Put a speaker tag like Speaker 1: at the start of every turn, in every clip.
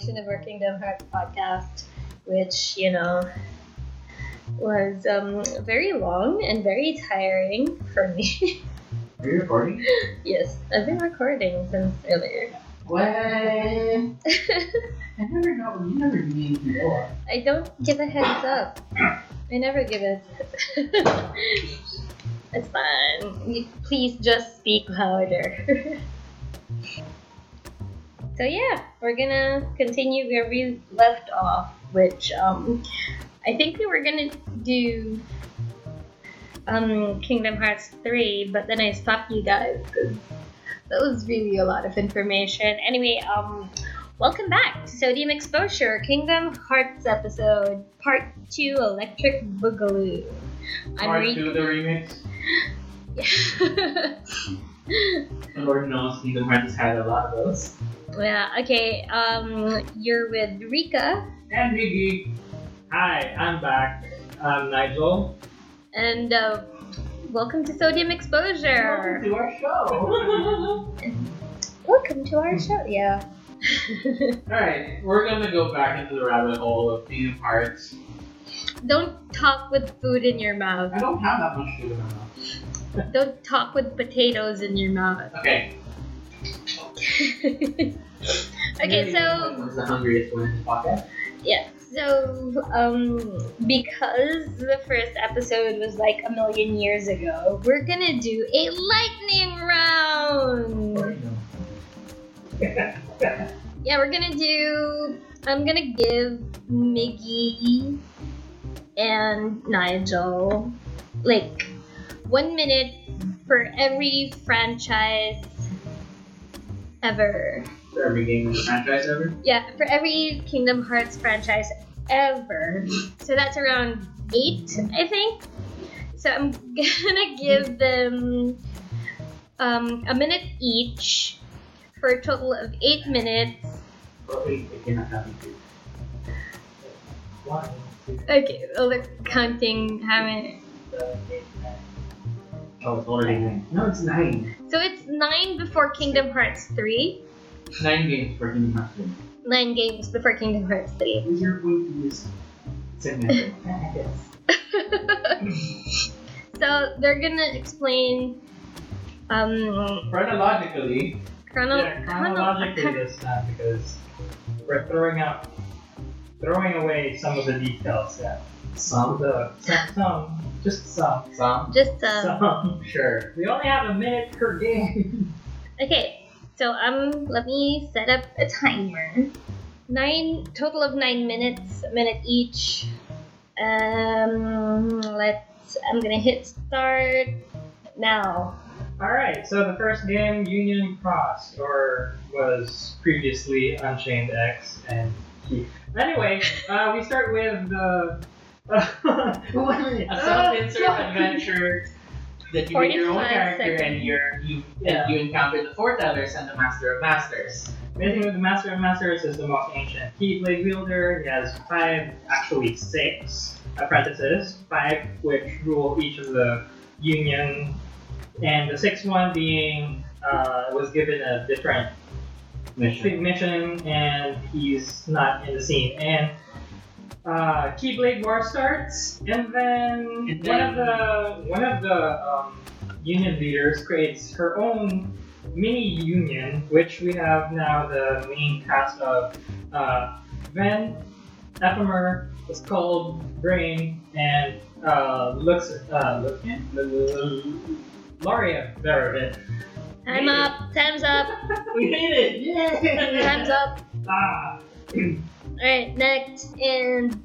Speaker 1: Kingdom Hearts podcast, which, you know, was um, very long and very tiring for me.
Speaker 2: Are you recording?
Speaker 1: yes, I've been recording since earlier.
Speaker 2: What? I never know. You never do these before.
Speaker 1: I don't give a heads up. I never give a It's fine. You- Please just speak louder. so yeah, we're gonna continue where we left off, which um, I think we were gonna do um Kingdom Hearts three, but then I stopped you guys 'cause that was really a lot of information. Anyway, um. Welcome back to Sodium Exposure Kingdom Hearts episode, part two Electric Boogaloo.
Speaker 2: Part
Speaker 1: Re-
Speaker 2: two of the remix.
Speaker 1: yeah,
Speaker 2: Lord knows Kingdom Hearts had a lot of those.
Speaker 1: okay. Um, you're with Rika,
Speaker 2: And Biggie. Hi, I'm back. I'm Nigel.
Speaker 1: and uh, welcome to Sodium Exposure.
Speaker 2: Welcome to our show.
Speaker 1: Welcome to our show. Yeah.
Speaker 2: Alright, we're gonna go back into the rabbit hole of Kingdom Hearts.
Speaker 1: Don't talk with food in your mouth.
Speaker 2: I don't have that much food in my mouth.
Speaker 1: Don't talk with potatoes in your mouth.
Speaker 2: Okay.
Speaker 1: okay, so
Speaker 2: What's the hungriest one in the pocket?
Speaker 1: Yeah. So, um, because the first episode was like a million years ago, we're gonna do a lightning round. Yeah, we're gonna do. I'm gonna give Miggy and Nigel like one minute for every franchise ever.
Speaker 2: For every game in the franchise ever?
Speaker 1: Yeah, for every Kingdom Hearts franchise ever. So that's around eight, I think. So I'm gonna give them um, a minute each for a total of eight minutes.
Speaker 2: Well, wait, it cannot happen to you. One, two,
Speaker 1: Okay, well, they're counting how many.
Speaker 2: seven, eight, nine. Oh, it's already nine. No, it's nine.
Speaker 1: So it's nine before Kingdom Hearts 3,
Speaker 2: Nine games for Kingdom Hearts.
Speaker 1: nine games before Kingdom Hearts 3.
Speaker 2: Is your point to this? Yes.
Speaker 1: So they're gonna explain um,
Speaker 2: Chronologically,
Speaker 1: chrono-
Speaker 2: yeah,
Speaker 1: chrono-
Speaker 2: chronologically this time because we're throwing out, throwing away some of the details. Yeah, some of the some, some just some some
Speaker 1: just um,
Speaker 2: some. Sure, we only have a minute per game.
Speaker 1: Okay, so um, let me set up a timer. Nine total of nine minutes, a minute each. Um, let's. I'm gonna hit start now.
Speaker 2: Alright, so the first game, Union Cross, or was previously Unchained X and Keith. Anyway, uh, we start with the a self-insert
Speaker 3: Uh,
Speaker 2: adventure that you make your own
Speaker 1: 45
Speaker 2: character and
Speaker 1: seconds.
Speaker 2: you're, you
Speaker 3: Yeah.
Speaker 2: and you encounter the foreteller and the master of masters. Amazing with the master of masters is the most ancient keyblade wielder. He has five, actually six apprentices, five which rule each of the union, and the sixth one being uh, was given a different mission. and he's not in the scene. And uh, Keyblade War starts, and then,
Speaker 3: And
Speaker 2: one of the one of the um, union leaders creates her own mini union, which we have now the main cast of uh, Ven, Ephemer, it's called Brain, and uh, looks uh, look, Lauria Verovit.
Speaker 1: Time up. Time's up.
Speaker 2: We made it!
Speaker 1: Time's
Speaker 2: Yeah!
Speaker 1: up.
Speaker 2: ah.
Speaker 1: All right, next and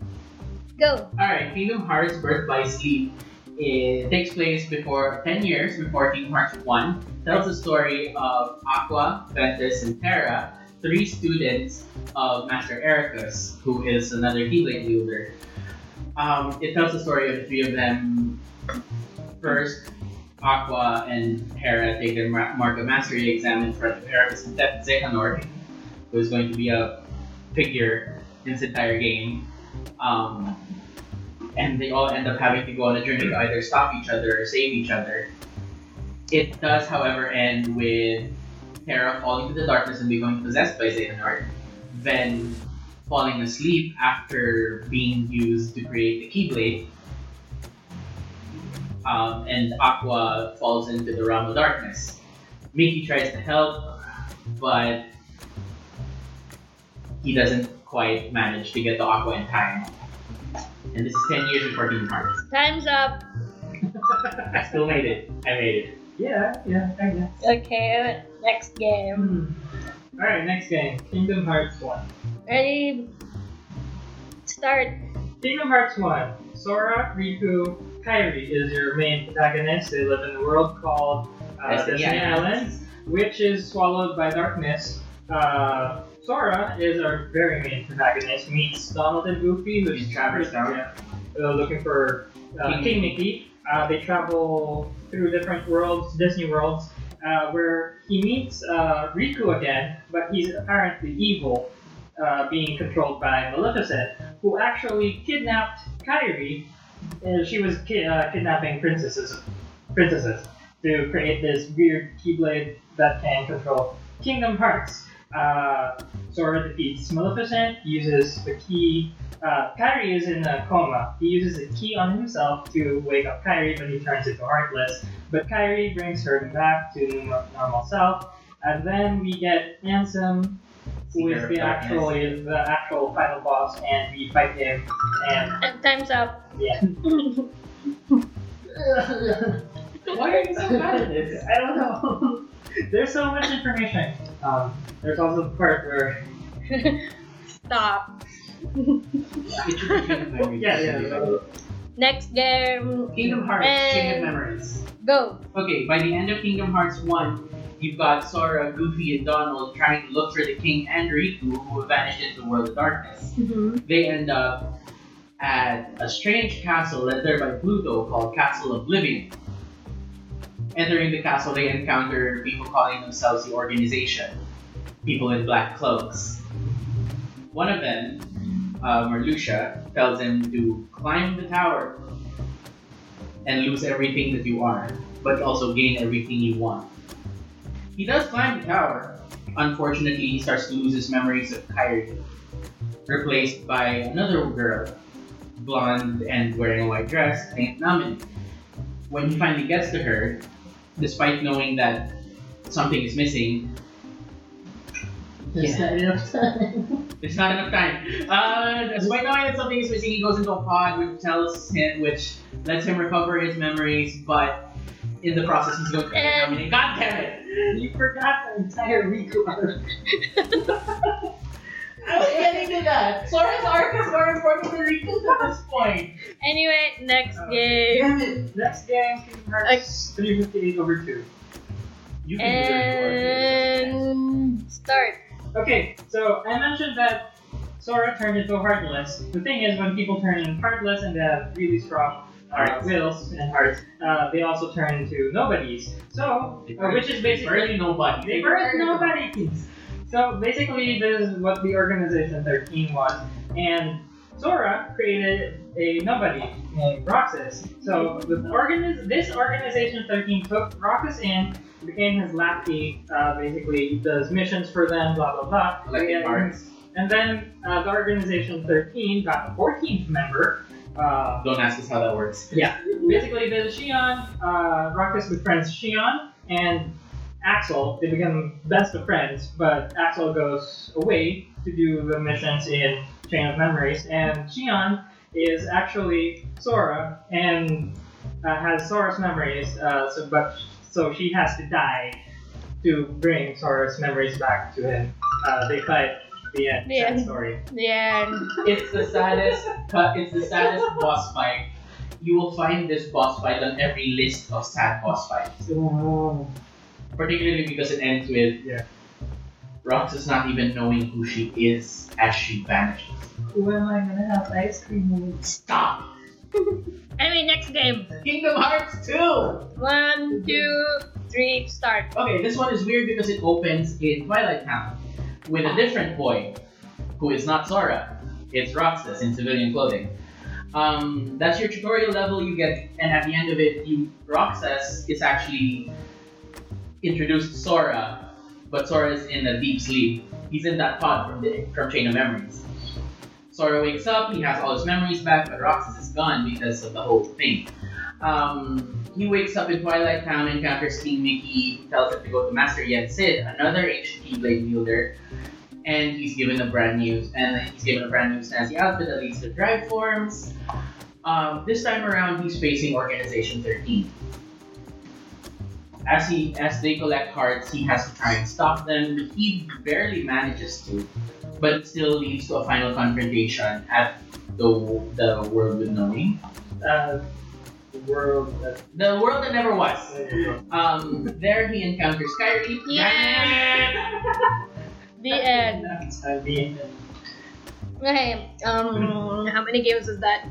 Speaker 1: go.
Speaker 3: Alright, Kingdom Hearts Birth by Sleep. It takes place before 10 years before Kingdom Hearts 1. Tells the story of Aqua, Ventus, and Terra, three students of Master Ericus, who is another Keyblade wielder. Um, it tells the story of the three of them. First, Aqua and Terra take their Mar- Mark of Mastery exam in front of Ericus and Ze- Zehanort, who is going to be a figure in this entire game. Um, and they all end up having to go on a journey to either stop each other or save each other. It does, however, end with Terra falling into the darkness and becoming possessed by Xehanort. Then falling asleep after being used to create the Keyblade. Um, and Aqua falls into the realm of darkness. Mickey tries to help, but he doesn't quite manage to get to Aqua in time. And this is 10 years before Kingdom Hearts.
Speaker 1: Time's up.
Speaker 2: I still made it. I made it. Yeah, yeah, I guess.
Speaker 1: Okay, next game.
Speaker 2: Hmm. Alright, next game Kingdom Hearts 1.
Speaker 1: Ready? Start.
Speaker 2: Kingdom Hearts 1. Sora, Riku, Kairi is your main protagonist. They live in a world called uh, Destiny Island, which is swallowed by darkness. Uh, Sora is our very main protagonist. Meets Donald and Goofy, who's
Speaker 3: In Traverse Town.
Speaker 2: yeah, uh, looking for uh,
Speaker 3: King
Speaker 2: King Mickey. Uh, they travel through different worlds, Disney worlds, uh, where he meets uh, Riku again, but he's apparently evil, uh, being controlled by Maleficent, who actually kidnapped Kairi. And she was ki- uh, kidnapping princesses, princesses to create this weird keyblade that can control Kingdom Hearts. Uh, Sora defeats Maleficent, uses the key. Uh, Kairi is in a coma. He uses the key on himself to wake up Kairi, but he turns into Heartless. But Kairi brings her back to normal- normal self, and then we get Ansem, who is
Speaker 3: Secret
Speaker 2: the
Speaker 3: of Darkness.
Speaker 2: actual the actual final boss, and we fight him. And
Speaker 1: Uh, Time's up.
Speaker 2: yeah,
Speaker 3: Why are you so bad at this?
Speaker 2: I don't know. There's so much information. Um, there's also the part where
Speaker 1: Stop.
Speaker 3: It should be Kingdom Memories.
Speaker 2: yeah yeah.
Speaker 1: Next game.
Speaker 3: Kingdom Hearts, Kingdom
Speaker 1: And-
Speaker 3: Memories.
Speaker 1: Go.
Speaker 3: Okay, by the end of Kingdom Hearts 1, you've got Sora, Goofy, and Donald trying to look for the king and Riku, who have vanished into the world of darkness. They end up at a strange castle led there by Pluto called Castle Oblivion. Entering the castle, they encounter people calling themselves the organization, people in black cloaks. One of them, uh, Merlucia, tells him to climb the tower and lose everything that you are, but also gain everything you want. He does climb the tower. Unfortunately, he starts to lose his memories of Kyrie, replaced by another girl, blonde and wearing a white dress, named Namin. When he finally gets to her, despite knowing that something is missing,
Speaker 2: There's
Speaker 3: Yeah.
Speaker 2: not enough time.
Speaker 3: It's not enough time. Uh, despite knowing that something is missing, he goes into a pod, which tells him, which lets him recover his memories. But in the process, he's going to
Speaker 1: And-
Speaker 3: contaminate. God damn it!
Speaker 2: You forgot the entire Riku arc.
Speaker 3: I was getting to that. Sora's arc is more important than Riku's at this point.
Speaker 1: Anyway, next
Speaker 2: Oh.
Speaker 1: game.
Speaker 3: Damn it!
Speaker 2: Next game, Kingdom Hearts 358 over 2.
Speaker 3: You can do it.
Speaker 1: And start.
Speaker 2: Okay, so I mentioned that Sora turned into a Heartless. The thing is, when people turn into Heartless and they have really strong uh,
Speaker 3: Hearts.
Speaker 2: wills and hearts, uh, they also turn into nobodies. So,
Speaker 3: They
Speaker 2: uh, which is basically
Speaker 3: barely nobody.
Speaker 2: They birthed nobodies. So basically, this is what the Organization 13 was. And Sora created a nobody named Roxas. So the organiz- this Organization 13 took Roxas in, became his lackey, uh, basically does missions for them, blah blah blah.
Speaker 3: Like
Speaker 2: and,
Speaker 3: parts.
Speaker 2: and then uh, the Organization 13 got the 14th member. Uh,
Speaker 3: Don't ask us how that works.
Speaker 2: Basically, there's Shion. Uh, Ruckus befriends Shion and Axel. They become best of friends, but Axel goes away to do the missions in Chain of Memories, and Shion is actually Sora and uh, has Sora's memories. Uh, so, but so she has to die to bring Sora's memories back to him. Uh, they fight. The end.
Speaker 1: The
Speaker 2: Sad
Speaker 1: end.
Speaker 2: story.
Speaker 1: Yeah.
Speaker 3: It's the saddest. cut- It's the saddest boss fight. You will find this boss fight on every list of sad boss fights. particularly because it ends with
Speaker 2: Yeah.
Speaker 3: Roxas not even knowing who she is as she vanishes.
Speaker 2: Who am I gonna have ice cream with?
Speaker 3: Stop!
Speaker 1: Anyway, next game.
Speaker 3: Kingdom Hearts 2!
Speaker 1: One, two, three, start.
Speaker 3: Okay, this one is weird because it opens in Twilight Town with a different boy who is not Sora. It's Roxas in civilian clothing. Um, that's your tutorial level you get, and at the end of it, you Roxas is actually introduced to Sora, but Sora is in a deep sleep. He's in that pod from the from Chain of Memories. Sora wakes up, he has all his memories back, but Roxas is gone because of the whole thing. Um, he wakes up in Twilight Town, encounters King Mickey, who tells him to go to Master Yen Sid, another ancient Keyblade wielder, and he's given a brand new and he's given a brand new snazzy outfit that leads to drive forms. Um, this time around, he's facing Organization 13. As he as they collect hearts, he has to try and stop them. He barely manages to, but still leads to a final confrontation at the the world with no name,
Speaker 2: Uh, world. that-
Speaker 3: the world that never was. Um, there he encounters Kyrie.
Speaker 1: Yeah. The end.
Speaker 2: Uh, the,
Speaker 1: Okay. Um, how many games is that?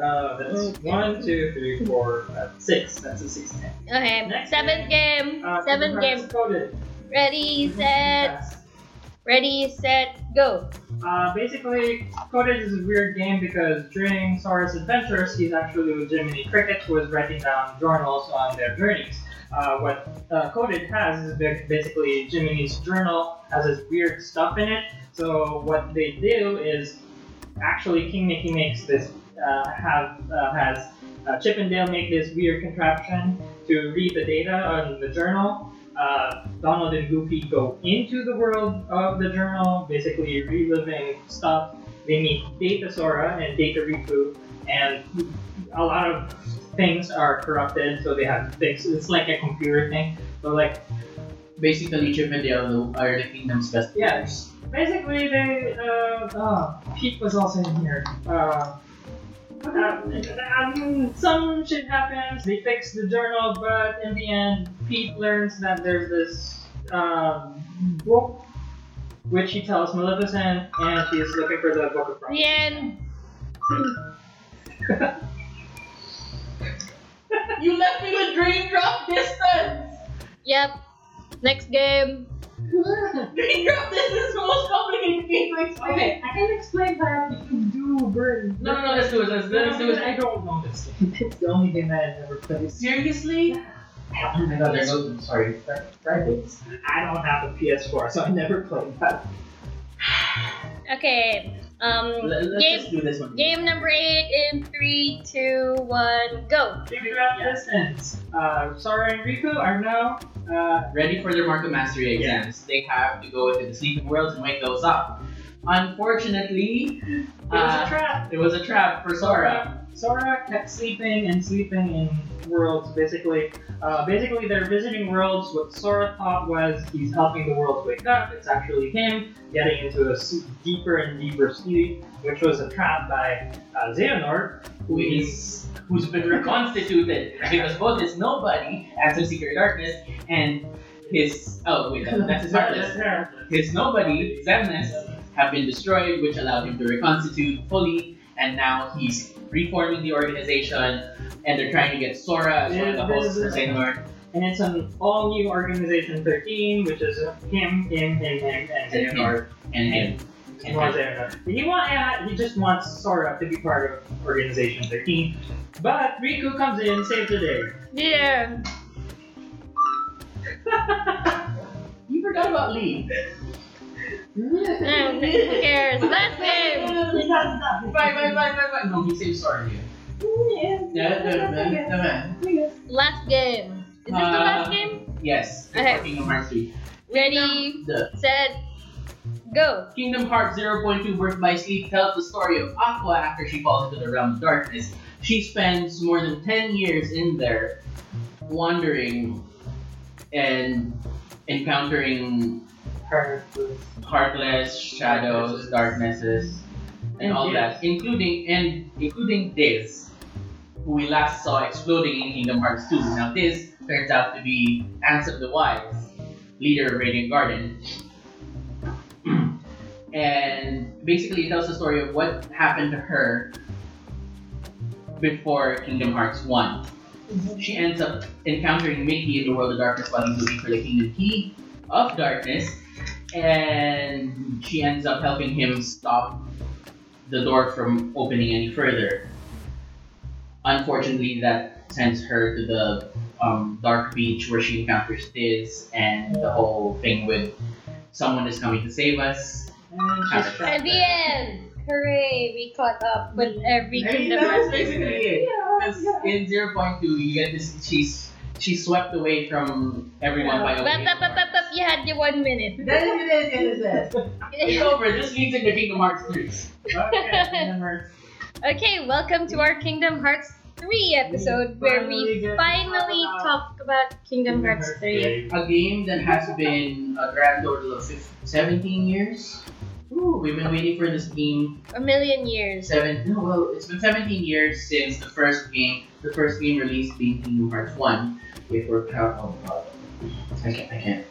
Speaker 2: uh, that's
Speaker 1: Mm,
Speaker 2: one, two, three, four, uh, six. That's a six ten.
Speaker 1: Okay.
Speaker 2: Next
Speaker 1: Seventh game.
Speaker 2: Uh,
Speaker 1: Seventh game.
Speaker 2: Coded.
Speaker 1: Ready, set, ready, set, go.
Speaker 2: Uh, basically, Coded is a weird game because during Sora's adventures, he's actually with Jiminy Cricket, who is writing down journals on their journeys. Uh, what uh, Coded has is ba- basically Jiminy's journal has this weird stuff in it. So what they do is actually King Mickey makes this uh, have uh, has uh, Chip and Dale make this weird contraption to read the data on the journal. Uh, Donald and Goofy go into the world of the journal, basically reliving stuff. They meet Data Sora and Data Riku, and a lot of things are corrupted, so they have to fix. It's like a computer thing, but like
Speaker 3: Basically, Chip and Dale are the kingdom's best
Speaker 2: Yeah.
Speaker 3: players.
Speaker 2: Basically, they. Uh, oh, Pete was also in here. Uh, uh, um, some shit happens. They fix the journal, but in the end, Pete learns that there's this uh, book, which he tells Maleficent, and she's looking for the book of Promise.
Speaker 1: The end.
Speaker 3: You left me with Dream Drop Distance!
Speaker 1: Yep. Next game.
Speaker 3: Dream Drop Distance is the most complicated game to explain.
Speaker 2: Okay, I can explain that if you do burn.
Speaker 3: No, no, no, let's do it, let's, let's do
Speaker 2: I
Speaker 3: it.
Speaker 2: don't know this game. It's the only game that I've ever played.
Speaker 3: Seriously? Oh my god, there's no. Sorry, Fridays.
Speaker 2: I don't have a PS4, so I never played that.
Speaker 1: Okay. Um,
Speaker 3: Let, let's
Speaker 1: game
Speaker 3: just do this one.
Speaker 1: game number eight in three, two, one, go.
Speaker 2: Figure out
Speaker 3: Yeah.
Speaker 2: distance. Uh, Sora and Riku are now. Uh,
Speaker 3: Ready for their Mark of Mastery exams. They have to go into the sleeping worlds and wake those up. Unfortunately,
Speaker 2: it was a
Speaker 3: uh,
Speaker 2: trap.
Speaker 3: it was a trap for Sora.
Speaker 2: Sora kept sleeping and sleeping in worlds. Basically, uh, basically they're visiting worlds. What Sora thought was he's helping the worlds wake up. It's actually him getting into a s- deeper and deeper sleep, which was a trap by uh, Xehanort,
Speaker 3: who is who's been reconstituted because both his nobody as a secret darkness and his oh wait that, that's his heartless his nobody Zemnis have been destroyed which allowed him to reconstitute fully and now he's reforming the organization and they're trying to get Sora as one of the hosts for Saint Lord
Speaker 2: And it's an all new Organization 13, which is him, him, him, him, and
Speaker 3: And him.
Speaker 2: Xehanort.
Speaker 3: and him
Speaker 2: He wants Anna. He want Anna. He just wants Sora to be part of Organization 13. But Riku comes in, saves the day.
Speaker 1: Yeah.
Speaker 3: you forgot about
Speaker 1: Um,
Speaker 3: Lee
Speaker 1: who cares? Last game.
Speaker 3: bye bye bye bye bye no he saved Sora here yeah, the man, the man.
Speaker 1: Last game. Is this the last
Speaker 3: Uh,
Speaker 1: game?
Speaker 3: yes the
Speaker 1: Okay.
Speaker 3: King of Hearts 3
Speaker 1: Ready,
Speaker 3: the
Speaker 1: set, go.
Speaker 3: Kingdom Hearts 0.2 Birth by Sleep tells the story of Aqua after she falls into the realm of darkness. She spends more than 10 years in there, wandering and encountering
Speaker 2: Her.
Speaker 3: heartless shadows, darknesses, and all that, including and including Diz, who we last saw exploding in Kingdom Hearts 2. Now Diz turns out to be Ansem the Wise, leader of Radiant Garden. and basically it tells the story of what happened to her before Kingdom Hearts 1. She ends up encountering Mickey in the World of Darkness while he's looking for the Kingdom Key of Darkness and she ends up helping him stop the door from opening any further. Unfortunately, that sends her to the um, dark beach where she encounters Diz and the whole thing with someone is coming to save us.
Speaker 2: And she's
Speaker 3: At
Speaker 1: At
Speaker 2: trapped
Speaker 1: the
Speaker 2: there.
Speaker 1: end. Hooray, we caught up with every
Speaker 3: I mean,
Speaker 1: Kingdom
Speaker 3: that was
Speaker 1: Hearts
Speaker 3: basically
Speaker 1: game.
Speaker 3: it. Because
Speaker 2: yeah.
Speaker 3: in 0.2, you get this, she's, she swept away from everyone by
Speaker 1: Bup,
Speaker 3: opening
Speaker 1: bup, bup, bup, bup, you had your one minute.
Speaker 3: That is it, that is it, that is it. It's over. This leads into Kingdom Hearts 3.
Speaker 2: Okay, Kingdom Hearts.
Speaker 1: Okay, welcome to our Kingdom Hearts 3 episode
Speaker 2: We
Speaker 1: where we
Speaker 2: finally get to
Speaker 1: finally
Speaker 2: talk
Speaker 1: talked about Kingdom Hearts 3.
Speaker 3: A game that has been a grand total of 15, 17 years. Ooh, we've been waiting for this game
Speaker 1: A million years.
Speaker 3: seven. No, well, it's been 17 years since the first game, the first game released being Kingdom Hearts One. Wait for count. Oh God, I can't. I can't.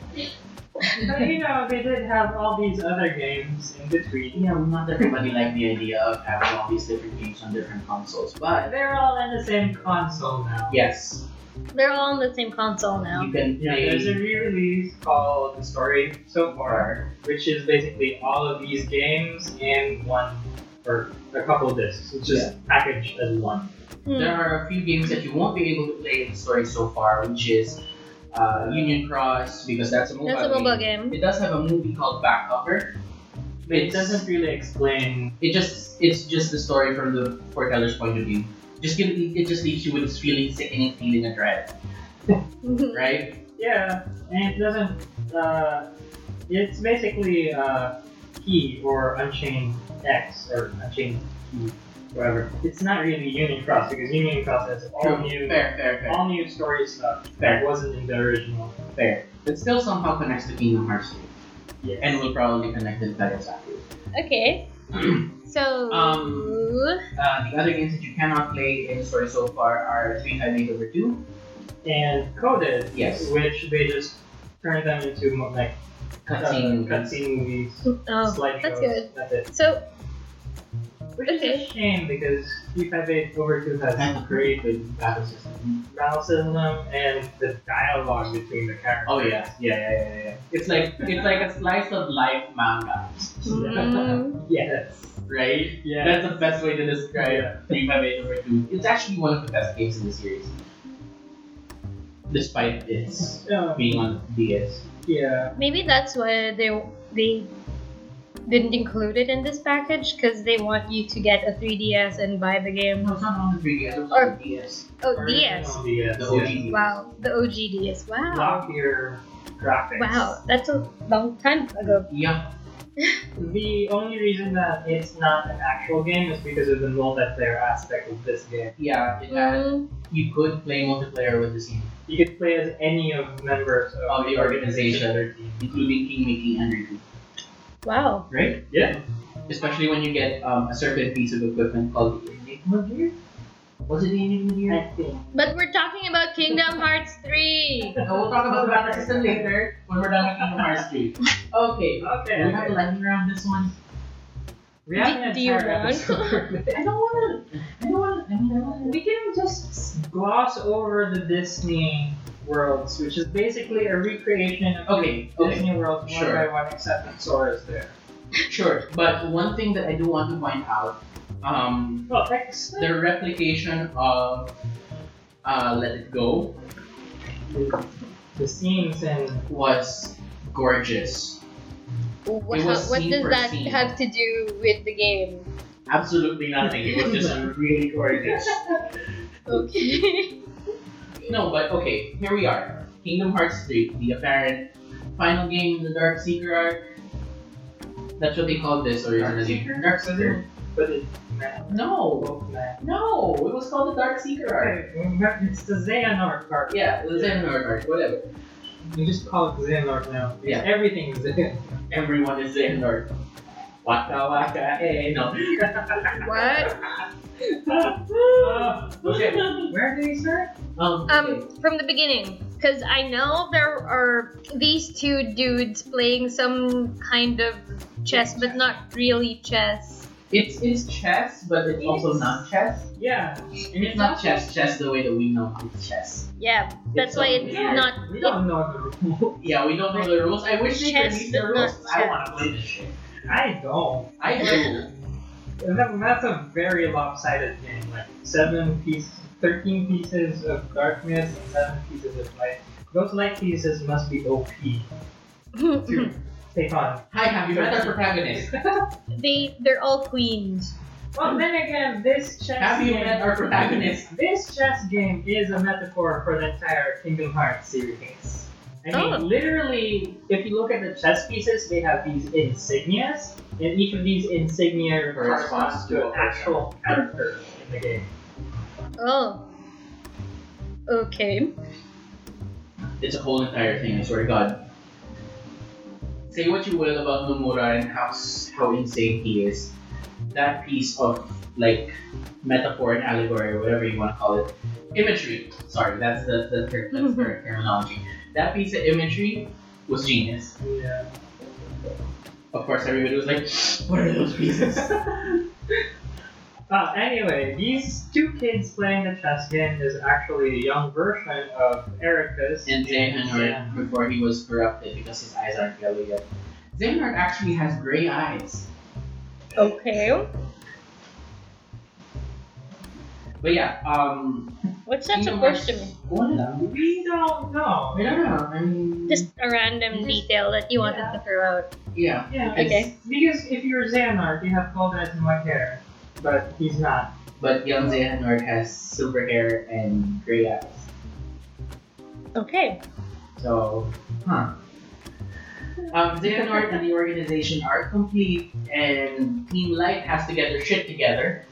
Speaker 2: But you know, they did have all these other games in between.
Speaker 3: Yeah, well, not everybody liked the idea of having all these different games on different consoles, but
Speaker 2: They're all in the same console now.
Speaker 3: yes,
Speaker 1: They're all on the same console now.
Speaker 3: you can
Speaker 2: Yeah,
Speaker 3: play.
Speaker 2: there's a re-release called The Story So Far, which is basically all of these games in one or a couple of discs. It's just packaged as one.
Speaker 1: Hmm.
Speaker 3: There are a few games that you won't be able to play in the story so far, which is uh, Union Cross because that's a mobile,
Speaker 1: That's a mobile game.
Speaker 3: It does have a movie called Back Cover.
Speaker 2: But it
Speaker 3: It's-
Speaker 2: doesn't really explain.
Speaker 3: It just it's just the story from the foreteller's point of view. Just give it just leaves you with this feeling, sickening feeling of dread, right?
Speaker 2: Yeah, and it doesn't. Uh, it's basically uh, Key or Unchained X or Unchained Key, whatever. It's not really Union Cross because Union Cross has all new,
Speaker 3: Fair, fair,
Speaker 2: all new story stuff that
Speaker 3: fair,
Speaker 2: wasn't in the original.
Speaker 3: fair, fair. It still somehow connects to Kingdom Hearts 3,
Speaker 2: Yes.
Speaker 3: and will probably connect to titles after.
Speaker 1: Okay. So.
Speaker 3: Um, Uh, the other games that you cannot play in the story so far are 358 over 2.
Speaker 2: and coded.
Speaker 3: Yes.
Speaker 2: Which they just turned them into more like
Speaker 3: Cutscene.
Speaker 2: uh, cutscene movies,
Speaker 1: oh,
Speaker 2: slideshows.
Speaker 1: that's good.
Speaker 2: That's it.
Speaker 1: So,
Speaker 2: Which is
Speaker 1: Okay.
Speaker 2: a shame because P58 over 2 has great
Speaker 3: good battle system.
Speaker 2: battle system and the dialogue between the characters.
Speaker 3: Oh yeah, yeah, yeah, yeah, yeah. It's like it's like a slice of life manga,
Speaker 1: mm,
Speaker 2: Yes.
Speaker 3: right?
Speaker 2: Yeah.
Speaker 3: That's the best way to describe
Speaker 2: Yeah.
Speaker 3: Three Five Eight Over Two. It's actually one of the best games in the series, despite its
Speaker 2: Um,
Speaker 3: being on DS.
Speaker 2: yeah.
Speaker 1: maybe that's why they they didn't include it in this package because they want you to get a 3DS and buy the game.
Speaker 3: No, it's not on the 3DS. It was
Speaker 1: Or-
Speaker 3: on the DS.
Speaker 1: Oh,
Speaker 2: Original
Speaker 1: DS.
Speaker 2: DS.
Speaker 3: The OG. DS.
Speaker 1: Wow, the OG DS. Wow.
Speaker 2: Lockier graphics.
Speaker 1: Wow, that's a long time ago.
Speaker 3: Yeah.
Speaker 2: The only reason that it's not an actual game is because of the multiplayer aspect of this game.
Speaker 3: Yeah. It had,
Speaker 1: Mm,
Speaker 3: you could play multiplayer with this game,
Speaker 2: You could play as any of members of
Speaker 3: Of the organization.
Speaker 2: or team.
Speaker 3: including Kingmaking and Riku,
Speaker 1: wow.
Speaker 3: right?
Speaker 2: Yeah.
Speaker 3: Especially when you get um, a certain piece of equipment called the Enigma Gear. Was it the Enigma Gear?
Speaker 2: I think.
Speaker 1: But we're talking about Kingdom Hearts 3.
Speaker 3: Uh, we'll talk about the battle system later when we're done with Kingdom Hearts 3. Okay.
Speaker 2: Okay.
Speaker 3: Can we have a lightning round this one?
Speaker 2: We have an
Speaker 1: Do- do you
Speaker 2: entire
Speaker 1: want?
Speaker 2: episode.
Speaker 3: I don't wanna I don't wanna I mean I wanna
Speaker 2: we can just gloss over the Disney worlds, which is basically a recreation of
Speaker 3: Okay,
Speaker 2: the
Speaker 3: okay.
Speaker 2: Disney worlds one
Speaker 3: Sure.
Speaker 2: by one, except Sora's there.
Speaker 3: Sure. But one thing that I do want to point out, um
Speaker 2: Well, thanks.
Speaker 3: their replication of uh Let It Go
Speaker 2: The, the scenes and
Speaker 3: was gorgeous.
Speaker 1: Wha-
Speaker 3: It was
Speaker 1: what
Speaker 3: scene
Speaker 1: does
Speaker 3: for
Speaker 1: that
Speaker 3: scene.
Speaker 1: have to do with the game?
Speaker 3: Absolutely nothing. It was just really gorgeous.
Speaker 1: Okay.
Speaker 3: No, but okay, here we are. Kingdom Hearts 3, the apparent final game in the Dark Seeker arc. That's what they call this, or is
Speaker 2: Dark
Speaker 3: it a-
Speaker 2: Seeker?
Speaker 3: Dark Seeker?
Speaker 2: but it, man,
Speaker 3: No,
Speaker 2: oh, man.
Speaker 3: no, it was called the Dark Seeker arc.
Speaker 2: Alright, it's the Xehanort part.
Speaker 3: Yeah, the Xehanort arc, whatever.
Speaker 2: You just call it Xehanort now.
Speaker 3: Yeah.
Speaker 2: Everything is Xehanort.
Speaker 3: Everyone is Xehanort. Waka waka, hey, Eh, no.
Speaker 1: What?
Speaker 2: Uh,
Speaker 3: Okay.
Speaker 2: Where do we start?
Speaker 3: Um,
Speaker 1: Um, from the beginning, because I know there are these two dudes playing some kind of chess, but not really chess.
Speaker 3: it's, it's chess, but it's also not chess.
Speaker 2: Yeah,
Speaker 3: And it's not chess, chess the way that we know it's chess.
Speaker 1: Yeah, that's why it's
Speaker 2: weird.
Speaker 1: not.
Speaker 2: we don't know the rules.
Speaker 3: Yeah, we don't know the rules. I wish they could
Speaker 1: Chess,
Speaker 3: read the
Speaker 1: but
Speaker 3: rules.
Speaker 1: not
Speaker 3: I
Speaker 1: chess.
Speaker 3: want to play this shit.
Speaker 2: I don't.
Speaker 3: I do.
Speaker 2: That- that's a very lopsided game. Like seven pieces, thirteen pieces of darkness and seven pieces of light. Those light pieces must be OP.
Speaker 1: It's...
Speaker 2: Too. take on.
Speaker 3: Hi, have you met our protagonist?
Speaker 1: They they're all queens.
Speaker 2: Well, then again, this chess
Speaker 3: Have you
Speaker 2: game-
Speaker 3: met our protagonist?
Speaker 2: This chess game is a metaphor for the entire Kingdom Hearts series. I mean,
Speaker 1: Oh.
Speaker 2: literally, if you look at the chess pieces, they have these insignias, and each of these insignia corresponds to an actual character in the game.
Speaker 1: Oh. Okay.
Speaker 3: It's a whole entire thing, I swear to God. Say what you will about Nomura and how, s- how insane he is. That piece of, like, metaphor and allegory, or whatever you want to call it, imagery. Sorry, that's the, the, ter- that's the terminology. That piece of imagery was genius.
Speaker 2: Yeah.
Speaker 3: Of course, everybody was like, what are those pieces?
Speaker 2: Uh, anyway, these two kids playing the chess game is actually a young version of Erica's.
Speaker 3: and Xehanort
Speaker 2: Yeah.
Speaker 3: before he was corrupted because his eyes aren't yellow yet. Xehanort actually has gray eyes.
Speaker 1: Okay.
Speaker 3: But yeah, um...
Speaker 1: What's that
Speaker 3: Kingdom
Speaker 1: supposed to
Speaker 3: Hearts-
Speaker 1: mean?
Speaker 3: One of them.
Speaker 2: We don't know.
Speaker 3: I don't know. I mean,
Speaker 1: Just a random detail that you wanted to throw out.
Speaker 3: yeah.
Speaker 2: Yeah,
Speaker 1: Okay.
Speaker 2: because if you're Xehanort, you have gold eyes and white hair, but he's not.
Speaker 3: But young Xehanort has silver hair and gray eyes.
Speaker 1: Okay.
Speaker 3: So, huh. Um, Xehanort and the organization are complete, and Team Light has to get their shit together.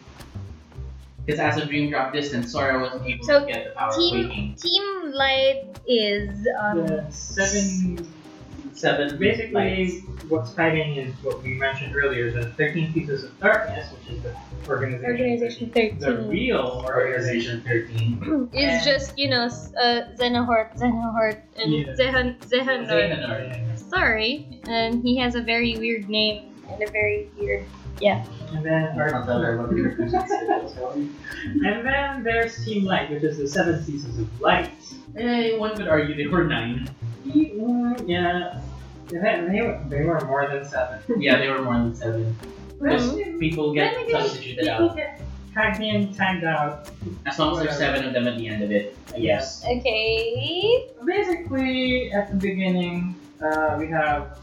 Speaker 3: Because as a dream drop distance, Sora wasn't able
Speaker 1: So,
Speaker 3: to get the power
Speaker 1: Team-
Speaker 3: of waking.
Speaker 1: Team Light is um
Speaker 2: the seven.
Speaker 3: Seven.
Speaker 2: Basically,
Speaker 3: lights.
Speaker 2: what's fighting is what we mentioned earlier: is the thirteen pieces of darkness, which is the organization.
Speaker 1: Organization
Speaker 2: The
Speaker 1: 13
Speaker 2: real organization.
Speaker 3: Organization 13.
Speaker 1: is just you know s- uh, Xenohort, Xenohort, and
Speaker 2: Yeah.
Speaker 1: Zehan Zehanort.
Speaker 3: Xehanort.
Speaker 1: Sorry, and he has a very weird name and a very weird.
Speaker 2: And then our, and then there's Team Light, which is the seven pieces of light.
Speaker 3: Eh, one could argue they were nine.
Speaker 2: He- mm, Yeah. And then they, were- they were more than seven.
Speaker 3: Yeah, they were more than seven. People get
Speaker 2: Then again,
Speaker 3: substituted
Speaker 2: people
Speaker 3: out.
Speaker 2: get tagged in, tagged out.
Speaker 3: As long as there's seven of them at the end of it, I guess.
Speaker 1: Okay.
Speaker 2: Basically, at the beginning, uh, we have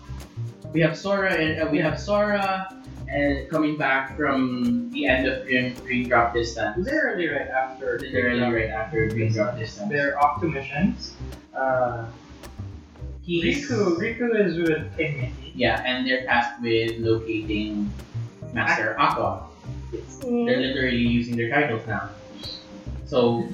Speaker 3: We have Sora and uh, we have Sora and coming back from the end of Green, Green Drop Distance.
Speaker 2: literally right after.
Speaker 3: Literally right after Green Drop Distance.
Speaker 2: They're off to missions. Uh,
Speaker 3: He's,
Speaker 2: Riku, Riku is with Pigmenti.
Speaker 3: yeah, and they're tasked with locating Master Aqua. They're literally using their titles now. So,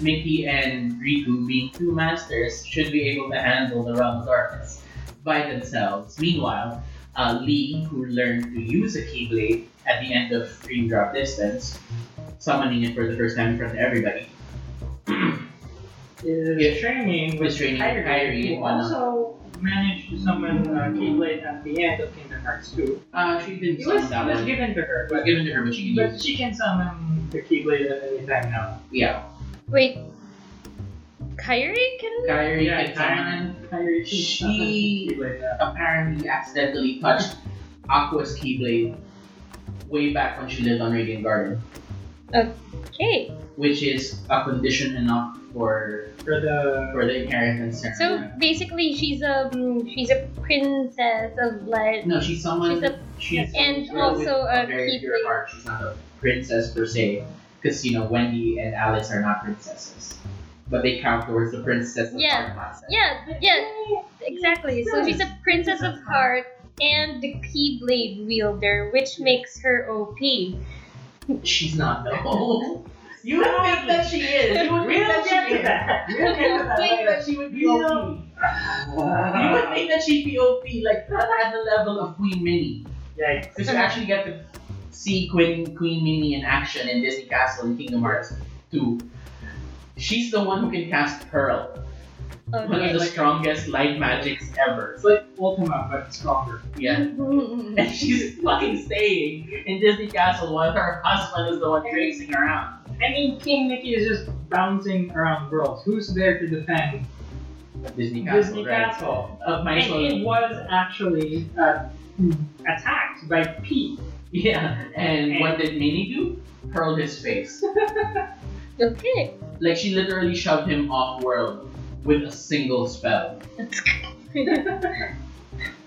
Speaker 3: Mickey and Riku, being two masters, should be able to handle the Realm of Darkness by themselves. Meanwhile, uh, Lee, who learned to use a Keyblade at the end of Green Drop Distance, summoning it for the first time in front of everybody,
Speaker 2: Is
Speaker 3: Yeah.
Speaker 2: training
Speaker 3: was
Speaker 2: with
Speaker 3: training Kairi
Speaker 2: Kairi,
Speaker 3: and
Speaker 2: who
Speaker 3: whatnot.
Speaker 2: also managed to summon uh, Keyblade at the end of Kingdom Hearts 2.
Speaker 3: Uh, she didn't
Speaker 2: It was,
Speaker 3: summon that one.
Speaker 2: it was
Speaker 3: It
Speaker 2: given to her,
Speaker 3: was
Speaker 2: but,
Speaker 3: given to her, but she can use
Speaker 2: but she can summon the Keyblade at any time now.
Speaker 3: Yeah.
Speaker 1: Wait. Kyrie can.
Speaker 3: Kairi
Speaker 2: Yeah,
Speaker 3: can summon.
Speaker 2: Kairi can summon
Speaker 3: She
Speaker 2: Keyblade now.
Speaker 3: apparently accidentally touched Aqua's Keyblade way back when she lived on Radiant Garden,
Speaker 1: Okay.
Speaker 3: which is a condition enough for
Speaker 2: uh, For the.
Speaker 3: for the inheritance
Speaker 1: So
Speaker 3: ceremony.
Speaker 1: basically, she's a she's a princess of light.
Speaker 3: no, she's someone.
Speaker 1: She's a
Speaker 3: she's
Speaker 1: and
Speaker 3: a girl with
Speaker 1: also a
Speaker 3: very pure
Speaker 1: Keyblade.
Speaker 3: heart. She's not a princess per se, because you know Wendy and Alice are not princesses, but they count towards the princess of
Speaker 1: Yeah.
Speaker 3: heart concept.
Speaker 1: yeah yeah exactly. So she's a princess of heart and the keyblade wielder, which makes her OP.
Speaker 3: She's not though. You would think that she is. You would think
Speaker 2: We'll
Speaker 3: that
Speaker 2: get
Speaker 3: she
Speaker 2: to
Speaker 3: is.
Speaker 2: that!
Speaker 3: You would think that she would be
Speaker 2: We'll-
Speaker 3: OP. You would think that she'd be OP, like at the level of Queen Minnie.
Speaker 2: Yikes.
Speaker 3: Because you actually get to see Queen Queen Minnie in action in Disney Castle in Kingdom Hearts 2. She's the one who can cast Pearl, one of the
Speaker 1: Okay.
Speaker 3: strongest light magics ever.
Speaker 2: It's like Ultima, but stronger.
Speaker 3: Yeah. And she's fucking staying in Disney Castle while her husband is the one tracing around.
Speaker 2: I mean, King Mickey is just bouncing around worlds. Who's there to defend
Speaker 3: Disney Castle,
Speaker 2: Disney
Speaker 3: right?
Speaker 2: Castle.
Speaker 3: Of my
Speaker 2: And it
Speaker 3: soul.
Speaker 2: was actually uh, attacked by Pete.
Speaker 3: Yeah. And what did Minnie do? Pearled his face.
Speaker 1: okay.
Speaker 3: Like she literally shoved him off world with a single spell.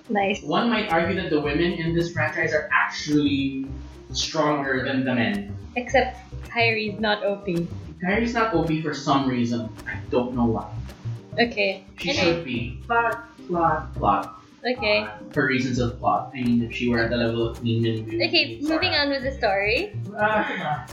Speaker 1: Nice.
Speaker 3: One might argue that the women in this franchise are actually stronger than the men.
Speaker 1: Except Kyrie's not OP.
Speaker 3: Kyrie's not OP for some reason. I don't know why.
Speaker 1: Okay.
Speaker 3: She
Speaker 1: Okay.
Speaker 3: should be.
Speaker 2: Plot, plot.
Speaker 3: Plot.
Speaker 1: Okay.
Speaker 3: uh, for reasons of plot. I mean, if she were at the level of Queen, then we would
Speaker 1: Okay,
Speaker 3: be
Speaker 1: moving
Speaker 3: Sora.
Speaker 1: on with the story.
Speaker 2: Uh,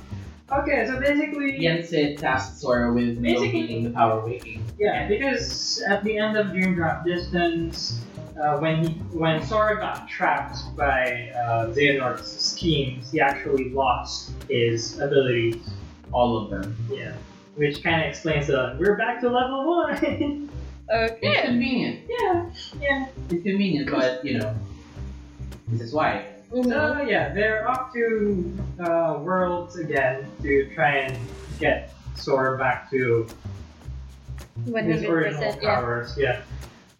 Speaker 2: okay, so basically,
Speaker 3: Yensid tasked Sora with
Speaker 2: Basically-
Speaker 3: locating the power waking.
Speaker 2: Yeah, because at the end of Dream Drop Distance, uh, when he when Sora got trapped by uh, Xehanort's schemes, he actually lost his abilities.
Speaker 3: All of them.
Speaker 2: Yeah, which kind of explains the we're back to level one.
Speaker 1: Okay.
Speaker 3: Inconvenient.
Speaker 2: yeah, yeah.
Speaker 3: Inconvenient, but you know. This is why.
Speaker 1: Mhm.
Speaker 2: So yeah, they're off to uh, Worlds again to try and get Sora back to his
Speaker 1: 100%.
Speaker 2: original
Speaker 1: Yeah.
Speaker 2: powers. Yeah.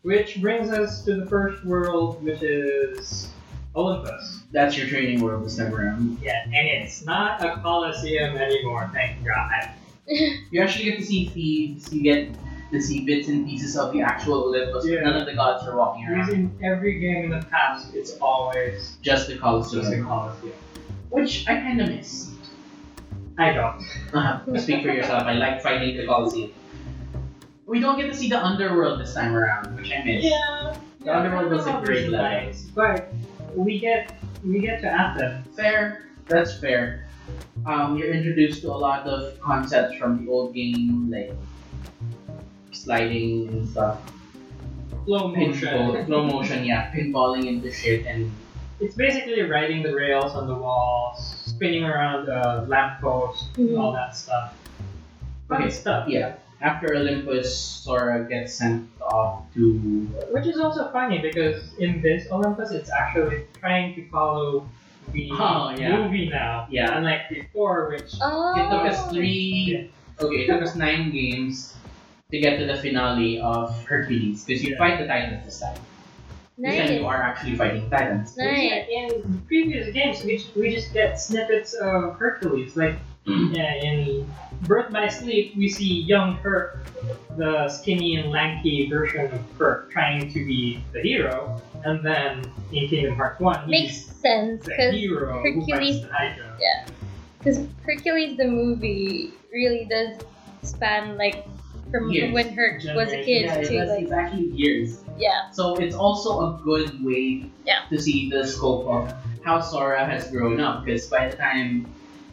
Speaker 2: Which brings us to the first world, which is Olympus.
Speaker 3: That's your training world this time around.
Speaker 2: Yeah, and it's not a coliseum anymore, thank God.
Speaker 3: You actually get to see thieves, you get to see bits and pieces of the actual Olympus,
Speaker 2: Yeah.
Speaker 3: but none of the gods are walking around.
Speaker 2: Using every game in the past, it's always
Speaker 3: Just the
Speaker 2: just a
Speaker 3: Colosseum.
Speaker 2: coliseum.
Speaker 3: Which I kinda miss.
Speaker 2: I don't.
Speaker 3: Uh-huh. Speak for yourself, I like fighting the Colosseum. We don't get to see the underworld this time around, which I miss.
Speaker 2: Yeah.
Speaker 3: The underworld was a great level.
Speaker 2: Nice, but we get we get to Athens.
Speaker 3: Fair. That's fair. Um, you're introduced to a lot of concepts from the old game, like sliding and stuff.
Speaker 2: Slow
Speaker 3: Pinball, slow motion, yeah, pinballing into shit, and
Speaker 2: It's basically riding the rails on the walls, spinning around the lamppost,
Speaker 3: Mm-hmm.
Speaker 1: Mhm.
Speaker 2: all that stuff. Fun
Speaker 3: Okay.
Speaker 2: stuff.
Speaker 3: yeah. After Olympus, Sora gets sent off to
Speaker 2: Which is also funny because in this Olympus, it's actually trying to follow the
Speaker 3: Oh, yeah.
Speaker 2: movie now,
Speaker 3: yeah.
Speaker 2: unlike before, which
Speaker 1: Oh.
Speaker 3: It took us three. Okay, it took us nine games to get to the finale of Hercules because you
Speaker 2: Yeah.
Speaker 3: fight the Titans this time. This time you
Speaker 1: Oh, Nice.
Speaker 3: are actually fighting Titans.
Speaker 1: Nice.
Speaker 2: In previous games, we, just- we just get snippets of Hercules. Like yeah, in Birth by Sleep, we see young Herc, the skinny and lanky version of Herc, trying to be the hero. And then in Kingdom Hearts 1,
Speaker 1: Makes
Speaker 2: he's
Speaker 1: sense
Speaker 2: the
Speaker 1: because
Speaker 2: hero who
Speaker 1: Hercules-
Speaker 2: fights the Hydra.
Speaker 1: Hercules the movie really does span like from
Speaker 3: Years.
Speaker 1: when Herc was a kid
Speaker 3: yeah,
Speaker 1: to
Speaker 3: that's
Speaker 1: like
Speaker 3: exactly years.
Speaker 1: yeah.
Speaker 3: So it's also a good way
Speaker 1: Yeah.
Speaker 3: to see the scope of how Sora has grown up. Because by the time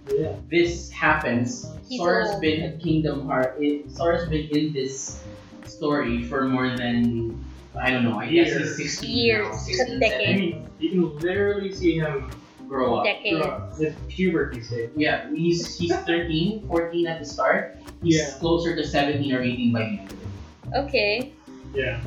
Speaker 2: Yeah.
Speaker 3: this happens,
Speaker 1: He's
Speaker 3: Sora's
Speaker 1: old.
Speaker 3: been at Kingdom Heart. It, Sora's been in this story for more than I don't know. I guess he's
Speaker 2: Years.
Speaker 3: sixteen now,
Speaker 1: Years,
Speaker 3: 16,
Speaker 1: a
Speaker 2: I
Speaker 1: decade,
Speaker 2: mean, you can literally see him
Speaker 3: grow up.
Speaker 1: decade.
Speaker 2: with puberty stage.
Speaker 3: Yeah, he's he's 13, 14 at the start. He's
Speaker 2: Yeah.
Speaker 3: closer to 17 or 18 by the end.
Speaker 1: Okay,
Speaker 2: Yeah.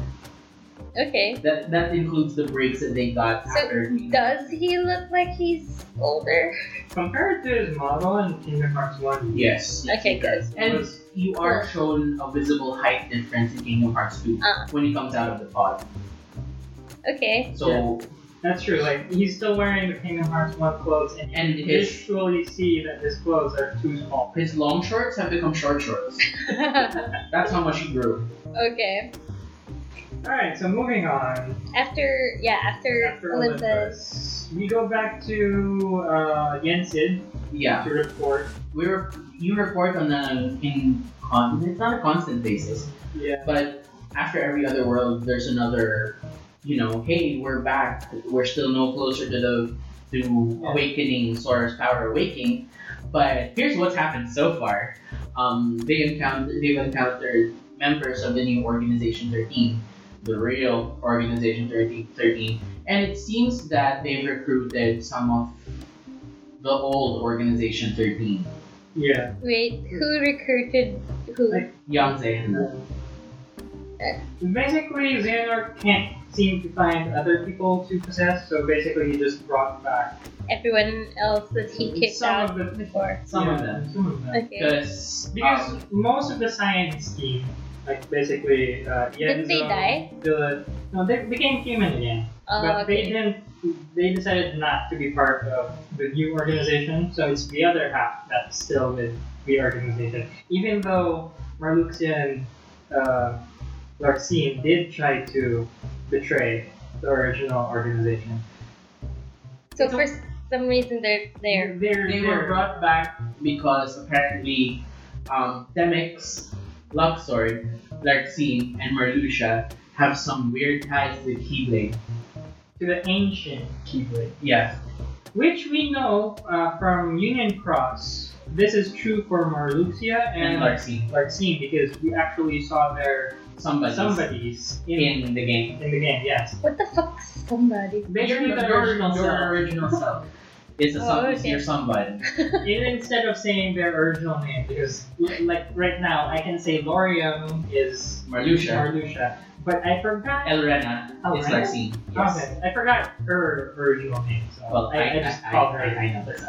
Speaker 1: okay.
Speaker 3: That that includes the breaks that they got
Speaker 1: So
Speaker 3: after.
Speaker 1: does he look like he's older?
Speaker 2: Compared to his model in Kingdom Hearts 1,
Speaker 3: Yes.
Speaker 1: Okay, good.
Speaker 3: And you are shown a visible height difference in Kingdom Hearts 2
Speaker 1: Ah.
Speaker 3: when he comes out of the pod.
Speaker 1: Okay,
Speaker 3: So
Speaker 2: That's true. Like he's still wearing the Kingdom Hearts one clothes, and you
Speaker 3: And
Speaker 2: can
Speaker 3: his-
Speaker 2: visually see that his clothes are too small.
Speaker 3: his long shorts have become short shorts. That's how much he grew.
Speaker 1: okay.
Speaker 2: All right, so moving on.
Speaker 1: After yeah, after,
Speaker 2: After
Speaker 1: Olympus.
Speaker 2: Olympus, we go back to uh, Yensid
Speaker 3: Yeah,
Speaker 2: to report.
Speaker 3: we were you report on a in con. It's not a constant basis,
Speaker 2: Yeah.
Speaker 3: but after every other world, there's another. You know, hey, we're back. We're still no closer to the to awakening Sora's power awakening. But here's what's happened so far. Um, they encountered they've encountered members of the new organization 13, the real organization 13, 13, and it seems that they've recruited some of the old organization 13.
Speaker 2: Yeah.
Speaker 1: Wait, who recruited who?
Speaker 2: Like-
Speaker 3: Young Zayna.
Speaker 2: Basically, Xehanort can't seem to find other people to possess, so basically he just brought back
Speaker 1: Everyone else that he kicked
Speaker 2: some
Speaker 1: out
Speaker 2: of the
Speaker 1: before.
Speaker 3: Some of
Speaker 2: Yeah,
Speaker 3: them.
Speaker 2: Some of them.
Speaker 1: Okay.
Speaker 3: Because
Speaker 2: Because
Speaker 3: um,
Speaker 2: most of the science team, like basically, uh,
Speaker 1: Didn't they
Speaker 2: Yenzo,
Speaker 1: die?
Speaker 2: Dylan- no, they became human again.
Speaker 1: Oh,
Speaker 2: but they
Speaker 1: okay.
Speaker 2: didn't. They decided not to be part of the new organization, so it's the other half that's still with the organization. Even though Marluxia and uh, Larcene did try to betray the original organization.
Speaker 1: So for some reason they're there.
Speaker 2: They're,
Speaker 3: They were brought back because apparently um, Demix, Luxor, Larxene, and Marluxia have some weird ties to Keyblade.
Speaker 2: to the ancient Keyblade.
Speaker 3: Yes.
Speaker 2: Which we know uh, from Union Cross, this is true for Marluxia
Speaker 3: And
Speaker 2: and,
Speaker 3: Larxene.
Speaker 2: Larxene because we actually saw their
Speaker 3: Somebody.
Speaker 2: somebodies in,
Speaker 3: In the game.
Speaker 2: in the game, yes.
Speaker 1: What the fuck, somebody?
Speaker 2: Basically,
Speaker 3: your,
Speaker 2: the
Speaker 3: your-
Speaker 2: original
Speaker 3: your
Speaker 2: self.
Speaker 3: original self. Is a
Speaker 1: Oh,
Speaker 3: some, is
Speaker 1: okay.
Speaker 3: your somebody.
Speaker 2: Even instead of saying their original name, because li- like right now, I can say Lorium is
Speaker 3: Marluxia.
Speaker 2: Marluxia, but I forgot.
Speaker 3: Elrena is
Speaker 2: Elrena?
Speaker 3: Larxene. Yes.
Speaker 2: Okay, I forgot her original name. So
Speaker 3: Well,
Speaker 2: I, I, just called her.
Speaker 3: I know this.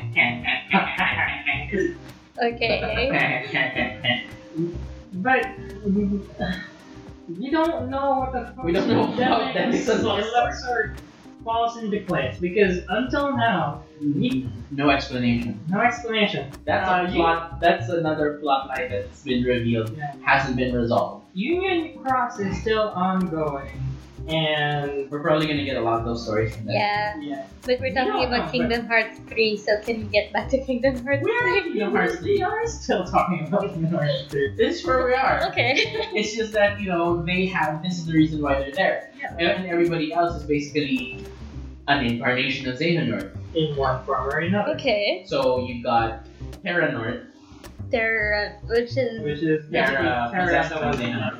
Speaker 3: Okay.
Speaker 1: Okay.
Speaker 2: But we don't know what the fuck
Speaker 3: We don't know about
Speaker 2: that
Speaker 3: that.
Speaker 2: is. Luxor falls into place because until now,
Speaker 3: no explanation.
Speaker 2: no explanation.
Speaker 3: That's
Speaker 2: Uh,
Speaker 3: a
Speaker 2: you-
Speaker 3: plot. That's another plot line that's been revealed.
Speaker 2: Yeah.
Speaker 3: Hasn't been resolved.
Speaker 2: Union Cross is still ongoing, and
Speaker 3: We're probably gonna get a lot of those stories from that.
Speaker 1: Yeah,
Speaker 2: yeah,
Speaker 1: but we're talking
Speaker 2: No, no,
Speaker 1: about
Speaker 2: but-
Speaker 1: Kingdom Hearts 3, so can we get back to Kingdom Hearts
Speaker 2: we are,
Speaker 1: 3?
Speaker 3: Kingdom Hearts
Speaker 2: we are still talking about Kingdom Hearts 3.
Speaker 3: This is where we are.
Speaker 1: Okay.
Speaker 3: It's just that you know they have. This is the reason why they're there,
Speaker 2: Yeah.
Speaker 3: and everybody else is basically an incarnation of Xehanort.
Speaker 2: In one form or another,
Speaker 1: Okay.
Speaker 3: So you've got Terranort,
Speaker 1: They're, uh, which is.
Speaker 2: which is
Speaker 3: They're,
Speaker 2: basically
Speaker 3: uh,
Speaker 2: Terra
Speaker 3: possessed
Speaker 2: that
Speaker 3: by
Speaker 2: was
Speaker 3: Xehanort.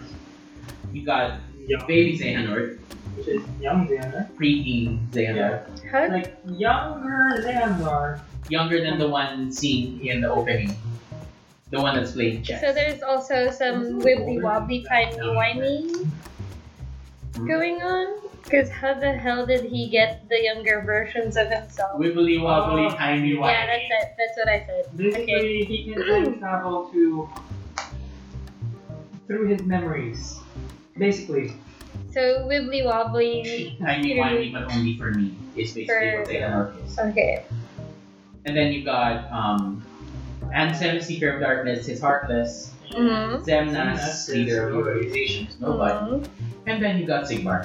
Speaker 3: you got
Speaker 2: young,
Speaker 3: baby Xehanort,
Speaker 2: which is young Xander.
Speaker 3: preteen Xehanort,
Speaker 1: How
Speaker 2: Like younger Xandar.
Speaker 3: younger than the one seen in the opening, the one that's playing chess.
Speaker 1: So there's also some wibbly wobbly timey wimey
Speaker 2: Mm-hmm.
Speaker 1: going on. Because how the hell did he get the younger versions of himself?
Speaker 3: Wibbly wobbly,
Speaker 2: Oh,
Speaker 3: timey wimey.
Speaker 1: Yeah, that's it. That's what I said.
Speaker 2: Basically, he can time travel to through his memories. Basically,
Speaker 1: So wibbly wobbly.
Speaker 3: Timey wimey, but only for me. Is basically
Speaker 1: For-
Speaker 3: what they is.
Speaker 1: Okay.
Speaker 3: And then you've got um, Ansem, Seeker of Darkness, his Heartless,
Speaker 1: Mm-hmm.
Speaker 3: Zemnas,
Speaker 2: Zemnas,
Speaker 3: leader of
Speaker 2: nobody.
Speaker 3: organizations, nobody. And then you got Sigmar,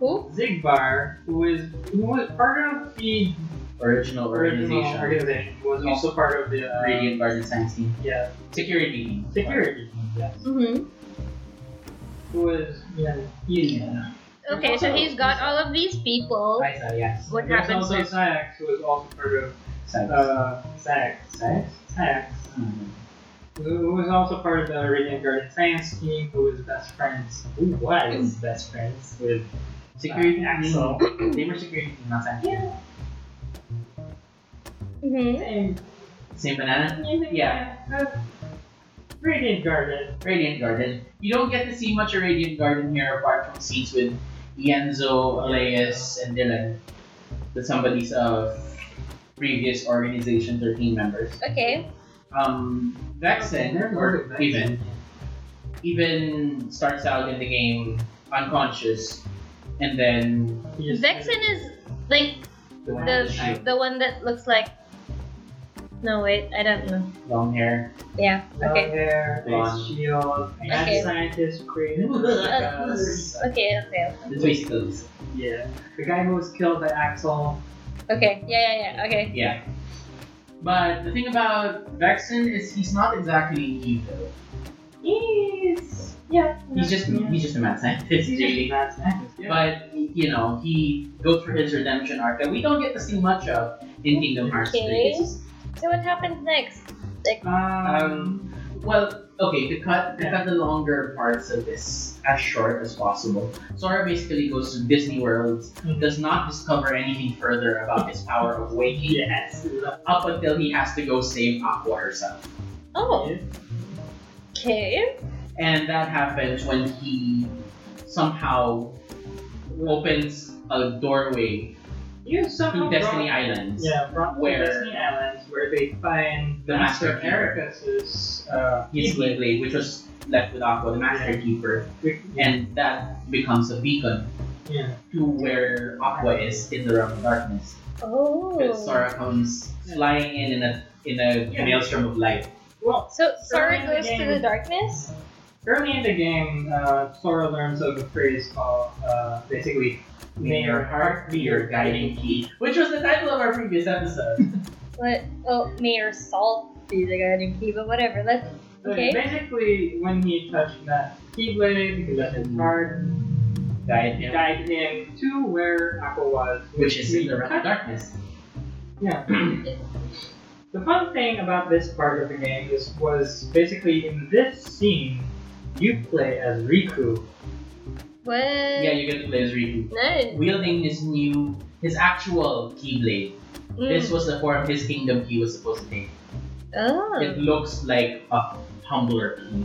Speaker 1: Who?
Speaker 2: Zigbar, who is who was part of the
Speaker 3: original
Speaker 2: original
Speaker 3: organization,
Speaker 2: organization, was also part of the uh,
Speaker 3: Radiant Guardian Science Team,
Speaker 2: yeah
Speaker 3: security,
Speaker 2: security. Yes,
Speaker 1: Mm-hmm.
Speaker 2: who was yeah
Speaker 3: Yeah.
Speaker 1: Okay, so he's got all of these people.
Speaker 3: Kaisa, Oh. uh, yes.
Speaker 1: What
Speaker 2: There's
Speaker 1: happens
Speaker 2: also
Speaker 1: next?
Speaker 2: Sax, who was also part of
Speaker 3: Sax.
Speaker 2: uh Sax
Speaker 3: Sax?
Speaker 2: Sax,
Speaker 3: Hmm.
Speaker 2: who was also part of the Radiant Garden Science team, who was best friends, who was best friends with
Speaker 3: Security,
Speaker 2: Uh, Axel.
Speaker 3: They were security, not Sax.
Speaker 1: Mm-hmm.
Speaker 2: and
Speaker 3: Same banana?
Speaker 2: Yeah. Radiant Garden.
Speaker 3: Radiant Garden. You don't get to see much of Radiant Garden here apart from scenes with Ienzo, Elias, and Dylan. The somebody's of previous organization 13 members.
Speaker 1: Okay.
Speaker 3: Um, Vexen, or even, even starts out in the game unconscious, and then
Speaker 1: Vexen is like
Speaker 3: the one with the
Speaker 1: the
Speaker 3: shield,
Speaker 1: the one that looks like. No wait, I don't know.
Speaker 3: long hair.
Speaker 1: Yeah. Okay.
Speaker 2: Long hair,
Speaker 3: Blonde.
Speaker 2: face shield, mad
Speaker 1: Okay.
Speaker 2: scientist, creative.
Speaker 1: Uh,
Speaker 2: uh,
Speaker 1: okay. Okay.
Speaker 3: That's basically it.
Speaker 2: yeah. The guy who was killed by Axel.
Speaker 1: Okay. Yeah. Yeah. Yeah. Okay.
Speaker 3: Yeah. But the thing about Vexen is he's not exactly evil.
Speaker 2: He's yeah.
Speaker 3: He's just
Speaker 2: yeah.
Speaker 3: he's just a mad scientist,
Speaker 2: He's just a
Speaker 3: really.
Speaker 2: mad scientist. Yeah.
Speaker 3: But you know, he goes for his redemption arc that we don't get to see much of in Kingdom Hearts
Speaker 1: Okay.
Speaker 3: 3. It's-
Speaker 1: So what happens next?
Speaker 2: um,
Speaker 3: Um, well, okay, to cut to cut the longer parts of this as short as possible. Sora basically goes to Disney World,
Speaker 2: Mhm.
Speaker 3: does not discover anything further about his power of waking
Speaker 2: yes.
Speaker 3: up until he has to go save Aqua herself.
Speaker 1: Oh. Okay.
Speaker 3: And that happens when he somehow opens a doorway
Speaker 2: You
Speaker 3: to
Speaker 2: somehow
Speaker 3: Destiny
Speaker 2: brought,
Speaker 3: Islands.
Speaker 2: yeah, brought to
Speaker 3: where-
Speaker 2: Destiny Islands where they find
Speaker 3: The Master Keeper.
Speaker 2: Ericus's uh,
Speaker 3: his
Speaker 2: key,
Speaker 3: gateway, which was left with Aqua, the Master Keeper,
Speaker 2: which-
Speaker 3: and that becomes a beacon
Speaker 2: yeah.
Speaker 3: to where Aqua is in the realm of darkness.
Speaker 1: Oh.
Speaker 3: Because Sora comes flying in in a in a
Speaker 2: Yeah.
Speaker 3: maelstrom of light.
Speaker 2: Well,
Speaker 1: So
Speaker 2: Sora
Speaker 1: Sora
Speaker 2: in the
Speaker 1: goes to
Speaker 2: game.
Speaker 1: the darkness.
Speaker 2: Early in the game, uh, Sora learns of a phrase called uh, basically
Speaker 3: May your heart be your guiding key, which was the title of our previous episode.
Speaker 1: What? Oh, Mayor Salt be the guiding key, but whatever. Let's.
Speaker 2: So
Speaker 1: Okay.
Speaker 2: Basically, when he touched that keyblade, he let his heart
Speaker 3: Guide him,
Speaker 2: guide him to where Aqua was,
Speaker 3: which is in the realm of
Speaker 2: cut
Speaker 3: darkness.
Speaker 2: Yeah. the fun thing about this part of the game is was basically in this scene, you play as Riku.
Speaker 1: What?
Speaker 3: Yeah, you get to play as Riku,
Speaker 1: None.
Speaker 3: wielding his new, his actual Keyblade.
Speaker 1: Mm.
Speaker 3: This was the form his kingdom key was supposed to take.
Speaker 1: Oh.
Speaker 3: It looks like a tumbler key.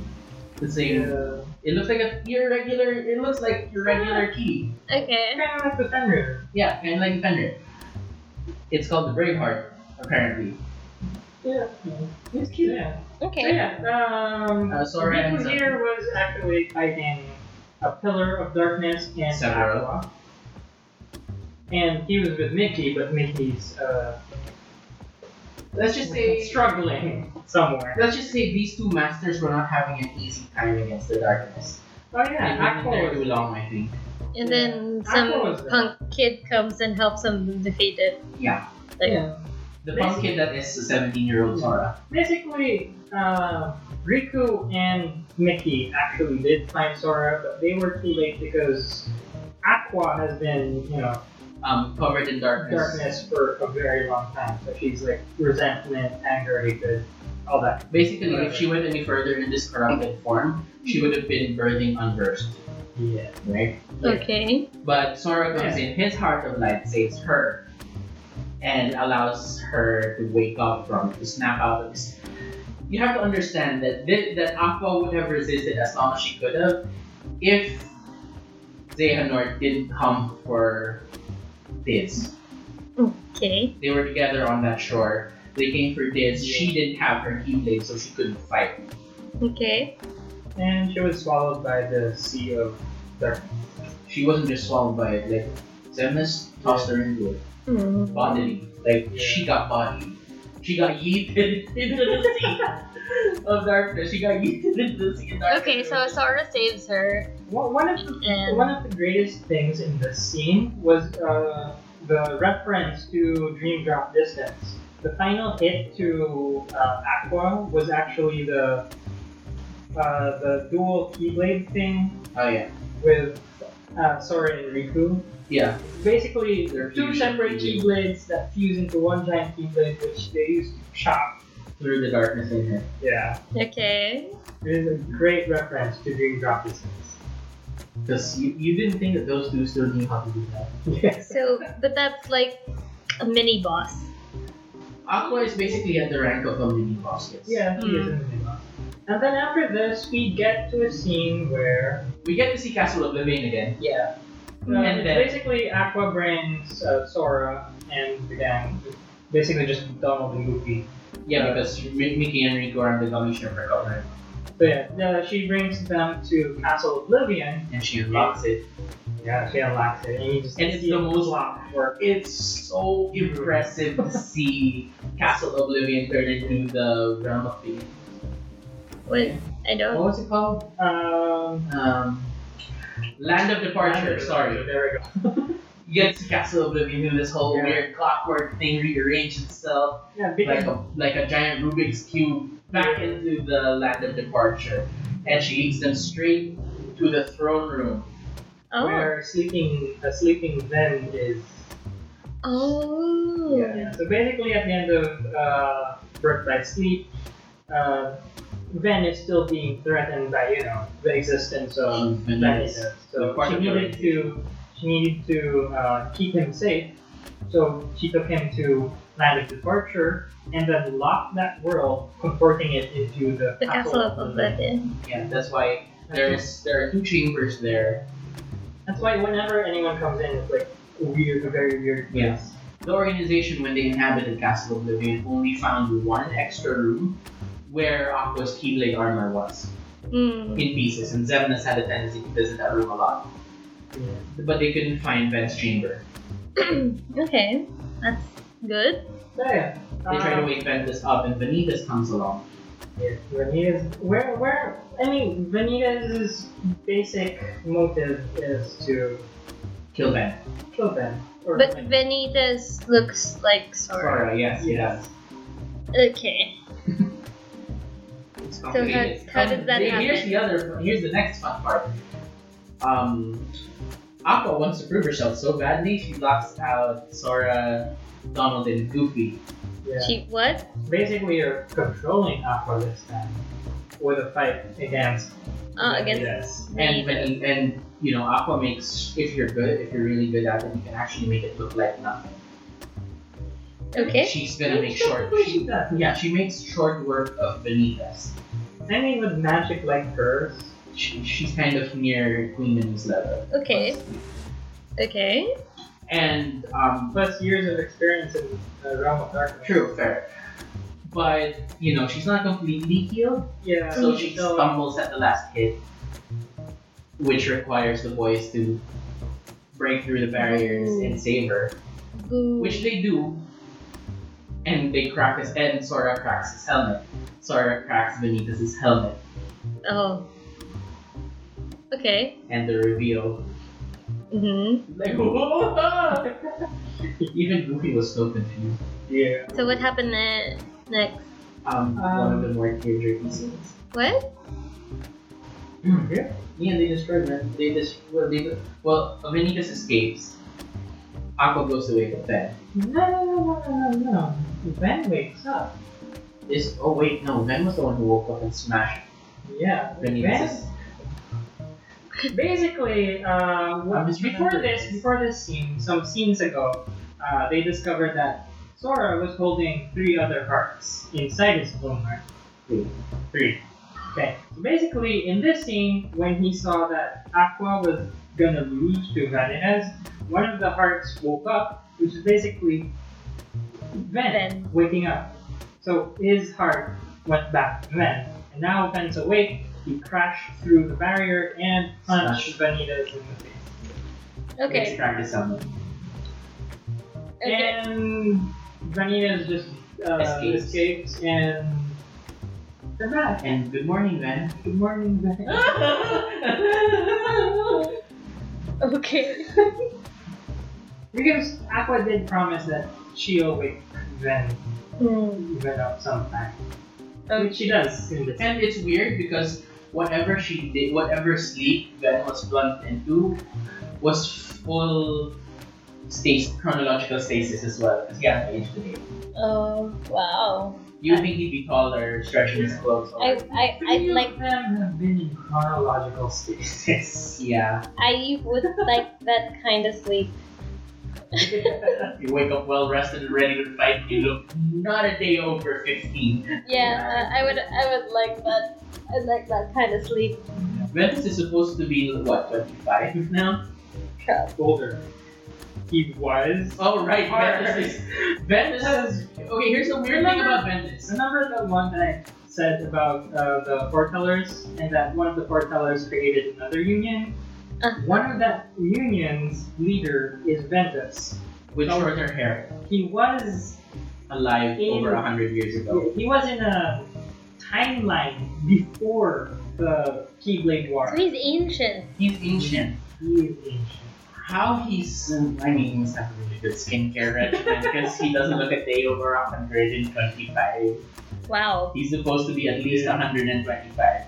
Speaker 3: The same.
Speaker 2: Uh,
Speaker 3: It looks like a your regular. It looks like your regular key.
Speaker 1: Okay.
Speaker 2: kind of like the Fenrir.
Speaker 3: Yeah, and like Fenrir. It's called the Braveheart, apparently.
Speaker 2: Yeah.
Speaker 3: It's
Speaker 2: Yeah. So
Speaker 1: Okay.
Speaker 2: yeah, um,
Speaker 3: Uh, Sora
Speaker 2: Riku
Speaker 3: ends up-
Speaker 2: here was actually fighting a pillar of darkness and
Speaker 3: Sephiroth.
Speaker 2: Aqua. And he was with Mickey, but Mickey's uh,
Speaker 3: Let's just say
Speaker 2: struggling somewhere.
Speaker 3: Let's just say these two masters were not having an easy time against the darkness.
Speaker 2: Oh
Speaker 3: They've
Speaker 2: yeah,
Speaker 3: been in
Speaker 2: Aqua
Speaker 3: there
Speaker 2: was
Speaker 3: too long, I think.
Speaker 1: And then some
Speaker 2: Aqua was there.
Speaker 1: punk kid comes and helps them defeat it.
Speaker 3: Yeah.
Speaker 1: Like,
Speaker 2: Yeah.
Speaker 3: The punk kid that is the 17 year old Sora.
Speaker 2: Basically, uh, Riku and Mickey actually did find Sora, but they were too late because Aqua has been, you know,
Speaker 3: Um, covered in darkness.
Speaker 2: darkness for a very long time. So she's like resentment, anger, hatred, all that.
Speaker 3: Basically, if she went any further in this corrupted form, she would have been birthing unversed.
Speaker 2: Yeah.
Speaker 3: Right?
Speaker 2: Hmm.
Speaker 1: okay.
Speaker 3: But Sora comes in, his heart of light saves her and allows her to wake up from, to snap out of this. You have to understand that this, that Aqua would have resisted as long as she could have if Xehanort didn't come for this.
Speaker 1: Okay.
Speaker 3: They were together on that shore. They came for this. She didn't have her keyblade, so she couldn't fight.
Speaker 1: Okay.
Speaker 2: And she was swallowed by the E sea of darkness.
Speaker 3: She wasn't just swallowed by it. Like Zemnis tossed her into it.
Speaker 1: Hmm.
Speaker 3: bodily. Like
Speaker 2: Yeah.
Speaker 3: she got bodied. She got yeeted into the sea of darkness. She got yeeted into the sea of darkness.
Speaker 1: Okay, so Sora saves her,
Speaker 2: One one of
Speaker 1: and
Speaker 2: one of the greatest things in this scene was uh, the reference to Dream Drop Distance. The final hit to uh, Aqua was actually the uh, the dual Keyblade thing
Speaker 3: Oh yeah.
Speaker 2: with uh, Sora and Riku.
Speaker 3: Yeah.
Speaker 2: Basically,
Speaker 3: They're
Speaker 2: two
Speaker 3: fused.
Speaker 2: separate Keyblades that fuse into one giant Keyblade, which they used to chop.
Speaker 3: Through the darkness in her.
Speaker 2: Yeah,
Speaker 1: okay.
Speaker 2: it is a great reference to Dream Drop Distance.
Speaker 3: Because you, you didn't think that those two still knew how to do that.
Speaker 2: Yes.
Speaker 1: So, but that's like a mini boss.
Speaker 3: Aqua is basically at the rank of a mini boss. Yes.
Speaker 2: Yeah, he is in the middle. And then after this, we get to a scene where
Speaker 3: We get to see Castle Oblivion again.
Speaker 2: yeah,
Speaker 1: Mm.
Speaker 3: And then-
Speaker 2: basically Aqua brings uh, Sora and the gang, basically just Donald and Goofy.
Speaker 3: Yeah, because M- Mickey and Rico are on the commissioner for government,
Speaker 2: So yeah, uh, she brings them to Castle Oblivion.
Speaker 3: and she unlocks it.
Speaker 2: Yeah, she unlocks it, and you just
Speaker 3: And it's the most
Speaker 2: locked work.
Speaker 3: It's so impressive to see Castle Oblivion turn into the realm of the.
Speaker 1: Hmm. What? I
Speaker 3: What
Speaker 1: don't.
Speaker 3: was it called?
Speaker 2: Um,
Speaker 3: um, Land of Departure, sorry,
Speaker 2: There we go.
Speaker 3: gets to Castle Oblivion and this whole
Speaker 2: Yeah.
Speaker 3: weird clockwork thing rearranged itself
Speaker 2: Yeah, big
Speaker 3: like a, like a giant Rubik's Cube back into the Land of Departure. And she leads them straight to the throne room.
Speaker 1: Oh.
Speaker 2: where sleeping a sleeping Zen is.
Speaker 1: Oh.
Speaker 2: Yeah. So basically, at the end of uh, Birth by Sleep, uh, Ven is still being threatened by you know the existence of
Speaker 3: Um, and
Speaker 2: Venice.
Speaker 3: it's- the
Speaker 2: So
Speaker 3: part
Speaker 2: she
Speaker 3: of
Speaker 2: needed
Speaker 3: her-
Speaker 2: to she needed to uh, keep him safe. So she took him to Land of Departure and then locked that world, converting it into the,
Speaker 1: The Castle of Oblivion.
Speaker 3: yeah, that's why there's there are two chambers there.
Speaker 2: That's why whenever anyone comes in, it's like a weird, a very weird.
Speaker 3: Yeah. The organization, when they inhabited Castle Oblivion, only found one extra room where Aqua's Keyblade armor was.
Speaker 1: Hmm.
Speaker 3: in pieces, and Zemnas had a tendency to visit that room a lot.
Speaker 2: Yeah.
Speaker 3: But they couldn't find Ben's chamber.
Speaker 1: okay. That's good.
Speaker 2: So yeah.
Speaker 3: They try to
Speaker 2: um,
Speaker 1: Ah.
Speaker 3: wake Ventus up, and Vanitas comes along.
Speaker 2: is Vanita's where where I mean Vanita's basic motive is to
Speaker 3: Kill Ben.
Speaker 2: kill Ben. Or
Speaker 1: But
Speaker 2: Ven-
Speaker 1: Vanitas looks like Sora.
Speaker 3: Sora, yes, yes.
Speaker 1: Okay.
Speaker 3: It's
Speaker 1: how-
Speaker 3: complicated.
Speaker 1: how does that
Speaker 3: Hey, Here's
Speaker 1: happen?
Speaker 3: the other. Here's the next fun part. Um, Aqua wants to prove herself so badly she blocks out Sora, Donald, and Goofy.
Speaker 2: yeah.
Speaker 1: She what?
Speaker 2: Basically you're controlling Aqua this time with a fight against
Speaker 1: Oh, against
Speaker 2: Yes.
Speaker 3: And
Speaker 1: Vanitas.
Speaker 3: when, and you know Aqua makes if you're good, if you're really good at it, you can actually make it look like nothing.
Speaker 1: Okay.
Speaker 3: She's gonna make short. She, yeah, she makes short work of Benitez.
Speaker 2: I mean with magic like hers.
Speaker 3: She, she's kind of near Queen Minnie's level.
Speaker 1: Okay. Okay.
Speaker 3: And um,
Speaker 2: Plus years of experience in the realm of darkness.
Speaker 3: True, fair. But you know, she's not completely healed,
Speaker 2: Yeah.
Speaker 3: so she
Speaker 2: so-
Speaker 3: stumbles at the last hit, which requires the boys to break through the barriers and save her,
Speaker 1: Boo.
Speaker 3: which they do. And they crack his and Sora cracks his helmet. Sora cracks Vanitas' helmet,
Speaker 1: Oh. Okay.
Speaker 3: and the reveal.
Speaker 1: hmm
Speaker 3: Like, whoa! Even Goofy was so confused.
Speaker 2: Yeah.
Speaker 1: So what happened ne- next?
Speaker 3: Um, one of the more tear-jerky scenes.
Speaker 1: What?
Speaker 2: Yeah.
Speaker 3: Yeah, they destroyed man. They just well, they well, Avenitas escapes. Aqua goes away with Ben.
Speaker 2: No no no no no no no. Ben wakes up.
Speaker 3: This oh wait no, Ben was the one who woke up and smashed
Speaker 2: Yeah.
Speaker 3: Avenitas.
Speaker 2: Basically, uh, what,
Speaker 3: I'm just
Speaker 2: before
Speaker 3: remembering
Speaker 2: this,
Speaker 3: this.
Speaker 2: before this scene, some scenes ago, uh, they discovered that Sora was holding three other hearts inside his own heart.
Speaker 3: Three.
Speaker 2: Three. Okay. So basically, in this scene, when he saw that Aqua was gonna lose to Vanitas, one of the hearts woke up, which is basically Ven
Speaker 1: Ben.
Speaker 2: waking up. So his heart went back to Ven, and now Ven's awake. He crashed through the barrier and punched Vanitas in the face.
Speaker 1: Okay.
Speaker 3: Extracted someone.
Speaker 1: Okay.
Speaker 2: And Vanitas just uh,
Speaker 3: Escapes.
Speaker 2: escapes and they're back.
Speaker 3: And good morning, Ben.
Speaker 2: Good morning, Ven.
Speaker 1: Okay.
Speaker 2: Because Aqua did promise that she'll wake Ven,
Speaker 1: Hmm.
Speaker 2: Ven up sometime. Which
Speaker 1: Okay.
Speaker 2: she does in this.
Speaker 3: and it's weird because whatever she did, whatever sleep Ben was plunked into, was full stasis, chronological stasis as well. Because he hasn't aged a day.
Speaker 1: Oh wow.
Speaker 3: You think he'd be taller, stretching his clothes? or-
Speaker 1: I I I
Speaker 2: Three of
Speaker 1: like
Speaker 2: them have been in chronological stasis.
Speaker 3: yeah.
Speaker 1: I would like that kind of sleep.
Speaker 3: You wake up well rested and ready to fight. You look not a day over 15.
Speaker 1: Yeah, uh, I would I would like that. I like that kind of sleep.
Speaker 3: Ventus is supposed to be, what, 25 now?
Speaker 1: Trap.
Speaker 2: Older. He was.
Speaker 3: Oh, right,
Speaker 2: Hard.
Speaker 3: Ventus is. Ventus is. Okay, here's the weird thing about Ventus.
Speaker 2: Remember the one that I said about uh, the foretellers, and that one of the foretellers created another union?
Speaker 1: Uh.
Speaker 2: One of that union's leader is Ventus.
Speaker 3: With shorter hair,
Speaker 2: He was
Speaker 3: alive
Speaker 2: In-
Speaker 3: over 100 years ago.
Speaker 2: he was in a timeline before the Keyblade War.
Speaker 1: So he's ancient.
Speaker 3: He's ancient.
Speaker 2: He is ancient.
Speaker 3: How he's. I mean, he must have a really good skincare regimen because he doesn't look a day over 125.
Speaker 1: Wow.
Speaker 3: He's supposed to be at least 125.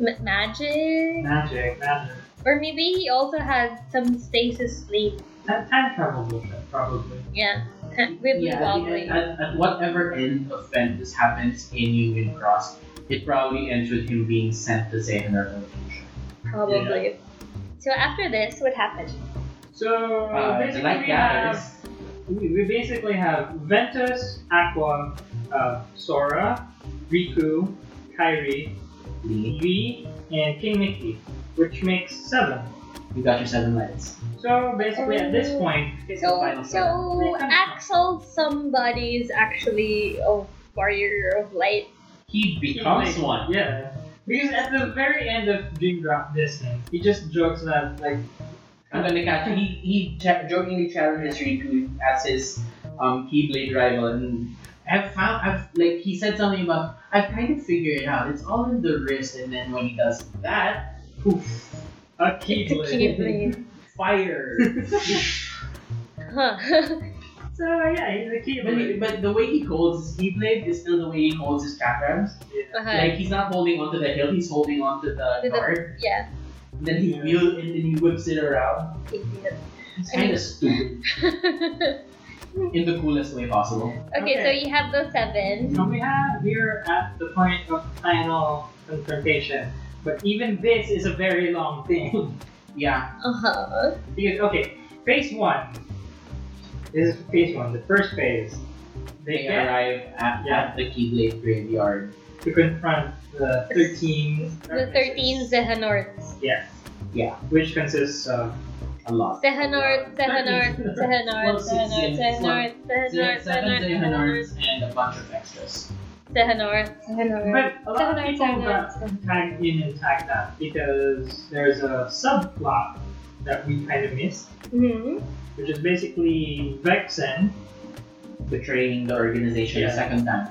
Speaker 1: M- magic.
Speaker 2: Magic, magic.
Speaker 1: Or maybe he also had some stasis sleep.
Speaker 2: Time, time travel bullshit, probably.
Speaker 1: Yeah. Wibbly wobbly.
Speaker 3: At, at whatever end of this happens in Union Cross, it probably ends with him being sent to Satan or Confusion.
Speaker 1: Probably. So after this, what happened?
Speaker 2: So
Speaker 3: Uh, the
Speaker 2: basically,
Speaker 3: light
Speaker 2: we have
Speaker 3: gathers.
Speaker 2: We, we basically have Ventus, Aqua, uh, Sora, Riku, Kairi,
Speaker 3: Lee,
Speaker 2: Lee, and King Mickey, which makes seven.
Speaker 3: You got your seven lights.
Speaker 2: So basically, at this point, it's the
Speaker 1: So,
Speaker 2: final
Speaker 1: so
Speaker 2: seven.
Speaker 1: Axel somebody is actually a warrior of light.
Speaker 3: He becomes one.
Speaker 2: Yeah. Because at the very end of Dream Drop Distance, he just jokes that like
Speaker 3: I'm gonna catch. He he cha- jokingly challenges Riku as his um, Keyblade rival, and I've found I've like he said something about I've kind of figured it out. It's all in the wrist, and then when he does that, poof,
Speaker 2: A
Speaker 1: It's a
Speaker 2: Keyblade.
Speaker 1: Keyblade.
Speaker 2: Fire.
Speaker 1: Huh.
Speaker 2: so yeah, he's a
Speaker 3: but, he-
Speaker 2: Keyblade.
Speaker 3: but the way he holds his keyblade is still the way he holds his chakrams.
Speaker 2: Yeah.
Speaker 1: uh-huh.
Speaker 3: Like he's not holding onto the hilt, he's holding onto the
Speaker 1: To the-
Speaker 3: guard.
Speaker 1: Yeah.
Speaker 3: And then he
Speaker 2: Yeah.
Speaker 3: wheel and then he whips it around.
Speaker 1: I
Speaker 3: It's
Speaker 1: mean-
Speaker 3: kind of stupid
Speaker 1: okay,
Speaker 3: in the coolest way possible.
Speaker 1: so you have those seven.
Speaker 2: So we have we're at the point of final confrontation. But even this is a very long thing.
Speaker 3: Yeah.
Speaker 1: Uh huh.
Speaker 2: Because okay, phase one. This is phase one, the first phase. They
Speaker 3: They
Speaker 2: get
Speaker 3: arrive at,
Speaker 2: Yeah.
Speaker 3: at the Keyblade graveyard.
Speaker 2: to confront the thirteen.
Speaker 1: The thirteen Zehanorts.
Speaker 2: Yes.
Speaker 3: Yeah.
Speaker 2: Which consists of
Speaker 3: A lot.
Speaker 1: Zehanort, Zehanort,
Speaker 2: Thirteen.
Speaker 1: Zehanort,
Speaker 3: Well, six,
Speaker 1: Zehanort,
Speaker 3: yeah, it's
Speaker 1: Zehanort, Zehanort,
Speaker 3: Seven
Speaker 1: Zehanort,
Speaker 3: Zehanors and a bunch of extras.
Speaker 1: Zehanort, Zehanort,
Speaker 2: but a lot of
Speaker 1: Zehanort,
Speaker 2: people got
Speaker 1: Zehanort.
Speaker 2: tagged in and tagged out because there's a subplot that we kind of missed,
Speaker 1: Hmm.
Speaker 2: which is basically Vexen.
Speaker 3: Betraying the organization
Speaker 2: Yeah.
Speaker 3: a second time.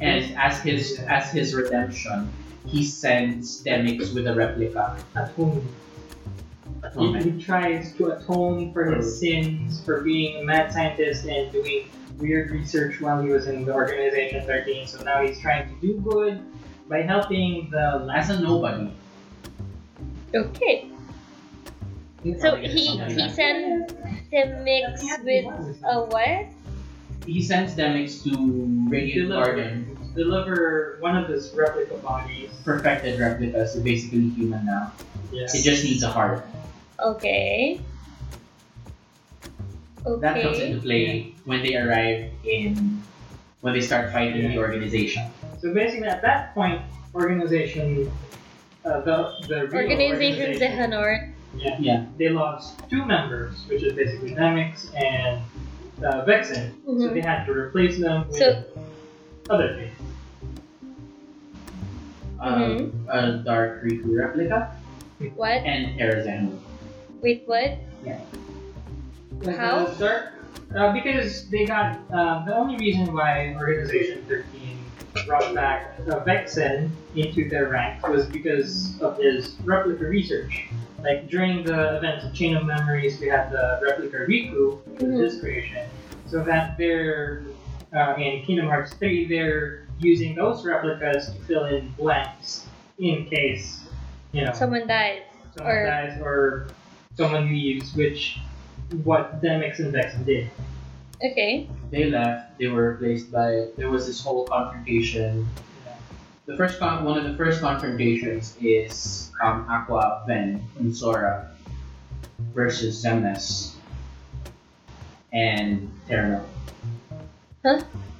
Speaker 3: And as his as his redemption, he sends Demix with a replica.
Speaker 2: Atone. He,
Speaker 3: Atonement.
Speaker 2: he tries to atone for
Speaker 3: Oh.
Speaker 2: his sins for being a mad scientist and doing weird research while he was in the organization 13. So now he's trying to do good by helping the last.
Speaker 3: As a nobody.
Speaker 1: Okay. So he
Speaker 3: Something
Speaker 1: he
Speaker 3: like
Speaker 1: sends the mix with a what?
Speaker 3: that. he sends Demix to Radiant
Speaker 2: deliver,
Speaker 3: Garden.
Speaker 2: deliver one of his replica bodies.
Speaker 3: Perfected replica, so basically human now.
Speaker 2: Yeah.
Speaker 3: It just needs a heart.
Speaker 1: Okay. Okay.
Speaker 3: That comes into play when they arrive in when they start fighting the
Speaker 2: Yeah.
Speaker 3: organization.
Speaker 2: So basically, at that point, organization, uh, the the real
Speaker 1: Organization Zehanort.
Speaker 2: yeah,
Speaker 3: Yeah.
Speaker 2: they lost two members, which is basically Damix and uh, Vexen. So they
Speaker 1: Mhm.
Speaker 2: had to replace them with
Speaker 1: So-
Speaker 2: other things.
Speaker 3: Uh, a dark Riku replica
Speaker 1: What?
Speaker 3: and Terrazan.
Speaker 1: Wait, what?
Speaker 2: Like,
Speaker 1: How?
Speaker 2: uh, sir, uh, because they got uh, the only reason why Organization 13 brought back uh, Vexen into their ranks was because of his replica research. Like during the events of Chain of Memories, we had the replica Riku, which was
Speaker 1: Mm-hmm.
Speaker 2: his creation. So that they're uh, in Kingdom Hearts 3, they're using those replicas to fill in blanks in case you know
Speaker 1: Someone dies.
Speaker 2: someone
Speaker 1: Or-
Speaker 2: dies or someone leaves, which what Demix and Vexen did.
Speaker 1: Okay.
Speaker 3: They left. They were replaced by. There was this whole confrontation. The first con- one of the first confrontations is um, Aqua, Ven, and Sora versus Zemnes and Terra.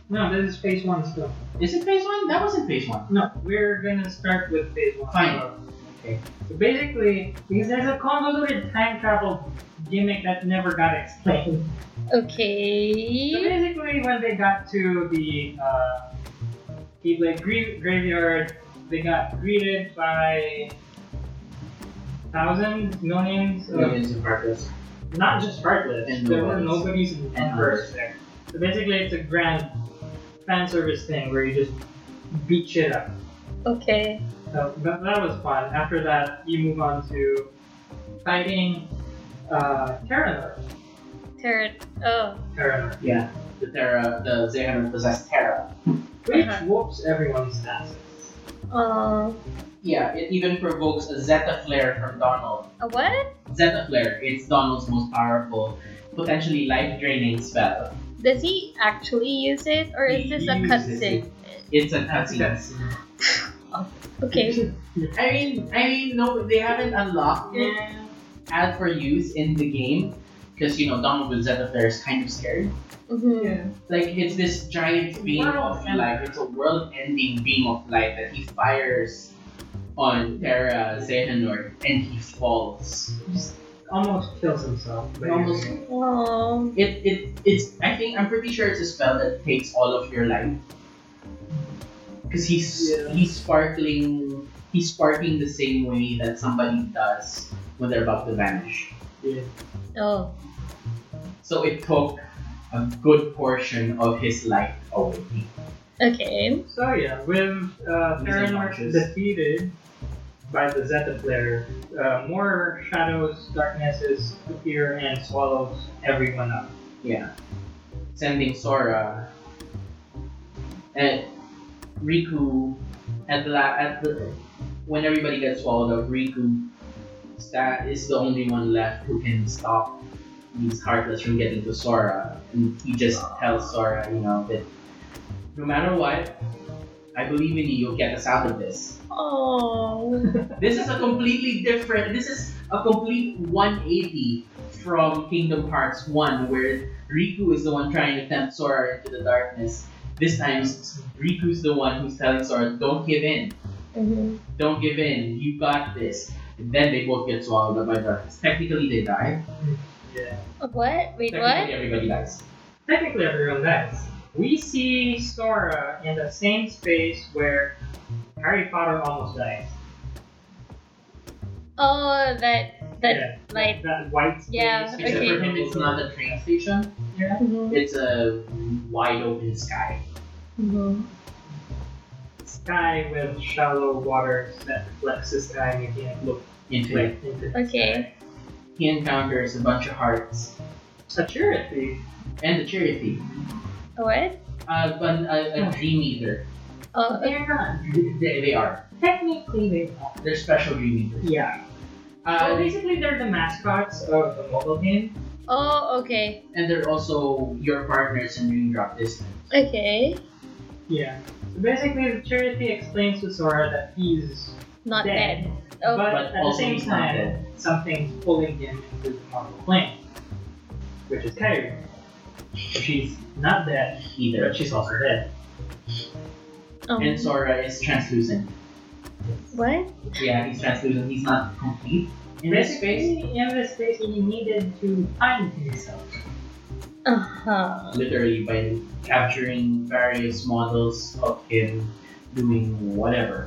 Speaker 2: No, this is phase one still.
Speaker 3: Is it phase one? That wasn't phase one.
Speaker 2: No, we're gonna start with phase one.
Speaker 3: Fine. Okay.
Speaker 2: So basically, because there's a convoluted time travel gimmick that never got explained. So
Speaker 1: Okay.
Speaker 2: basically, when they got to the uh, Keyblade gra- graveyard, they got greeted by thousands, millions of
Speaker 3: Millions of Parkers.
Speaker 2: not just heartless.
Speaker 3: And
Speaker 2: there were
Speaker 3: nobodies.
Speaker 2: nobodies in
Speaker 3: And
Speaker 2: numbers there. So basically, it's a grand fan service thing where you just beat shit up.
Speaker 1: Okay.
Speaker 2: So that, that was fun. After that, you move on to fighting uh, Terranor.
Speaker 1: Turret. Oh.
Speaker 2: Terranor,
Speaker 3: Yeah. The Terra, the Zehanor possessed Terra.
Speaker 2: which
Speaker 1: Uh-huh.
Speaker 2: whoops everyone's asses.
Speaker 1: Uh,
Speaker 3: Yeah, it even provokes a Zeta flare from Donald.
Speaker 1: a uh, what?
Speaker 3: Zeta flare. It's Donald's most powerful, potentially life draining spell.
Speaker 1: Does he actually use it, or is
Speaker 3: He
Speaker 1: this a
Speaker 3: uses
Speaker 1: cutscene?
Speaker 3: It's a cutscene.
Speaker 1: Okay.
Speaker 3: I mean, I mean, no, they haven't unlocked it
Speaker 2: Yeah.
Speaker 3: as for use in the game because you know Donald with Zeta Flare is kind of scary.
Speaker 1: Mm-hmm.
Speaker 3: Like it's this giant beam
Speaker 2: World
Speaker 3: of
Speaker 2: ending.
Speaker 3: light. It's a world-ending beam of light that he fires on Terra Zehanort, and he falls.
Speaker 2: Almost kills himself.
Speaker 3: It almost.
Speaker 1: Oh.
Speaker 3: It, it it's. I think I'm pretty sure it's a spell that takes all of your life. Because he's
Speaker 2: Yeah.
Speaker 3: he's sparkling. He's sparking the same way that somebody does when they're about to vanish.
Speaker 2: Yeah.
Speaker 1: Oh.
Speaker 3: So it took a good portion of his life away.
Speaker 1: Okay.
Speaker 2: So yeah, with
Speaker 3: Losing
Speaker 2: uh, Terranor
Speaker 3: matches.
Speaker 2: defeated by the Zeta Flare, uh, more shadows, darknesses appear and swallows everyone up.
Speaker 3: Yeah. Sending Sora. And Riku, at the, la- at the when everybody gets swallowed up, Riku sta- is the only one left who can stop these heartless from getting to Sora. And he just tells Sora, you know, that no matter what, I believe in you, you'll get us out of this.
Speaker 1: Oh.
Speaker 3: This is a completely different. This is a complete 180 from Kingdom Hearts 1, where Riku is the one trying to tempt Sora into the darkness. This time, Riku's the one who's telling Sora, "Don't give in.
Speaker 1: Mhm.
Speaker 3: Don't give in. You got this." And then they both get swallowed up by darkness. Technically, they die.
Speaker 2: Yeah.
Speaker 1: What? Wait, what?
Speaker 3: Technically, everybody dies.
Speaker 2: Technically, everyone dies. We see Sora in the same space where Harry Potter almost dies.
Speaker 1: Oh, that that
Speaker 2: yeah,
Speaker 1: like-
Speaker 2: that white space.
Speaker 1: Yeah,
Speaker 3: Except
Speaker 1: Okay.
Speaker 3: for him, it's not a train station.
Speaker 1: Mhm.
Speaker 3: It's a wide open sky.
Speaker 1: Mhm.
Speaker 2: sky with shallow waters that reflects the sky, making it look
Speaker 3: Into it,
Speaker 2: like into the
Speaker 1: Okay.
Speaker 3: he encounters a bunch of hearts
Speaker 2: sky. A turret thief.
Speaker 3: and a cherry thief.
Speaker 1: What?
Speaker 3: Uh, but a,
Speaker 1: Hmm.
Speaker 3: a dream eater.
Speaker 1: Oh,
Speaker 2: They're not.
Speaker 3: They, they are.
Speaker 2: Technically, they are.
Speaker 3: They're special dream eaters.
Speaker 2: Yeah. Well,
Speaker 3: Uh,
Speaker 2: basically, they're the mascots of the mobile game.
Speaker 1: oh, okay.
Speaker 3: and they're also your partners in Dream Drop Distance.
Speaker 1: Okay.
Speaker 2: Yeah. So basically, the charity explains to Sora that he's
Speaker 1: Not
Speaker 2: dead,
Speaker 1: dead. Oh.
Speaker 2: but,
Speaker 3: But
Speaker 2: at the
Speaker 3: also
Speaker 2: same
Speaker 3: he's not
Speaker 2: time,
Speaker 3: dead.
Speaker 2: something's pulling him into the mortal plane, which is Kairi. She's not dead,
Speaker 3: Either.
Speaker 2: but she's also dead.
Speaker 1: Um,
Speaker 3: And Sora is translucent.
Speaker 1: what?
Speaker 3: Yeah, he's translucent. He's not complete. In this space,
Speaker 2: Basically, in this space, he needed to find himself.
Speaker 1: Uh huh.
Speaker 3: literally by capturing various models of him doing whatever.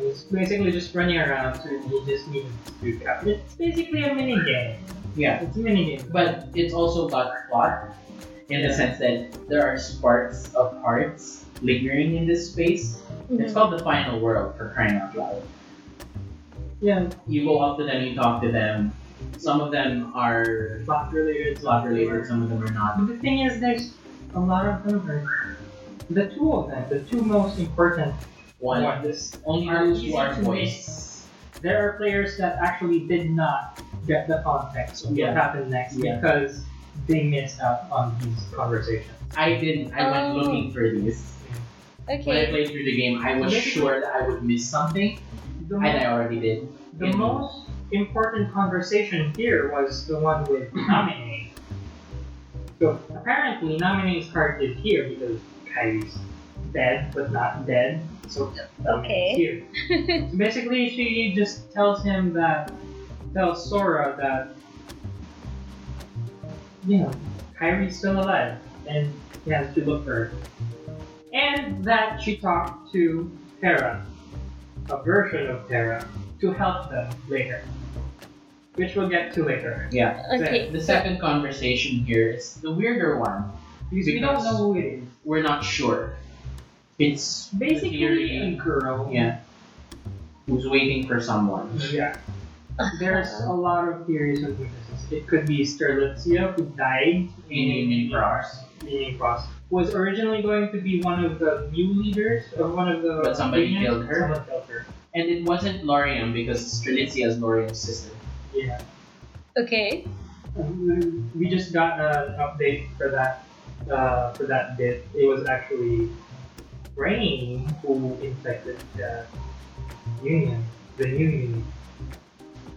Speaker 2: He's basically just running around, so he just needs to capture. It's basically a mini game.
Speaker 3: Yeah.
Speaker 2: It's a mini game.
Speaker 3: But it's also got plot in the sense that there are sparks of hearts lingering in this space. It's
Speaker 1: Mhm.
Speaker 3: called the final world for crying out loud.
Speaker 2: Yeah,
Speaker 3: you go up to them, you talk to them. Some of them are
Speaker 2: plot related.
Speaker 3: plot related, some of them are not.
Speaker 2: But The thing is, there's a lot of them. Are, the two of them, the two most important
Speaker 3: One,
Speaker 2: ones,
Speaker 3: only
Speaker 2: are
Speaker 3: those who
Speaker 2: easy
Speaker 3: are
Speaker 2: to
Speaker 3: voiced.
Speaker 2: miss. There are players that actually did not get the context of
Speaker 3: Yeah.
Speaker 2: what happened next
Speaker 3: Yeah.
Speaker 2: because they missed out on these conversations.
Speaker 3: I didn't. I
Speaker 1: Oh.
Speaker 3: went looking for these. When I
Speaker 1: Okay.
Speaker 3: played through the game, I was
Speaker 2: Basically-
Speaker 3: sure that I would miss something,
Speaker 2: The,
Speaker 3: and I already did.
Speaker 2: the
Speaker 3: Yeah.
Speaker 2: most important conversation here was the one with Namine. So apparently, Namine's card is here because Kai's dead, but not dead. So Namine's
Speaker 1: Okay.
Speaker 2: here. Basically, she just tells him that, tells Sora that, you know, Kyrie's still alive and he has to look for her. And that she talked to Terra, a version of Terra, to help them later. Which we'll get to later.
Speaker 1: okay.
Speaker 3: The second conversation here is the weirder one.
Speaker 2: Because we don't know who it is.
Speaker 3: We're not sure. It's the
Speaker 2: Basically, a
Speaker 3: theory-
Speaker 2: girl.
Speaker 3: yeah, who's waiting for someone.
Speaker 2: Yeah. There's a lot of theories of who this is. It could be Sterlitzia, who died
Speaker 3: In Union Cross,
Speaker 2: Union Cross, was originally going to be one of the new leaders of one of the.
Speaker 3: But somebody
Speaker 2: unions.
Speaker 3: killed her.
Speaker 2: Someone killed her.
Speaker 3: and it wasn't Lorium because Strelitzia is Lorium's sister.
Speaker 2: Yeah.
Speaker 1: Okay.
Speaker 2: Um, We just got uh, an update for that. Uh, for that bit, it was actually Rain who infected the Union, the new Union.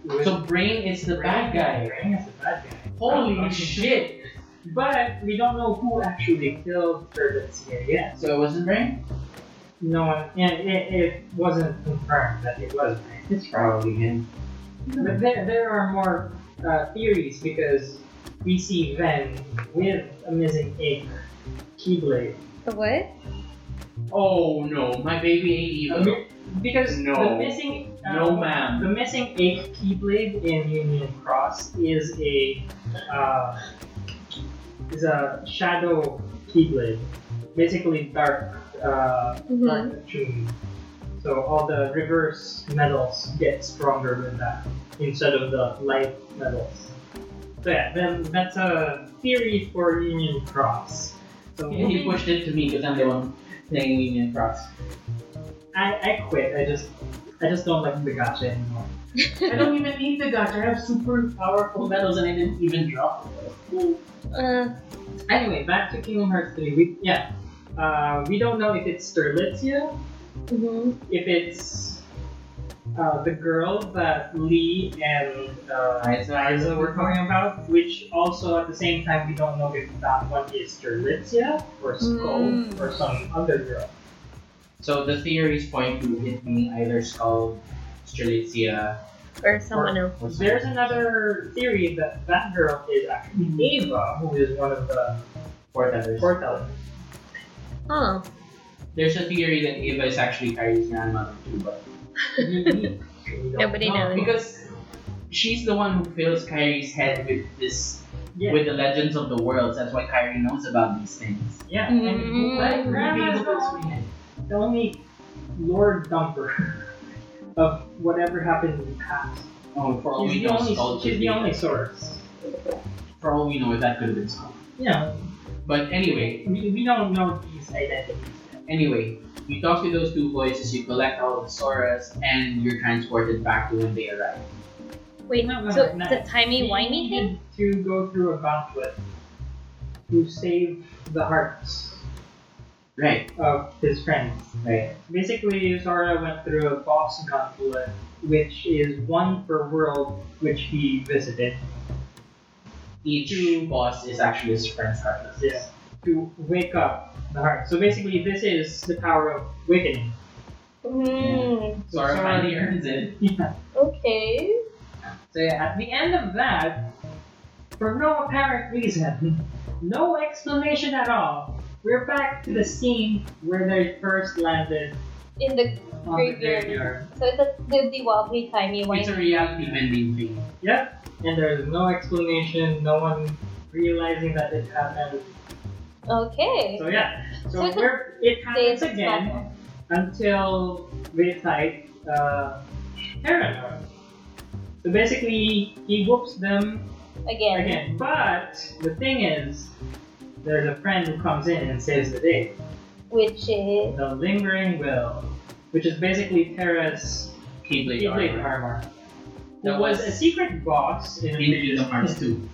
Speaker 2: It was
Speaker 3: So Brain is the bad guy.
Speaker 2: Rain is the bad guy. Uh,
Speaker 3: Holy shit!
Speaker 2: But we don't know who actually killed Sterlitzia yet.
Speaker 3: So it wasn't Brain?
Speaker 2: No one, and it, it wasn't confirmed that it was Rain.
Speaker 3: It's probably him.
Speaker 2: But there, there are more uh, theories because we see Ven with a missing egg, Keyblade.
Speaker 1: The What?
Speaker 3: Oh no, my baby ain't
Speaker 2: A
Speaker 3: evil.
Speaker 2: mi- because
Speaker 3: No.
Speaker 2: the missing uh,
Speaker 3: No
Speaker 2: the
Speaker 3: ma'am.
Speaker 2: missing egg Keyblade in Union Cross is a uh, is a shadow keyblade, basically dark, uh,
Speaker 1: Mhm.
Speaker 2: dark shun. So all the reverse metals get stronger with that instead of the light metals. So yeah, then that's a theory for Union Cross. So
Speaker 3: He- He pushed it to me because I'm the one playing Union Cross.
Speaker 2: I, I quit. I just I just don't like the gacha anymore.
Speaker 3: I don't even need the gotcha. I have super powerful medals and I didn't even drop it. Cool.
Speaker 1: Uh,
Speaker 2: Anyway, back to Kingdom Hearts 3. We yeah. Uh, we don't know if it's Sterlitzia,
Speaker 1: mhm.
Speaker 2: if it's uh, the girl that Lee and uh,
Speaker 3: Alright, so I
Speaker 2: Liza were talking about, which also at the same time we don't know if that one is Sterlitzia or Skull
Speaker 1: Mm.
Speaker 2: or some other girl.
Speaker 3: So the theories point to it being either Skull, Strelitzia,
Speaker 1: Or someone else.
Speaker 3: or
Speaker 2: There's another theory that that girl is actually Ava, who is one of the
Speaker 3: fourth others.
Speaker 2: foretellers.
Speaker 1: Oh.
Speaker 3: There's a theory that Eva is actually Kyrie's grandmother too, but
Speaker 1: Nobody knows.
Speaker 3: because she's the one who fills Kyrie's head with this
Speaker 2: Yeah.
Speaker 3: with the legends of the world. That's why Kyrie knows about these things.
Speaker 2: yeah.
Speaker 1: Mm.
Speaker 2: And like, Grandma's the, the only lord dumper of whatever happened in the past.
Speaker 3: Oh, for all we
Speaker 2: She's the
Speaker 3: know,
Speaker 2: only,
Speaker 3: Skull
Speaker 2: she's
Speaker 3: could
Speaker 2: the
Speaker 3: be-
Speaker 2: only source.
Speaker 3: For all we know, that could have been Skull.
Speaker 2: Yeah.
Speaker 3: But anyway,
Speaker 2: We, we don't know these identities. yet.
Speaker 3: anyway, you talk to those two voices, you collect all the Soras, and you're transported back to when they arrived.
Speaker 1: Wait,
Speaker 2: No, no,
Speaker 1: so
Speaker 2: no.
Speaker 1: the timey wimey thing?
Speaker 2: needed to go through a gauntlet to save the hearts
Speaker 3: Right,
Speaker 2: of his friends.
Speaker 3: right.
Speaker 2: Basically, Sora went through a boss gauntlet, which is one per world which he visited.
Speaker 3: Each boss is actually his friend's heart.
Speaker 2: Yeah. to wake up the heart. So basically, this is the power of awakening.
Speaker 1: Hmm.
Speaker 3: Sora
Speaker 2: Sora-
Speaker 3: finally earns it.
Speaker 1: Okay.
Speaker 2: So yeah, at the end of that, for no apparent reason, no explanation at all, we're back to the scene where they first landed
Speaker 1: In the
Speaker 2: on
Speaker 1: Graveyard.
Speaker 2: the graveyard.
Speaker 1: so it's a the wobbly timey
Speaker 3: It's
Speaker 1: wimey.
Speaker 3: a reality bending thing.
Speaker 2: Yep. And there's no explanation, no one realizing that it happened.
Speaker 1: Okay.
Speaker 2: So yeah.
Speaker 1: So
Speaker 2: So
Speaker 1: it's a
Speaker 2: we're, it happens
Speaker 1: Dance
Speaker 2: again
Speaker 1: battle.
Speaker 2: until they fight uh, Terranor. So basically, he whoops them
Speaker 1: again.
Speaker 2: again. But the thing is, there's a friend who comes in and saves the day.
Speaker 1: Which is
Speaker 2: The Lingering Will, which is basically Terra's
Speaker 3: Keyblade
Speaker 2: Keyblade
Speaker 3: armor.
Speaker 2: armor.
Speaker 3: That
Speaker 2: That was a
Speaker 3: was
Speaker 2: secret boss in
Speaker 3: in Kingdom Hearts 2.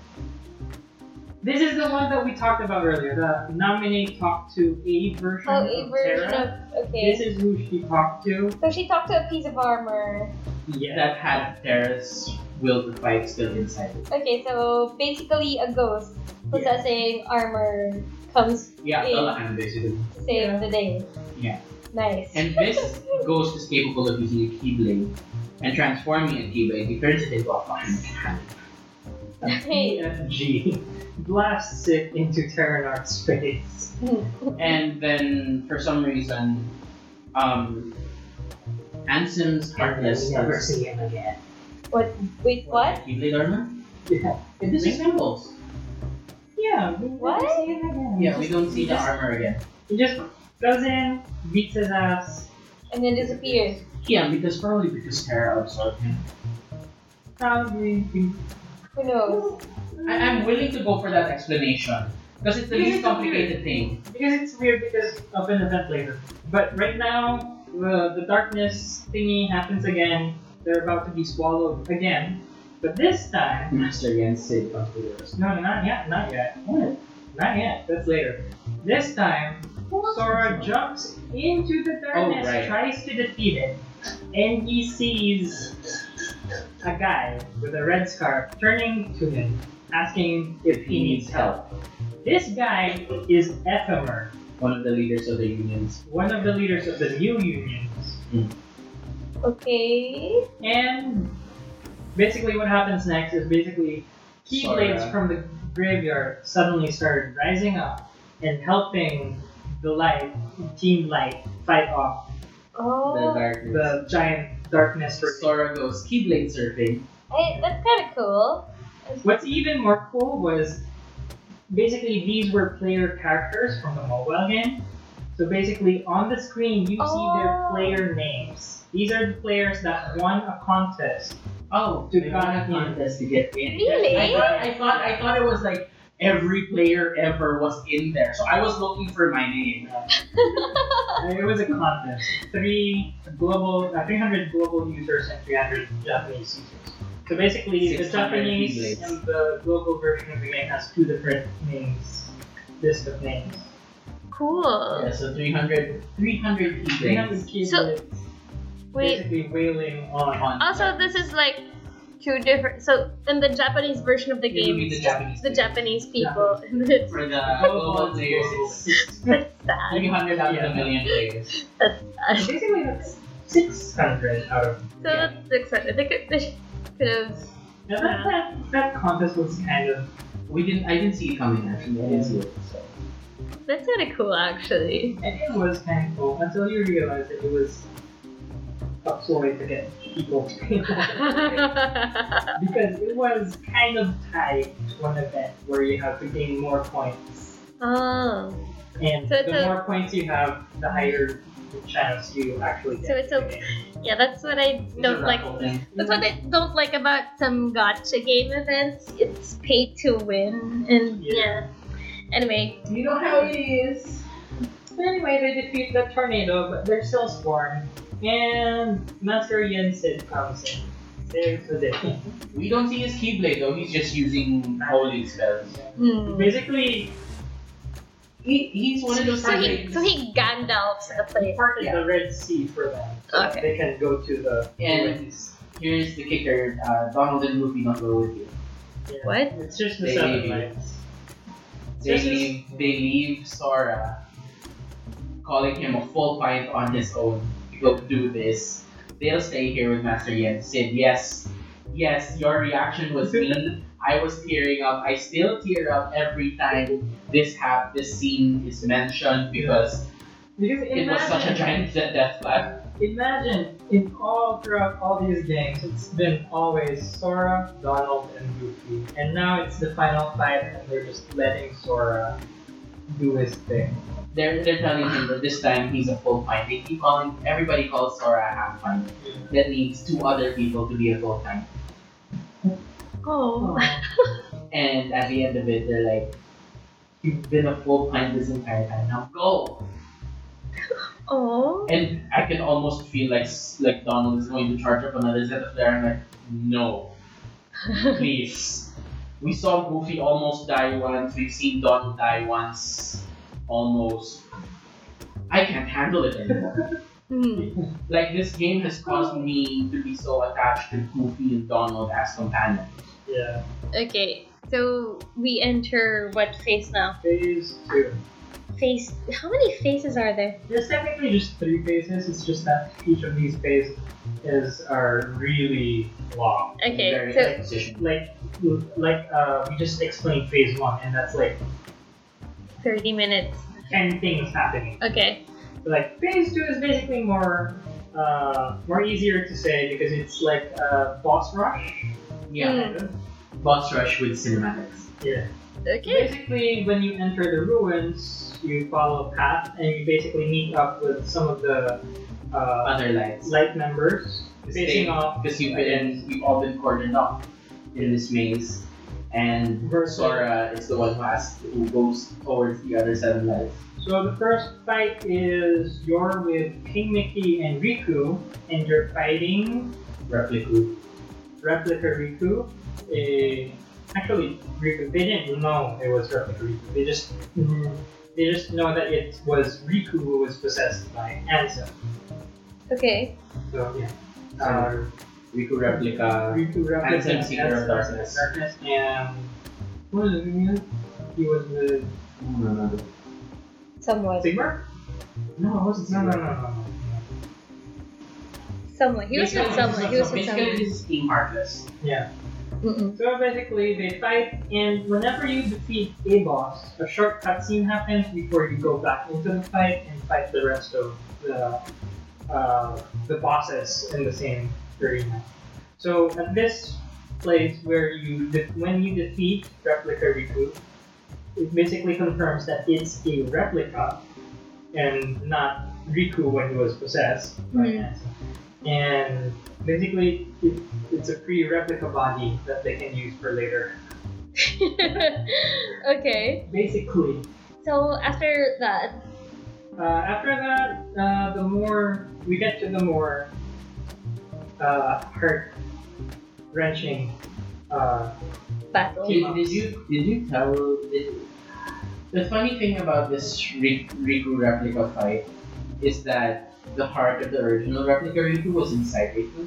Speaker 2: This is the one that we talked about earlier. The nominee talked to a version
Speaker 1: oh
Speaker 2: of
Speaker 1: a version
Speaker 2: Terra.
Speaker 1: of okay.
Speaker 2: This is who she talked to.
Speaker 1: So she talked to a piece of armor.
Speaker 2: Yeah.
Speaker 3: That had Terra's will to fight still inside it.
Speaker 1: Okay, so basically a ghost possessing armor comes
Speaker 3: Yeah,
Speaker 1: Yeah.
Speaker 3: Dalahan basically.
Speaker 1: to save the day.
Speaker 3: Yeah.
Speaker 1: Nice.
Speaker 3: And this ghost is capable of using a Keyblade and transforming a Keyblade. He turns it into a fucking cannon.
Speaker 1: Hey.
Speaker 2: PFG E blasts it into Terranart's face.
Speaker 3: And then, for some reason, um, Ansem's Heartless
Speaker 2: never
Speaker 3: starts-
Speaker 2: see him again.
Speaker 1: Wait, what?
Speaker 3: Keyblade armor?
Speaker 2: Yeah.
Speaker 3: And this is symbols.
Speaker 2: Yeah. We never
Speaker 1: What?
Speaker 2: See him again.
Speaker 3: Yeah, we don't see the
Speaker 2: Yes.
Speaker 3: armor again.
Speaker 2: He just goes in, beats his ass.
Speaker 1: And then disappears.
Speaker 3: Yeah, because probably because Terra absorbed him.
Speaker 2: Probably.
Speaker 1: Who knows?
Speaker 3: I- I'm willing to go for that explanation because it's the
Speaker 2: Because
Speaker 3: least
Speaker 2: it's so
Speaker 3: complicated thing.
Speaker 2: Because it's weird because of an event later. But right now, uh, the, the darkness thingy happens again. They're about to be swallowed again. But this time,
Speaker 3: Master against Sid comes to the rescue.
Speaker 2: no, no, not yet, not yet.
Speaker 3: What?
Speaker 2: Not yet, that's later. This time, Sora jumps into the darkness,
Speaker 3: Oh, right.
Speaker 2: tries to defeat it, and he sees a guy with a red scarf turning to him, asking if he needs help. This guy is Ephemer,
Speaker 3: One of the leaders of the unions.
Speaker 2: one of the leaders of the new unions.
Speaker 1: Okay.
Speaker 2: And basically, what happens next is basically keyblades
Speaker 3: Sora.
Speaker 2: from the graveyard suddenly started rising up and helping the light, Team Light, fight off
Speaker 3: The
Speaker 1: Oh.
Speaker 3: darkness.
Speaker 2: the giant darkness. For
Speaker 3: Sora goes Keyblade surfing.
Speaker 1: I, that's kind of Eh, cool.
Speaker 2: What's even more cool was basically these were player characters from the mobile game. So basically, on the screen you see their
Speaker 1: Oh.
Speaker 2: player names. These are the players that won a contest.
Speaker 3: Oh,
Speaker 2: To
Speaker 3: they
Speaker 2: got
Speaker 3: won a
Speaker 2: in.
Speaker 3: contest to get in.
Speaker 1: Really?
Speaker 3: I thought, I thought I thought it was like every player ever was in there. So I was looking for my name.
Speaker 2: And it was a contest. Three global, uh, 300 global users and 300 Japanese users. So basically, the
Speaker 3: 600
Speaker 2: Japanese
Speaker 3: Beyblades.
Speaker 2: and the global version of the game has two different names, list of names.
Speaker 1: Cool.
Speaker 3: Yeah, so 300, 300
Speaker 2: They
Speaker 3: people.
Speaker 2: have the keyblades
Speaker 1: So- Wait.
Speaker 2: basically wailing on.
Speaker 3: on
Speaker 1: Also, this is like two different. So in the Japanese version of the
Speaker 3: It would
Speaker 1: game,
Speaker 3: be the
Speaker 1: it's
Speaker 3: Japanese
Speaker 1: the
Speaker 3: thing.
Speaker 1: Japanese people. That's
Speaker 3: for the global players. It's
Speaker 1: sad.
Speaker 3: 300 out of
Speaker 2: Yeah.
Speaker 3: a million players.
Speaker 1: That's sad.
Speaker 2: Basically, that's 600 out of.
Speaker 1: So that's exciting. They could, they could have.
Speaker 2: Now that, that, that contest was kind of.
Speaker 3: We didn't. I didn't see it coming actually. I didn't see it. So.
Speaker 1: That's kind of cool, actually.
Speaker 2: And it was kind of cool until you realize that it was a ploy to get people to pay for it.
Speaker 1: oh,
Speaker 2: Because it was kind of tied to an event where you have to gain more points.
Speaker 1: Oh.
Speaker 2: And
Speaker 1: So it's
Speaker 2: the
Speaker 1: a-
Speaker 2: more points you have, the higher the chance you actually get.
Speaker 1: So it's a-
Speaker 2: to win.
Speaker 1: yeah. That's what I
Speaker 3: It's a
Speaker 1: don't like.
Speaker 3: raffle thing.
Speaker 1: That's what I don't like about some gotcha game events. It's pay to win, and yeah.
Speaker 2: Yeah.
Speaker 1: Anyway,
Speaker 2: You know how it is. Anyway, they defeat the tornado, but they're still sworn. And Master Yensid comes in. There's the day.
Speaker 3: We don't see his keyblade though. He's just using holy spells.
Speaker 1: hmm.
Speaker 2: Basically,
Speaker 3: He, he's one of those
Speaker 1: so he
Speaker 3: types-
Speaker 1: so he Gandalf's the place.
Speaker 2: parted
Speaker 3: Yeah.
Speaker 2: the Red Sea for them. So that
Speaker 1: Okay.
Speaker 2: They can go to the.
Speaker 3: And here's the kicker: uh, Donald and Luffy don't go with you.
Speaker 2: yeah.
Speaker 1: What?
Speaker 2: It's just the
Speaker 3: They
Speaker 2: seven
Speaker 3: leave.
Speaker 2: lights.
Speaker 3: They
Speaker 2: This is-
Speaker 3: leave. They leave Sora, calling him a full pint on his own to go do this. They'll stay here with Master Yen. Sid, yes, yes, your reaction was me. I was tearing up. I still tear up every time this hap this scene is mentioned because
Speaker 2: Because
Speaker 3: it was such a giant de- death flap.
Speaker 2: Imagine if all throughout all these games, it's been always Sora, Donald, and Goofy, and now it's the final fight, and they're just letting Sora do his thing.
Speaker 3: They're they're telling him that this time he's a full pint. They keep calling everybody calls Sora a half pint. That needs two other people to be a full pint.
Speaker 1: Oh,
Speaker 3: And at the end of it, they're like, You've been a full pint this entire time, now go!
Speaker 1: oh.
Speaker 3: And I can almost feel like like Donald is going to charge up another set of there. I'm like, No,
Speaker 1: Oh.
Speaker 3: please. we saw Goofy almost die once, we've seen Donald die once, almost. I can't handle it anymore.
Speaker 1: Hmm.
Speaker 3: like, this game has caused me to be so attached to Goofy and Donald as companions.
Speaker 2: Yeah.
Speaker 1: Okay, so we enter what phase now?
Speaker 2: Phase two.
Speaker 1: Phase. How many phases are there?
Speaker 2: There's technically just three phases. It's just that each of these phases are really long.
Speaker 1: Okay,
Speaker 3: Very
Speaker 1: so
Speaker 3: position.
Speaker 2: Like, like uh, we just explained phase one, and that's like
Speaker 1: thirty minutes.
Speaker 2: ten things happening.
Speaker 1: Okay.
Speaker 2: like phase two is basically more uh, more easier to say because it's like a boss rush.
Speaker 3: Yeah,
Speaker 1: Hmm.
Speaker 3: boss rush with cinematics.
Speaker 2: Yeah.
Speaker 1: Okay.
Speaker 2: Basically, when you enter the ruins, you follow a path and you basically meet up with some of the uh,
Speaker 3: other lives.
Speaker 2: light members facing off
Speaker 3: because you've been you've all been cordoned off in this maze, and
Speaker 2: versus.
Speaker 3: Sora is the one who has who goes towards the other seven lives.
Speaker 2: So the first fight is you're with King Mickey and Riku, and you're fighting
Speaker 3: Replica.
Speaker 2: replica Riku. A, actually, Riku. They didn't know it was replica Riku. They just
Speaker 3: Mm-hmm.
Speaker 2: they just know that it was Riku who was possessed by Ansa.
Speaker 1: Okay.
Speaker 2: So yeah. Uh,
Speaker 3: Riku replica.
Speaker 2: Riku replica
Speaker 3: Ansa, Seeker of
Speaker 2: Ansa,
Speaker 3: Darkness.
Speaker 2: Darkness, and who was it again? He was with
Speaker 3: No, no, no.
Speaker 1: Somewhat.
Speaker 2: Sigmar.
Speaker 3: No, it wasn't.
Speaker 2: No, no, no,
Speaker 3: Sigmar.
Speaker 2: no, no.
Speaker 1: Somewhat. He was with
Speaker 3: Basically,
Speaker 1: someone. He was with
Speaker 3: Basically,
Speaker 1: someone.
Speaker 3: this is Team Heartless.
Speaker 2: Yeah.
Speaker 1: Mm-mm.
Speaker 2: So basically, they fight, and whenever you defeat a boss, a short cutscene happens before you go back into the fight and fight the rest of the uh, the bosses in the same arena. So at this place where you de- when you defeat Replica Riku, it basically confirms that it's a replica and not Riku when he was possessed by
Speaker 1: Mhm.
Speaker 2: Nancy. And basically, it, it's a free replica body that they can use for later.
Speaker 1: okay.
Speaker 2: Basically,
Speaker 1: So after that,
Speaker 2: uh, after that, uh, the more we get to the more uh, heart wrenching. Uh,
Speaker 1: battle.
Speaker 3: Did, did you did you tell did, the funny thing about this Ri- Riku replica fight is that the heart of the original replica Riku was inside Riku.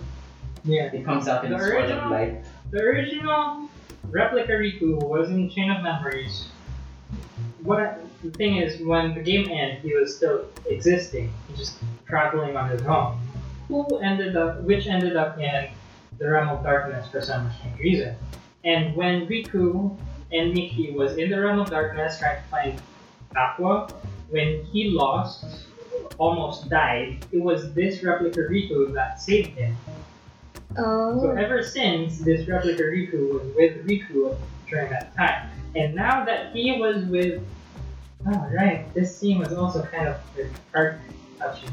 Speaker 2: yeah.
Speaker 3: It comes out in
Speaker 2: The
Speaker 3: the sword
Speaker 2: original?
Speaker 3: of light.
Speaker 2: The original replica Riku was in Chain of Memories. What the thing is, when the game ended, he was still existing, just traveling on his own. Who ended up, which ended up in the realm of darkness for some strange reason. And when Riku and Nikki was in the realm of darkness trying to find Aqua, when he lost, almost died, it was this replica Riku that saved him. So
Speaker 1: Oh.
Speaker 2: ever since this replica Riku was with Riku during that time, and now that he was with, oh right, this scene was also kind of heart touching.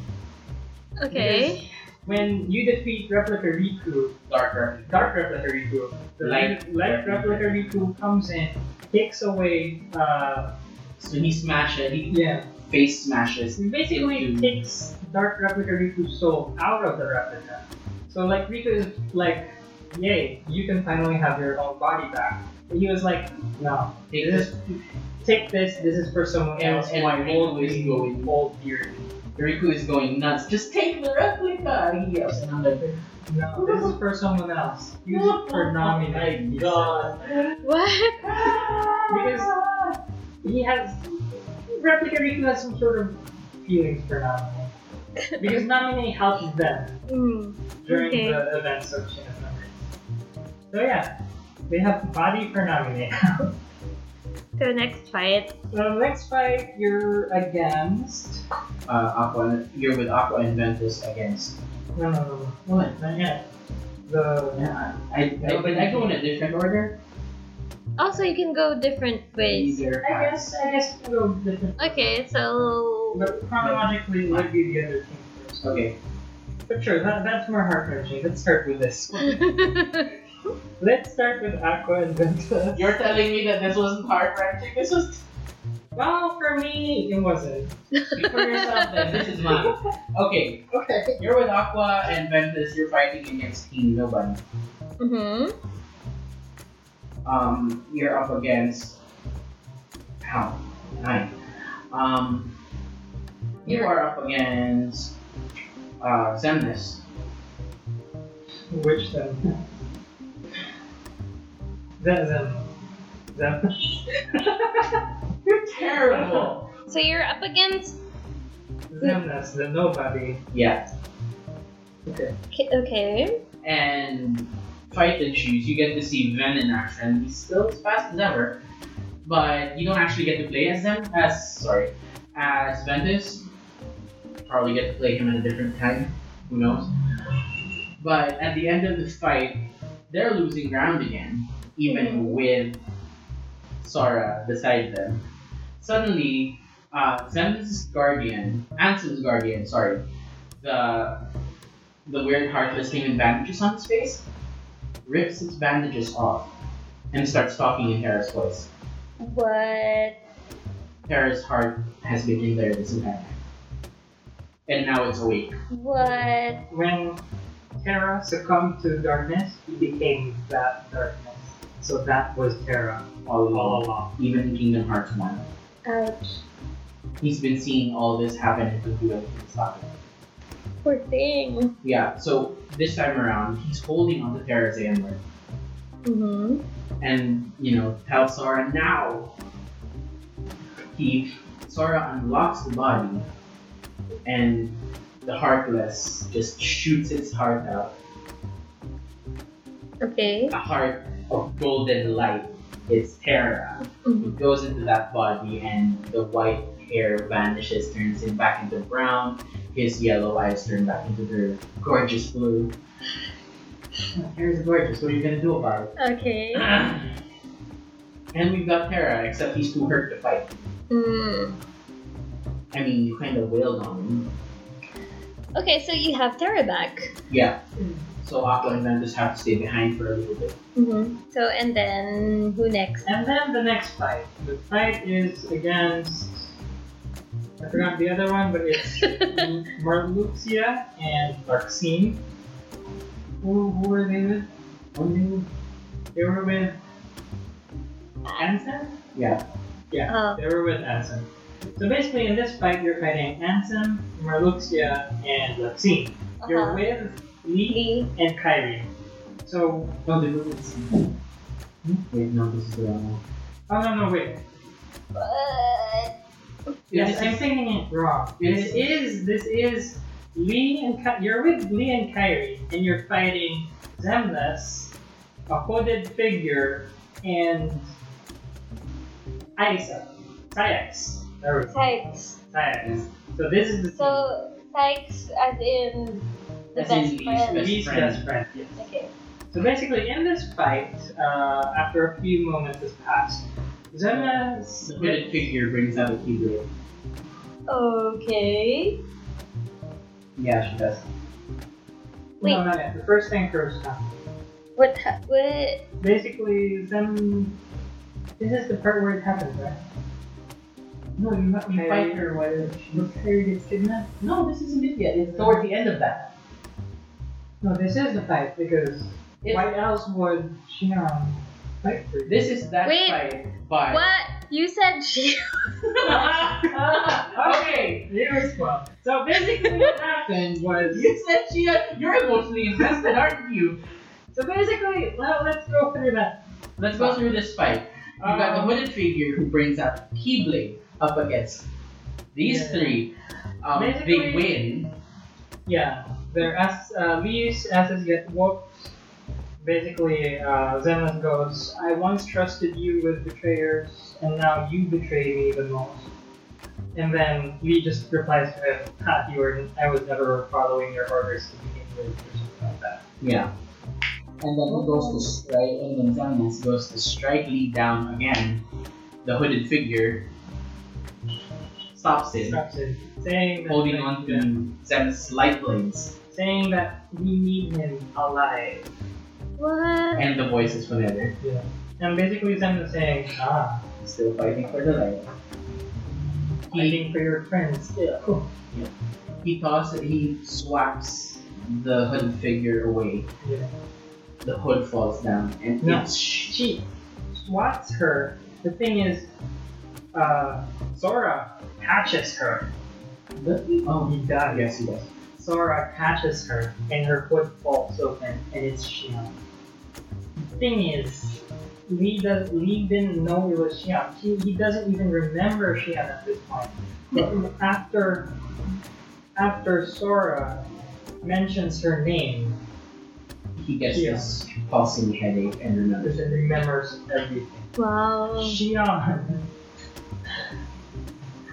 Speaker 1: Okay.
Speaker 2: When you defeat replica Riku,
Speaker 3: Darker.
Speaker 2: dark replica Riku, the light,
Speaker 3: Light.
Speaker 2: light replica Riku comes in, takes away, uh,
Speaker 3: So he smashes. He
Speaker 2: yeah,
Speaker 3: face smashes.
Speaker 2: he basically takes dark replica Riku's soul out of the replica. So like Riku is like, yay, you can finally have your own body back. But he was like, no.
Speaker 3: Take
Speaker 2: This-
Speaker 3: this.
Speaker 2: take this. This is for someone
Speaker 3: And,
Speaker 2: else.
Speaker 3: and
Speaker 2: My
Speaker 3: my
Speaker 2: old
Speaker 3: old is
Speaker 2: me,
Speaker 3: going.
Speaker 2: old theory.
Speaker 3: Riku is going nuts. Just take the replica. He yells, and I'm like,
Speaker 2: No, this is for someone else. Use it for nominating.
Speaker 3: My Oh God.
Speaker 1: What?
Speaker 2: Because- He has replica Riku has some sort of feelings for Namine. Because Namine helped them
Speaker 1: Mm.
Speaker 2: during
Speaker 1: Okay.
Speaker 2: the events of Shin of Memories. So yeah, they have body for Namine.
Speaker 1: So next fight.
Speaker 2: the next fight you're against.
Speaker 3: Uh, Aqua. You're with Aqua and Ventus against.
Speaker 2: No, no, no, no.
Speaker 3: What?
Speaker 2: Not yet. The
Speaker 3: Yeah, I, I, but I go in a different order.
Speaker 1: Also, you can go different ways.
Speaker 3: Either
Speaker 2: I guess I guess we'll go with different.
Speaker 1: Okay. So.
Speaker 2: But chronologically, it would be the other team first.
Speaker 3: Okay.
Speaker 2: But sure, that, that's more heart wrenching. Let's start with this. Let's start with Aqua and Ventus.
Speaker 3: You're telling me that this wasn't heart wrenching. This was.
Speaker 2: Well, for me, it wasn't.
Speaker 3: Speak for yourself. Then this is mine. Okay.
Speaker 2: Okay.
Speaker 3: You're with Aqua and Ventus. You're fighting against King Nobody.
Speaker 1: hmm
Speaker 3: Um, you're up against. How? Nine. Um, you
Speaker 1: You're-
Speaker 3: are up against. Uh, Zemnis.
Speaker 2: Which then? Then, then, then.
Speaker 3: You're terrible.
Speaker 1: So you're up against.
Speaker 2: Zemnas, the nobody.
Speaker 3: yeah.
Speaker 2: Okay.
Speaker 1: K- Okay.
Speaker 3: and fight and choose. You get to see Ven in action. He's still as fast as ever, but you don't actually get to play as them. As sorry, as Ventus. Probably get to play him at a different time. Who knows? But at the end of the fight, they're losing ground again, even
Speaker 1: Mhm.
Speaker 3: with Sora beside them. Suddenly, uh, Zemnis' guardian, Anson's guardian, sorry, the the weird heartless thing with bandages on his face, rips his bandages off, and starts talking in Hera's voice.
Speaker 1: What?
Speaker 3: Hera's heart has been in there this entire time. And now it's awake.
Speaker 1: What?
Speaker 2: When Terra succumbed to darkness, he became that darkness. So that was Terra
Speaker 3: All
Speaker 2: all
Speaker 3: along.
Speaker 2: along.
Speaker 3: Even in Kingdom Hearts 1.
Speaker 1: Ouch.
Speaker 3: He's been seeing all this happen and couldn't do anything to stop it.
Speaker 1: Poor thing.
Speaker 3: Yeah, so this time around, he's holding on to Terra's Amber.
Speaker 1: hmm
Speaker 3: and you know tell Sora now. He Sora unlocks the body, and the Heartless just shoots its heart out.
Speaker 1: Okay.
Speaker 3: A heart of golden light. It's Terra.
Speaker 1: Mm-hmm.
Speaker 3: It goes into that body, and the white hair vanishes, turns him back into brown. His yellow eyes turn back into their gorgeous blue. Hair's gorgeous. What are you gonna do about it?
Speaker 1: Okay.
Speaker 3: And we've got Terra, except he's too hurt to fight.
Speaker 1: Mm.
Speaker 3: I mean, you kind of wailed on him.
Speaker 1: Okay, so you have Terra back.
Speaker 3: Yeah. So Aqua and Ventus have to stay behind for a little bit.
Speaker 1: hmm So, and then who next?
Speaker 2: And then the next fight. The fight is against. I forgot the other one, but it's Merluxia and Larxene. Who, who were they with?
Speaker 3: Oh, no.
Speaker 2: They were with. Anson?
Speaker 3: Yeah.
Speaker 1: Oh,
Speaker 2: They were with Anson. So basically, in this fight, you're fighting Anson, Merluxia, and Larxene. You're
Speaker 1: uh-huh.
Speaker 2: with Lee
Speaker 1: Lee.
Speaker 2: and Kyrie. So.
Speaker 3: No, Oh, they were with Sin. Hmm? Wait, no, this is the wrong one.
Speaker 2: Oh, no, no, wait.
Speaker 1: What?
Speaker 2: Yes,
Speaker 3: This
Speaker 2: I'm
Speaker 3: is-
Speaker 2: thinking it wrong. This
Speaker 3: Yes.
Speaker 2: is this is Lee and Ky- you're with Lee and Kyrie, and you're fighting Zemnas, a hooded figure, and Isa, Tyax. There we go.
Speaker 1: Sykes.
Speaker 2: Tyax. So this is the
Speaker 1: So, Sykes as in the
Speaker 3: As in
Speaker 1: best
Speaker 3: Lee's
Speaker 1: friend.
Speaker 3: best-
Speaker 2: Lee's
Speaker 3: friend.
Speaker 2: best friend. Yes.
Speaker 1: Okay.
Speaker 2: So basically, in this fight, uh, after a few moments has passed, Zemnas.
Speaker 3: The hooded figure brings out a keyblade.
Speaker 1: Okay.
Speaker 3: Yeah, she does.
Speaker 1: Wait.
Speaker 2: No, not yet. The first thing first. huh?
Speaker 1: What? ha- What?
Speaker 2: basically them this is the part where it happens, right?
Speaker 3: No, you, have,
Speaker 2: you fight
Speaker 3: her while she
Speaker 2: Repair gets kidnapped?
Speaker 3: No, this isn't it yet. It's towards the end of that.
Speaker 2: No, this is the fight because
Speaker 3: It's,
Speaker 2: why else would she um fight for
Speaker 3: This is that
Speaker 1: Wait.
Speaker 3: fight. Bye.
Speaker 1: What? You said she.
Speaker 3: Ah, okay.
Speaker 2: Leaders Club. So basically what happened was
Speaker 3: You said she had, you're emotionally invested, aren't you?
Speaker 2: so basically well, let's go through that.
Speaker 3: Let's go through this fight. You got the
Speaker 2: Um,
Speaker 3: hooded figure who brings out Keyblade up against these
Speaker 2: Yeah.
Speaker 3: three. Um, they
Speaker 2: Basically-
Speaker 3: win.
Speaker 2: yeah. Their ass uh Lee's asses get whooped. Basically, uh, Zenon goes, I once trusted you with betrayers, and now you betray me the most. And then Lee just replies to him, ha, you were, I was never following your orders to begin with, or something like that.
Speaker 3: Yeah. And then he goes to strike, and then Zanus goes to strike Lee down again. The hooded figure stops him,
Speaker 2: Stops him, saying that,
Speaker 3: holding on to Zanus' light blades.
Speaker 2: saying that we need him alive.
Speaker 1: What?
Speaker 3: And the voices whenever.
Speaker 2: Yeah. And basically Zenon saying, ah,
Speaker 3: Still fighting for the light.
Speaker 2: fighting for your friends. Yeah. Cool.
Speaker 3: He tosses, he swaps the hooded figure away.
Speaker 2: Yeah.
Speaker 3: The hood falls down, and
Speaker 2: No.
Speaker 3: it's sh-
Speaker 2: she swats her. The thing is, uh, Sora catches her.
Speaker 3: Oh,
Speaker 2: He dies.
Speaker 3: yes, he does.
Speaker 2: Sora catches her, and her hood falls open, and it's Shion. The thing is, Lee, does, Lee didn't know it was Shion. He, he doesn't even remember Shion at this point. But after, after Sora mentions her name,
Speaker 3: He gets
Speaker 2: Yeah.
Speaker 3: this pulsing headache and
Speaker 2: he
Speaker 3: remembers.
Speaker 2: remembers everything.
Speaker 3: Oh.
Speaker 1: Wow.
Speaker 2: Shion.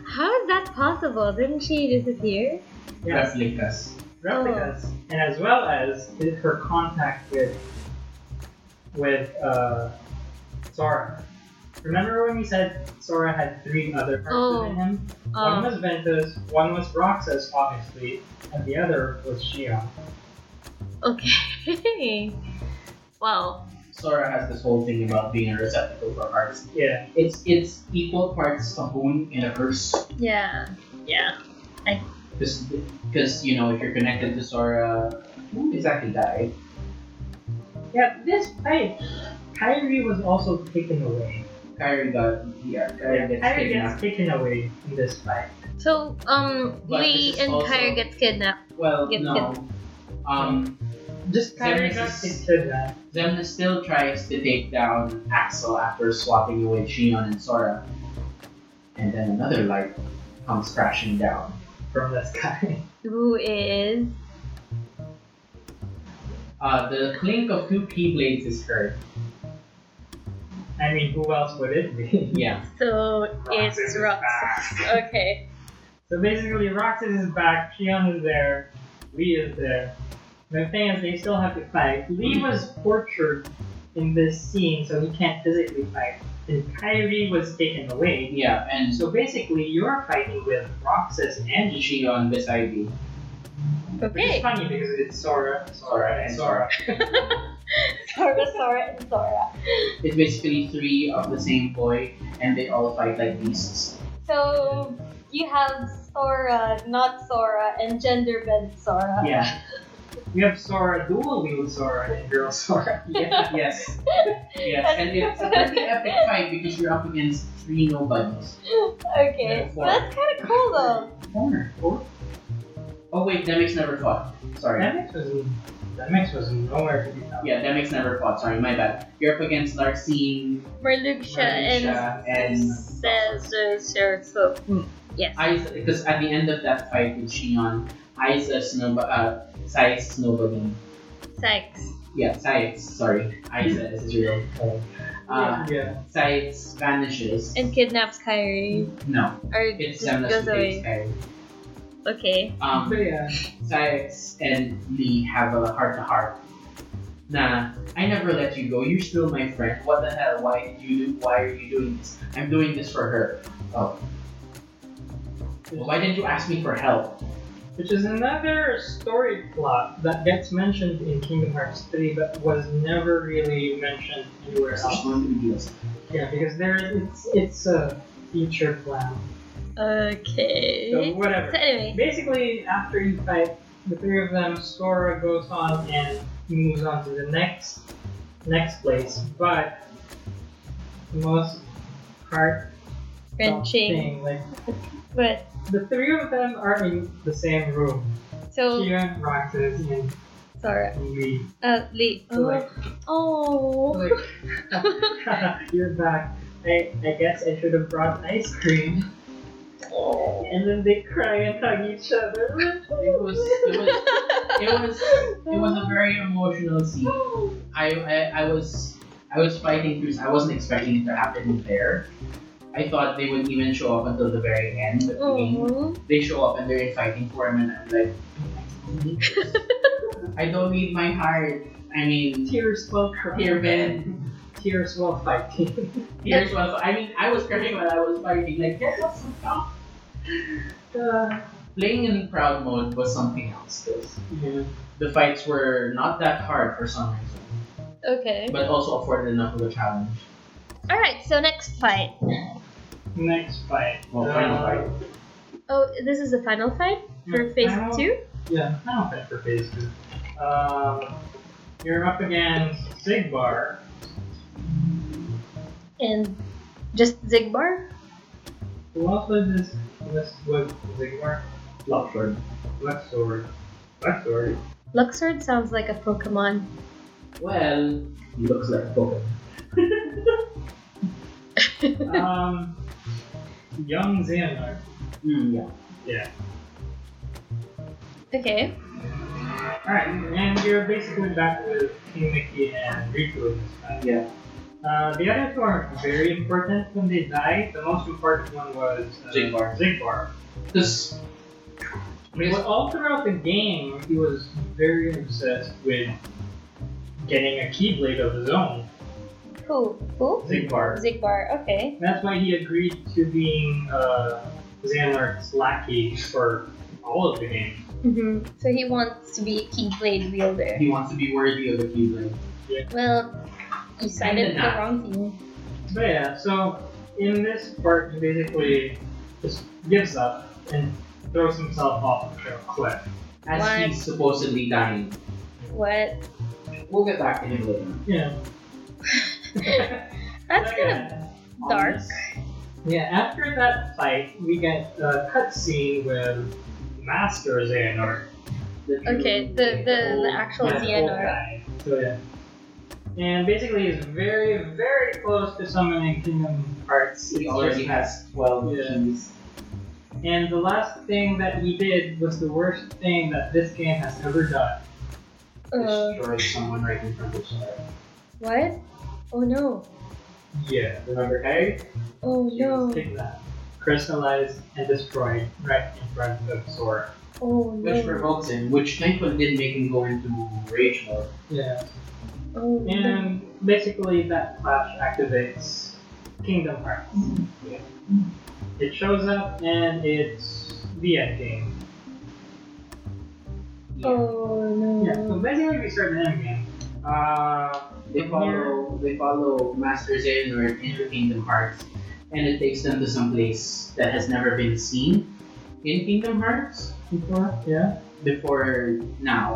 Speaker 1: How is that possible? Didn't she disappear?
Speaker 2: Yes.
Speaker 3: Replicas.
Speaker 1: Oh.
Speaker 2: replicas, and as well as did her contact with with uh, Sora. Remember when we said Sora had three other parts
Speaker 1: Oh.
Speaker 2: within him? One
Speaker 1: Um,
Speaker 2: was Ventus, one was Roxas, obviously, and the other was Shion.
Speaker 1: okay. wow.
Speaker 3: Sora has this whole thing about being a receptacle for arts.
Speaker 2: Yeah.
Speaker 3: It's it's equal parts a boon and a curse.
Speaker 1: Yeah. Yeah.
Speaker 3: Because you know if you're connected to Sora, you won't exactly die.
Speaker 2: Yeah, this fight, Kyrie was also taken away.
Speaker 3: Kyrie got yeah. Kyrie gets
Speaker 2: Kyrie
Speaker 3: kidnapped.
Speaker 2: gets taken away in this fight.
Speaker 1: So, um,
Speaker 3: But
Speaker 1: Lee
Speaker 3: this is
Speaker 1: and
Speaker 3: also-
Speaker 1: Kyra gets kidnapped.
Speaker 3: Well,
Speaker 1: Gets
Speaker 3: no. Um,
Speaker 2: Just Kyrie
Speaker 3: Zemnis
Speaker 2: got
Speaker 3: is-
Speaker 2: kidnapped.
Speaker 3: Zemna still tries to take down Axel after swapping away Shion and Sora, and then another light comes crashing down from the sky.
Speaker 1: Who is?
Speaker 3: Uh, the clink of two keyblades is heard.
Speaker 2: I mean, who else would it be?
Speaker 3: Yeah.
Speaker 1: So
Speaker 2: Roxas
Speaker 1: it's
Speaker 2: is
Speaker 1: Roxas. Okay.
Speaker 2: So basically, Roxas is back, Shion is there, Lee is there. The thing is, they still have to fight. Lee was tortured in this scene, so he can't physically fight. and Kyrie was taken away.
Speaker 3: Yeah, and
Speaker 2: So basically, you're fighting with Roxas and Ishii,
Speaker 3: Shion beside you.
Speaker 2: which is
Speaker 1: Okay.
Speaker 2: funny because it's Sora, Sora,
Speaker 3: Sora
Speaker 2: and
Speaker 3: and
Speaker 2: Sora.
Speaker 3: Sora.
Speaker 1: Sora, Sora, and Sora.
Speaker 3: It's basically three of the same boy, and they all fight like beasts.
Speaker 1: So you have Sora, not Sora, and gender bent Sora.
Speaker 2: Yeah. You have Sora, dual wield Sora, and girl Sora.
Speaker 3: Yeah, yes. Yes, and it's a pretty epic fight because you're up against three nobodies.
Speaker 1: Okay,
Speaker 3: Yeah,
Speaker 1: so that's kind of cool though.
Speaker 3: Corner. Four. Oh wait, Demix never fought. Sorry.
Speaker 2: Demix was, Demix was nowhere to be found.
Speaker 3: Yeah, Demix never fought. Sorry, my bad. You're up against Larcene,
Speaker 1: Merluxia and
Speaker 3: Marisha, and
Speaker 1: Caesar Sarato. Yes.
Speaker 3: Aiza, because at the end of that fight with Shion, Aiza Snowba, uh, Saix Snowbody.
Speaker 1: Sex.
Speaker 3: Yeah, Saix, sorry. Aiza is real. Uh,
Speaker 2: yeah.
Speaker 3: Saix vanishes.
Speaker 1: And kidnaps Kyrie.
Speaker 3: No,
Speaker 1: Or
Speaker 3: it's
Speaker 1: just
Speaker 3: Zemnas
Speaker 1: goes
Speaker 3: who takes
Speaker 1: away.
Speaker 3: Kairi.
Speaker 1: Okay.
Speaker 2: So
Speaker 3: Um,
Speaker 2: yeah,
Speaker 3: Saix and Lee have a heart to heart. Nah, I never let you go. You're still my friend. What the hell? Why did you do? Why are you doing this? I'm doing this for her. Oh. Why didn't you ask me for help?
Speaker 2: which is another story plot that gets mentioned in Kingdom Hearts 3 but was never really mentioned anywhere else. Yeah, because there it's it's a feature plan. So
Speaker 1: Okay. So
Speaker 2: whatever.
Speaker 1: anyway,
Speaker 2: Basically, after you fight the three of them, Sora goes on and moves on to the next next place. But the most heart
Speaker 1: wrenching.
Speaker 2: thing, like
Speaker 1: But
Speaker 2: the three of them are in the same room.
Speaker 1: so
Speaker 2: Kira, Roxas, and
Speaker 1: Sora.
Speaker 2: Lee.
Speaker 1: Uh, Lee.
Speaker 2: So like,
Speaker 1: Oh.
Speaker 2: like you're back. I, I guess I should have brought ice cream. And then they cry and hug each other.
Speaker 3: It was. It was. It was. It was a very emotional scene. I, I, I was I was fighting through. I wasn't expecting it to happen there. I thought they wouldn't even show up until the very end. But they,
Speaker 1: Aw.
Speaker 3: they show up and they're in fighting form, and I'm like, I don't need this. I don't need my heart. I mean,
Speaker 2: Tears while crying.
Speaker 3: here, Ben.
Speaker 2: Tears while fighting.
Speaker 3: Here's what I mean. I was crying while I was fighting. Like, get off the top.
Speaker 2: Uh,
Speaker 3: Playing in proud mode was something else. 'cause
Speaker 2: yeah.
Speaker 3: The fights were not that hard for some reason,
Speaker 1: Okay.
Speaker 3: but also afforded enough of a challenge.
Speaker 1: All right. So next fight.
Speaker 2: Next fight.
Speaker 3: Well, final
Speaker 2: Uh,
Speaker 3: fight.
Speaker 1: Oh, this is the final fight for
Speaker 2: yeah,
Speaker 1: phase
Speaker 2: final-
Speaker 1: two.
Speaker 2: Yeah, final fight for phase two. Um, you're up against Sigbar.
Speaker 1: And just Zigbar?
Speaker 2: Who else was this? This was Sigmar?
Speaker 3: Lockford.
Speaker 2: Left sword. Left sword.
Speaker 1: Luxord sounds like a Pokemon.
Speaker 3: Well, he looks like Pokemon.
Speaker 2: um, young Xehanort.
Speaker 3: hmm, yeah.
Speaker 2: Yeah.
Speaker 1: Okay.
Speaker 2: Alright, and you're basically back with King Mickey and Riku in this fight.
Speaker 3: Yeah.
Speaker 2: Uh, the other two are very important when they die. The most important one was uh,
Speaker 3: Zigbar.
Speaker 2: Zigbar.
Speaker 3: This.
Speaker 2: Because all throughout the game, he was very obsessed with getting a Keyblade of his own,
Speaker 1: Who? Who?
Speaker 2: Zigbar.
Speaker 1: Zigbar. Okay.
Speaker 2: That's why he agreed to being uh, Xanark's lackey for all of the game.
Speaker 1: hmm So he wants to be a Keyblade wielder.
Speaker 3: He wants to be worthy of a Keyblade.
Speaker 1: Well, he sided with the
Speaker 3: not.
Speaker 1: wrong team.
Speaker 2: But yeah, so in this part, he basically just gives up and throws himself off the cliff.
Speaker 3: As
Speaker 1: What?
Speaker 3: he's supposedly dying.
Speaker 1: What?
Speaker 3: We'll get back to him later.
Speaker 2: Yeah.
Speaker 1: That's
Speaker 2: But
Speaker 1: kind of.
Speaker 2: yeah.
Speaker 1: Dark.
Speaker 3: Honest.
Speaker 2: Yeah, after that fight, we get a cutscene with Master Xehanort.
Speaker 3: The true-
Speaker 1: Okay, the, the, the
Speaker 3: old-
Speaker 1: actual
Speaker 2: Yeah, old
Speaker 1: Oh, Xehanort.
Speaker 2: guy. So yeah. And basically, he's very, very close to summoning Kingdom Hearts.
Speaker 3: He
Speaker 2: It's
Speaker 3: already
Speaker 2: just-
Speaker 3: has 12
Speaker 2: Yeah.
Speaker 3: keys.
Speaker 2: And the last thing that he did was the worst thing that this game has ever done.
Speaker 1: Uh,
Speaker 3: Destroyed someone right in front of him.
Speaker 1: what? Oh no.
Speaker 2: Yeah.
Speaker 3: Remember Harry?
Speaker 1: Oh
Speaker 2: He was
Speaker 1: no.
Speaker 2: kidnapped, crystallized, and destroyed right in front of Sora.
Speaker 1: Oh no.
Speaker 3: Which provokes him, which thankfully did make him go into rage mode.
Speaker 2: Yeah.
Speaker 1: Oh no.
Speaker 2: And basically, that flash activates Kingdom Hearts.
Speaker 1: Mhm.
Speaker 2: Yeah. It shows up and it's the end game.
Speaker 1: Oh no.
Speaker 2: Yeah. So basically, we start the end game. Uh,
Speaker 3: They follow they follow Master Zen or Inner Kingdom Hearts, and it takes them to some place that has never been seen in Kingdom Hearts before
Speaker 2: yeah.
Speaker 3: before now,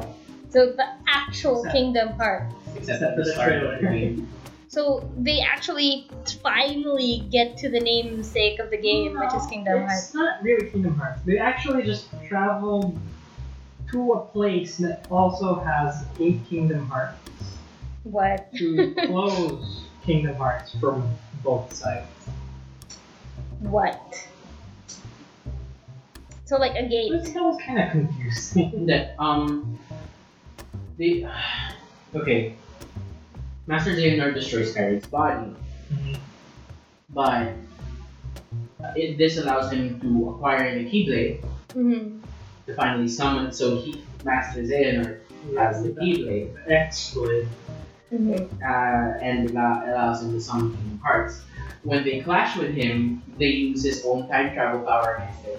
Speaker 1: So the actual
Speaker 3: Except-
Speaker 1: Kingdom Hearts.
Speaker 3: except
Speaker 2: Except
Speaker 3: at
Speaker 2: for
Speaker 3: the
Speaker 2: the
Speaker 3: start of the
Speaker 2: trailer.
Speaker 3: game.
Speaker 1: So they actually finally get to the namesake of the game, which
Speaker 2: Ah,
Speaker 1: is Kingdom Hearts.
Speaker 2: it's not really Kingdom Hearts. They actually just traveled to a place that also has a Kingdom Hearts
Speaker 1: What?
Speaker 2: to close Kingdom Hearts from both sides.
Speaker 1: What? So like a
Speaker 2: This
Speaker 1: gate.
Speaker 2: that was kind of confusing.
Speaker 3: That um, they okay. Master Xehanort destroys Skyrim's body, but uh, it, this allows him to acquire the Keyblade
Speaker 1: hmm
Speaker 3: to finally summon. So he, Master Xehanort, has the Keyblade.
Speaker 2: Excellent.
Speaker 1: hmm
Speaker 3: uh, and allow, allows him to summon Kingdom Hearts. When they clash with him, they use his own time travel power against him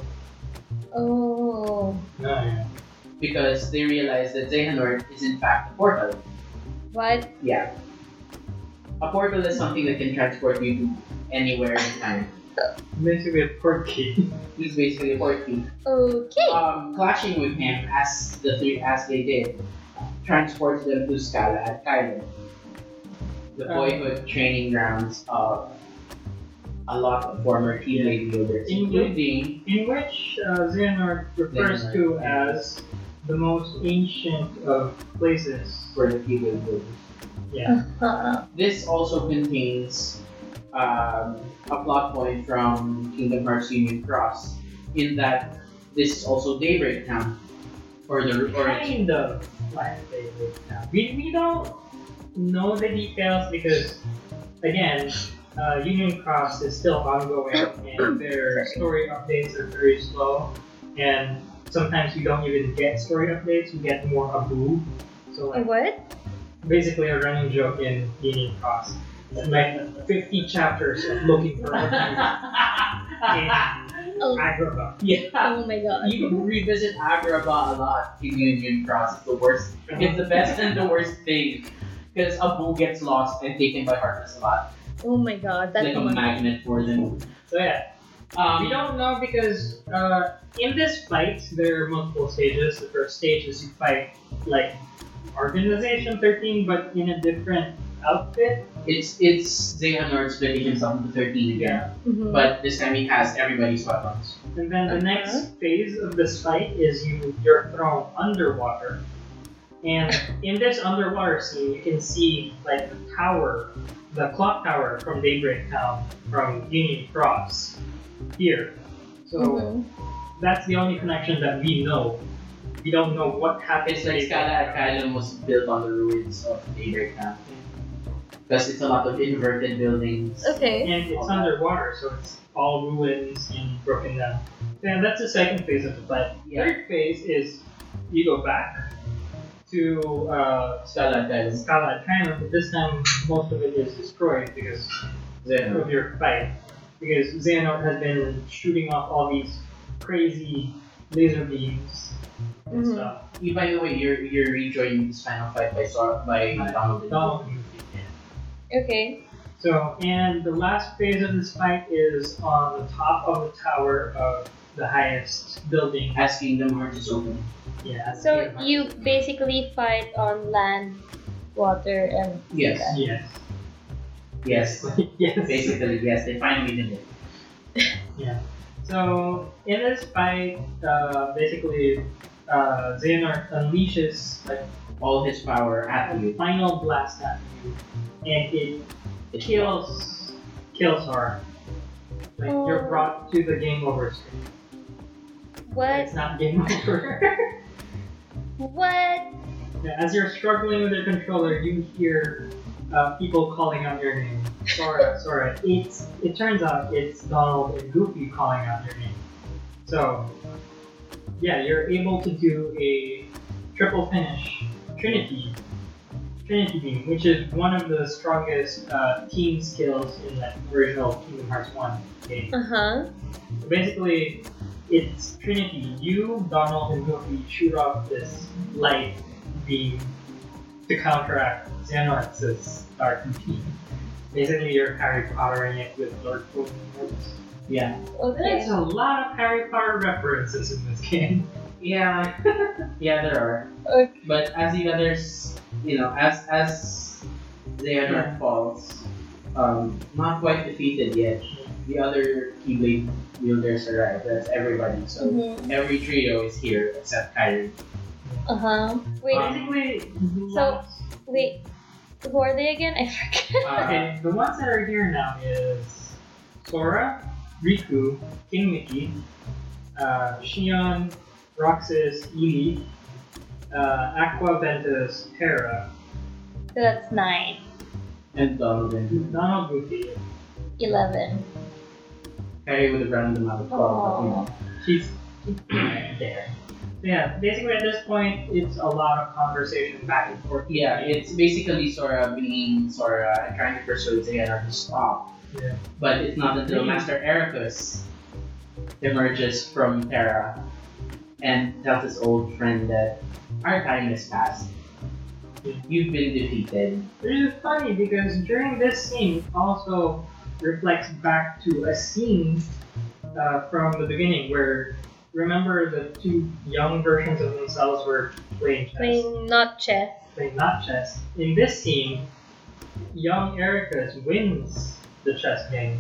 Speaker 1: Oh.
Speaker 2: No, yeah.
Speaker 3: because they realize that Xehanort is in fact a portal.
Speaker 1: What?
Speaker 3: Yeah. A portal is something that can transport you to anywhere in time.
Speaker 2: Basically, a porky.
Speaker 3: He's basically a portal.
Speaker 1: Okay.
Speaker 3: Um, clashing with him as the three as they did transports them to Scala at Cairo, the
Speaker 2: Um.
Speaker 3: boyhood training grounds of a lot of former Keyblade wielders,
Speaker 2: In-
Speaker 3: including
Speaker 2: In which uh, Xehanort refers to
Speaker 3: Xehanort.
Speaker 2: as the most ancient of places.
Speaker 3: for the people group.
Speaker 2: Yeah.
Speaker 1: Uh-uh.
Speaker 3: This also contains um, a plot point from Kingdom Hearts Union Cross, in that this is also Daybreak Town, or the or
Speaker 2: kind of like they live now. We, we don't know the details because, again, uh, Union Cross is still ongoing and their story updates are very slow. And sometimes we don't even get story updates, we get more aboo. So, like,
Speaker 1: What?
Speaker 2: basically a running joke in Union Cross. Like 50 chapters of looking for Agra. Oh,
Speaker 3: yeah.
Speaker 1: oh my god.
Speaker 3: Uh, You can revisit Agrabah a lot in Union Cross. It's the worst. It's the best and the worst thing. Because Abu gets lost and taken by Harvest a lot.
Speaker 1: Oh my god. That's
Speaker 3: like a
Speaker 1: the one.
Speaker 3: magnet for them.
Speaker 2: So yeah,
Speaker 3: Um,
Speaker 2: we don't know because uh, in this fight there are multiple stages. The first stage is you fight like Organization 13, but in a different outfit.
Speaker 3: It's it's Xehanort splitting himself into 13 again,
Speaker 1: Mhm.
Speaker 3: but this time he has everybody's weapons.
Speaker 2: And then the
Speaker 1: Okay.
Speaker 2: next phase of this fight is you you're thrown underwater. And in this underwater scene you can see like the tower, the clock tower from Daybreak Town from Union Cross here. So
Speaker 1: Mhm.
Speaker 2: that's the only connection that we know. We don't know what happened
Speaker 3: It's
Speaker 2: to
Speaker 3: like
Speaker 2: Daybreak
Speaker 3: Scala
Speaker 2: Town.
Speaker 3: Island was built on the ruins of Daybreak Town. Because it's a lot of inverted buildings.
Speaker 1: Okay.
Speaker 2: And it's underwater, so it's all ruins and broken down. And that's the second phase of the fight.
Speaker 3: Yeah,
Speaker 2: Third phase is you go back to uh,
Speaker 3: Scala Island.
Speaker 2: Scala China, but this time most of it is destroyed because
Speaker 3: Xehanort.
Speaker 2: of your fight. Because Xehanort has been shooting off all these crazy laser beams and
Speaker 1: Mhm.
Speaker 2: stuff.
Speaker 3: You, by the way, you're you're rejoining this final fight by Sor- by Donald.
Speaker 2: Donald Trump.
Speaker 1: Okay.
Speaker 2: So, and the last phase of this fight is on the top of the tower of the highest building.
Speaker 3: As Kingdom Hearts is open.
Speaker 2: Yeah.
Speaker 1: So you basically fight on land, water, and
Speaker 3: Yes.
Speaker 2: Yes.
Speaker 3: Yes.
Speaker 2: yes.
Speaker 3: Basically, yes. They finally did it.
Speaker 2: So in this fight, uh, basically, uh, Xehanort unleashes like
Speaker 3: All his power at
Speaker 2: a
Speaker 3: you.
Speaker 2: final blast at you, and it kills kills her. Like you're
Speaker 1: Oh.
Speaker 2: brought to the game over screen.
Speaker 1: what?
Speaker 2: It's not game over.
Speaker 1: What?
Speaker 2: Yeah, As you're struggling with your controller, you hear uh, people calling out your name. Sora, Sora. It's it turns out it's Donald and Goofy calling out your name. So yeah, you're able to do a triple finish trinity Trinity Beam, which is one of the strongest uh, team skills in that original Kingdom Hearts 1 game.
Speaker 1: Uh huh.
Speaker 2: Basically, it's Trinity. You, Donald, and Goofy shoot off this light beam to counteract Xenorx's dark beam. Basically, you're Harry Pottering it with dark force. Yeah. There's
Speaker 1: Okay.
Speaker 2: a lot of Harry Potter references in this game.
Speaker 3: Yeah, yeah, there are.
Speaker 1: Okay.
Speaker 3: But as the others, you know, as as the other falls, um, not quite defeated yet. The other Keyblade wielders arrive. That's everybody. So
Speaker 1: Mm-hmm.
Speaker 3: every trio is here except Kyrie.
Speaker 1: Uh huh. Wait,
Speaker 3: Um,
Speaker 2: Basically, the
Speaker 1: So-
Speaker 2: ones-
Speaker 1: wait. Who are they again? I forget.
Speaker 3: Uh,
Speaker 2: Okay, the ones that are here now is Sora, Riku, King Mickey, uh, Shion, Roxas, Eevee, uh, Aqua, Ventus, Terra,
Speaker 1: So that's nine.
Speaker 3: and Donovan.
Speaker 2: Donald Goofy.
Speaker 1: Eleven.
Speaker 3: Kyrie would have run them out of twelve. but, you know.
Speaker 1: Oh.
Speaker 2: She's there. Yeah, basically at this point, it's a lot of conversation back and forth.
Speaker 3: Yeah, it's basically Sora being Sora and trying to persuade Xehanort to stop.
Speaker 2: Yeah.
Speaker 3: But it's not until
Speaker 2: Mhm.
Speaker 3: Master Ericus emerges from Terra and tells his old friend that our time has passed. You've been defeated.
Speaker 2: Which is funny because during this scene also reflects back to a scene uh, from the beginning where remember the two young versions of themselves were playing chess, playing,
Speaker 1: Playing not chess.
Speaker 2: not chess. In this scene, young Ericus wins the chess game,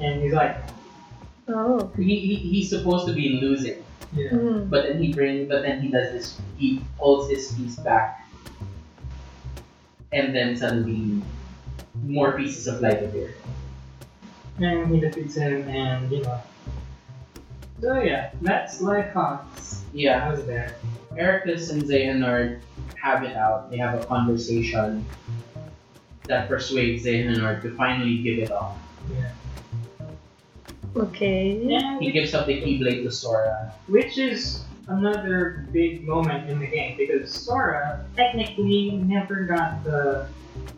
Speaker 2: and he's like,
Speaker 1: Oh.
Speaker 3: He, he he's supposed to be losing,
Speaker 2: yeah.
Speaker 1: Mm.
Speaker 3: but then he brings, but then he does this. He holds his piece back, and then suddenly more pieces of light appear.
Speaker 2: and he defeats him, and you know. So yeah, that's life hacks.
Speaker 3: Yeah,
Speaker 2: I was there.
Speaker 3: Ericus and Xehanort have it out. They have a conversation that persuades Xehanort to finally give it up.
Speaker 2: Yeah.
Speaker 1: Okay.
Speaker 2: And
Speaker 3: He gives up the Keyblade to Sora.
Speaker 2: Which is another big moment in the game because Sora technically never got the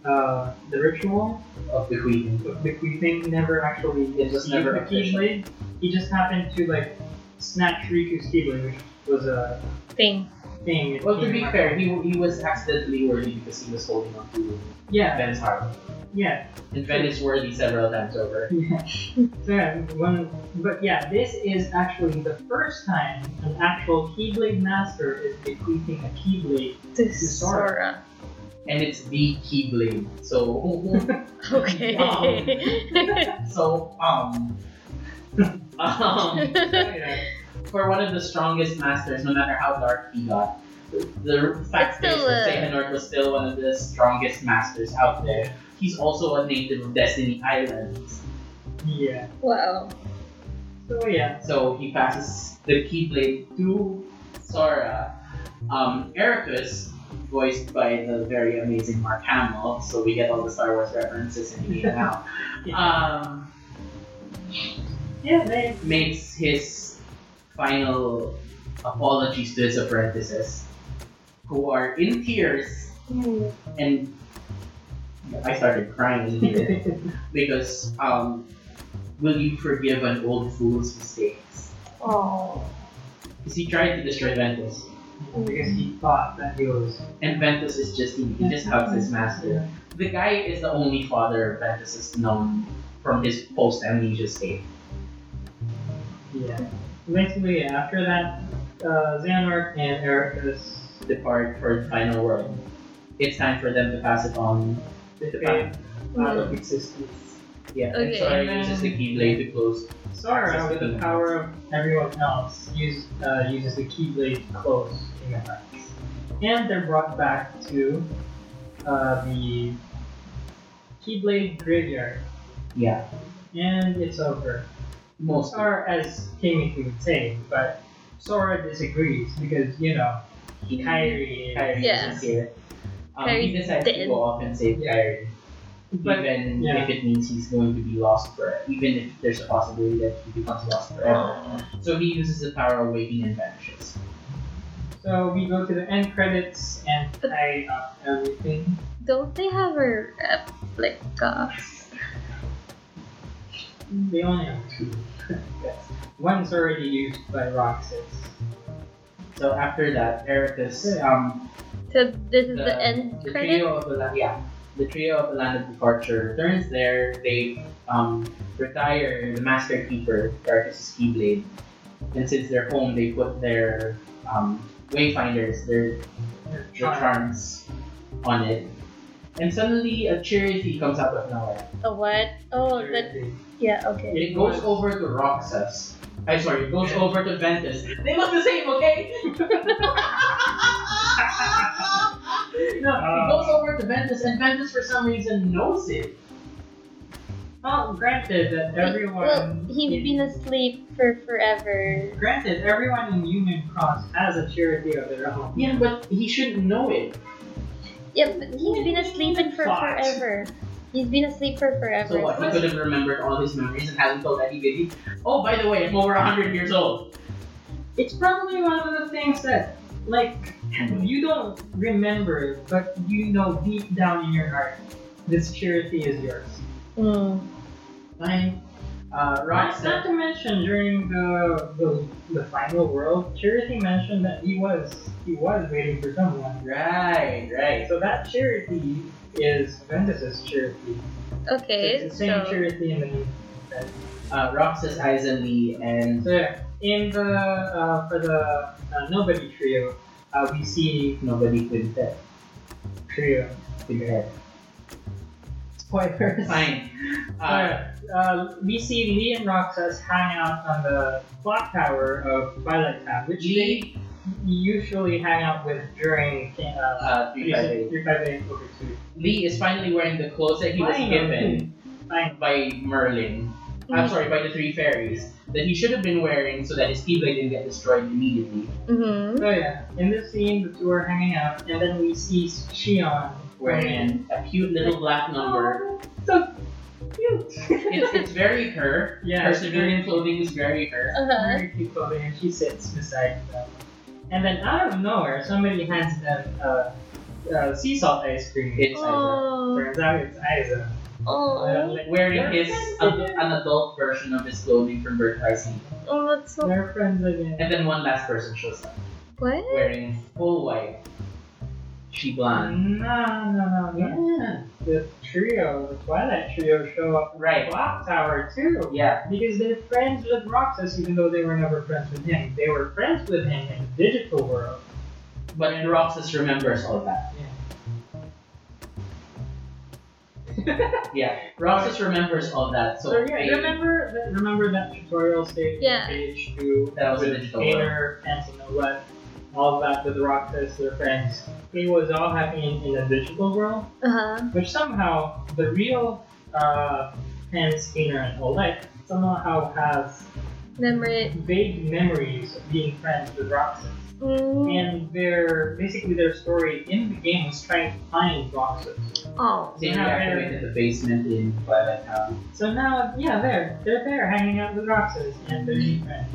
Speaker 2: uh, the ritual
Speaker 3: of the Queen.
Speaker 2: of bequeathing, never actually
Speaker 3: It was
Speaker 2: received
Speaker 3: never
Speaker 2: the
Speaker 3: official.
Speaker 2: Keyblade. He just happened to like snatch Riku's Keyblade, which was a
Speaker 1: Thing.
Speaker 2: thing. that
Speaker 3: Well, to be
Speaker 2: came-
Speaker 3: fair, he, he was accidentally worthy because he was holding on to
Speaker 2: Yeah,
Speaker 3: Ben's heart.
Speaker 2: yeah,
Speaker 3: And Ben is worthy several times over.
Speaker 2: yeah. So, yeah, one, but yeah, this is actually the first time an actual Keyblade master is bequeathing a Keyblade.
Speaker 1: To
Speaker 2: Sora.
Speaker 1: Sora.
Speaker 3: And it's the Keyblade. So, who- who-
Speaker 1: Okay.
Speaker 3: so um, um,
Speaker 2: Yeah.
Speaker 3: for one of the strongest masters, no matter how dark he got. The fact
Speaker 1: It's
Speaker 3: is
Speaker 1: still,
Speaker 3: that
Speaker 1: uh,
Speaker 3: Xehanort was still one of the strongest masters out there. He's also a native of Destiny Islands.
Speaker 2: yeah.
Speaker 1: wow.
Speaker 2: So yeah.
Speaker 3: So he passes the Keyblade to Sora. Um, Ericus, voiced by the very amazing Mark Hamill, so we get all the Star Wars references in here now, um,
Speaker 2: Yeah, they
Speaker 3: makes his final apologies to his apprentices, who are in tears and I started crying here because um, will you forgive an old fool's mistakes?
Speaker 1: Oh.
Speaker 3: Because he tried to destroy Ventus,
Speaker 2: because he thought that he was
Speaker 3: and Ventus is just he he just hugs his master. The guy is the only father Ventus has known from his post amnesia state.
Speaker 2: yeah. Basically, yeah, after that, uh, Xanark and Ericus
Speaker 3: Depart for the final world. It's time for them to pass it on.
Speaker 2: they
Speaker 3: Goodbye.
Speaker 2: fade out
Speaker 1: Mm.
Speaker 2: of existence.
Speaker 3: Yeah, and
Speaker 1: Okay.
Speaker 3: Sora uses the Keyblade to close.
Speaker 2: Sora, with the power of everyone else, use, uh, uses the Keyblade to close Kingdom Hearts, and they're brought back to uh, the Keyblade graveyard,
Speaker 3: Yeah,
Speaker 2: and it's over.
Speaker 3: most.
Speaker 2: Or as Kimiki would say, but Sora disagrees because you know
Speaker 3: He
Speaker 2: Kairi. is-
Speaker 3: Kyrie
Speaker 1: Yeah.
Speaker 3: is here. Um, he
Speaker 1: Kyrie's
Speaker 3: decides to
Speaker 1: dead.
Speaker 3: go off and save
Speaker 2: Yeah.
Speaker 3: Kyrie,
Speaker 2: But
Speaker 3: even
Speaker 2: yeah.
Speaker 3: if it means he's going to be lost forever, even if there's a possibility that he becomes lost forever. So he uses the power of waking and vanishes.
Speaker 2: So we go to the end credits and tie up everything.
Speaker 1: Don't they have a replica?
Speaker 2: They only have two. yes. One's already used by Roxas.
Speaker 3: So after that, Ericus, um,
Speaker 1: So this is the, end
Speaker 3: the
Speaker 1: credit.
Speaker 3: trio of the la- yeah, the trio of the land of departure returns there. They um, retire the master keeper, Ericus's keyblade, and since they're home, they put their um, wayfinders, their your charms on it. And suddenly a charity comes out of nowhere.
Speaker 1: A what? Oh, the yeah. Okay.
Speaker 3: It goes over to Roxas. I'm sorry, it goes over to Ventus. They look the same, okay? no,
Speaker 2: Uh.
Speaker 3: it goes over to Ventus, and Ventus for some reason knows it.
Speaker 2: Well, granted that everyone.
Speaker 1: Well, he's
Speaker 2: in-
Speaker 1: been asleep for forever.
Speaker 2: Granted, everyone in Human Cross has a charity of their own.
Speaker 3: Yeah, but he shouldn't know it.
Speaker 1: Yeah, but he's been asleep in for
Speaker 2: Fuck.
Speaker 1: forever. He's been asleep for forever.
Speaker 3: So what? He could have remembered all his memories and hasn't told anybody. Oh, by the way, I'm over 100 years old.
Speaker 2: It's probably one of the things that, like, you don't remember, but you know deep down in your heart, this charity is yours.
Speaker 1: Mm.
Speaker 3: Fine. Uh,
Speaker 2: Right.
Speaker 3: Roxas.
Speaker 2: Not to mention during the, the the final world, Charity mentioned that he was he was waiting for someone.
Speaker 3: Right, right.
Speaker 2: So that charity is Ventus's charity.
Speaker 1: Okay,
Speaker 2: it's the same
Speaker 1: so
Speaker 2: charity in the name.
Speaker 3: uh, Roxas, Aizen Lee, and
Speaker 2: So yeah, in the uh, for the uh, Nobody trio, uh, we see
Speaker 3: nobody could uh, fit.
Speaker 2: trio.
Speaker 3: Figurehead.
Speaker 2: Spoilers.
Speaker 3: Fine. Uh,
Speaker 2: Alright, uh, we see Lee and Roxas hang out on the clock tower of Twilight Town, which
Speaker 3: Lee,
Speaker 2: they usually hang out with during uh,
Speaker 3: uh, 358.
Speaker 2: three five eight over two.
Speaker 3: Lee is finally wearing the clothes that he was
Speaker 2: Finally.
Speaker 3: given
Speaker 2: Fine.
Speaker 3: by Merlin.
Speaker 1: Mm.
Speaker 3: I'm sorry, by the three fairies that he should have been wearing so that his keyblade didn't get destroyed immediately.
Speaker 1: Mm-hmm.
Speaker 2: So yeah, in this scene, the two are hanging out, and then we see Shion
Speaker 3: Wearing a cute little black number.
Speaker 1: Uh-huh.
Speaker 2: So cute.
Speaker 3: It's, it's very her.
Speaker 2: Yeah,
Speaker 3: Her
Speaker 2: it's
Speaker 3: civilian
Speaker 2: very-
Speaker 3: clothing is very her.
Speaker 1: Uh-huh.
Speaker 2: Very cute clothing, and she sits beside them. And then out of nowhere, somebody hands them uh, uh, sea salt ice cream.
Speaker 3: It's Aizen.
Speaker 1: Oh.
Speaker 2: Turns out it's Aizen.
Speaker 1: Oh.
Speaker 3: Wearing his an, an adult version of his clothing from Bird Eye Sea.
Speaker 1: Oh, that's so.
Speaker 2: They're friends again.
Speaker 3: And then one last person shows up
Speaker 1: What?
Speaker 3: wearing full white. She blonde.
Speaker 2: No, no, no, no.
Speaker 3: Yeah.
Speaker 2: The trio, the Twilight trio, show up at
Speaker 3: Right.
Speaker 2: Clock Tower too.
Speaker 3: Yeah.
Speaker 2: Because they're friends with Roxas, even though they were never friends with him. They were friends with him in the digital world.
Speaker 3: But Roxas remembers all that. Yeah. Roxas remembers all that. So,
Speaker 2: So yeah,
Speaker 3: they-
Speaker 2: remember that remember that tutorial stage
Speaker 1: Yeah.
Speaker 2: page two
Speaker 3: That was a
Speaker 2: with
Speaker 3: digital
Speaker 2: Painter, Antonella, all that with Roxas, their friends. It was all happening in the digital world.
Speaker 1: Uh huh.
Speaker 2: which somehow the real uh, hand scanner and all that somehow has
Speaker 1: Memory.
Speaker 2: vague memories of being friends with Roxas.
Speaker 1: Mm.
Speaker 2: And their basically their story in the game was trying to find Roxas.
Speaker 1: Oh.
Speaker 3: they reactivated the basement in Twilight Town.
Speaker 2: So now yeah, they're they're there hanging out with Roxas and their new friends.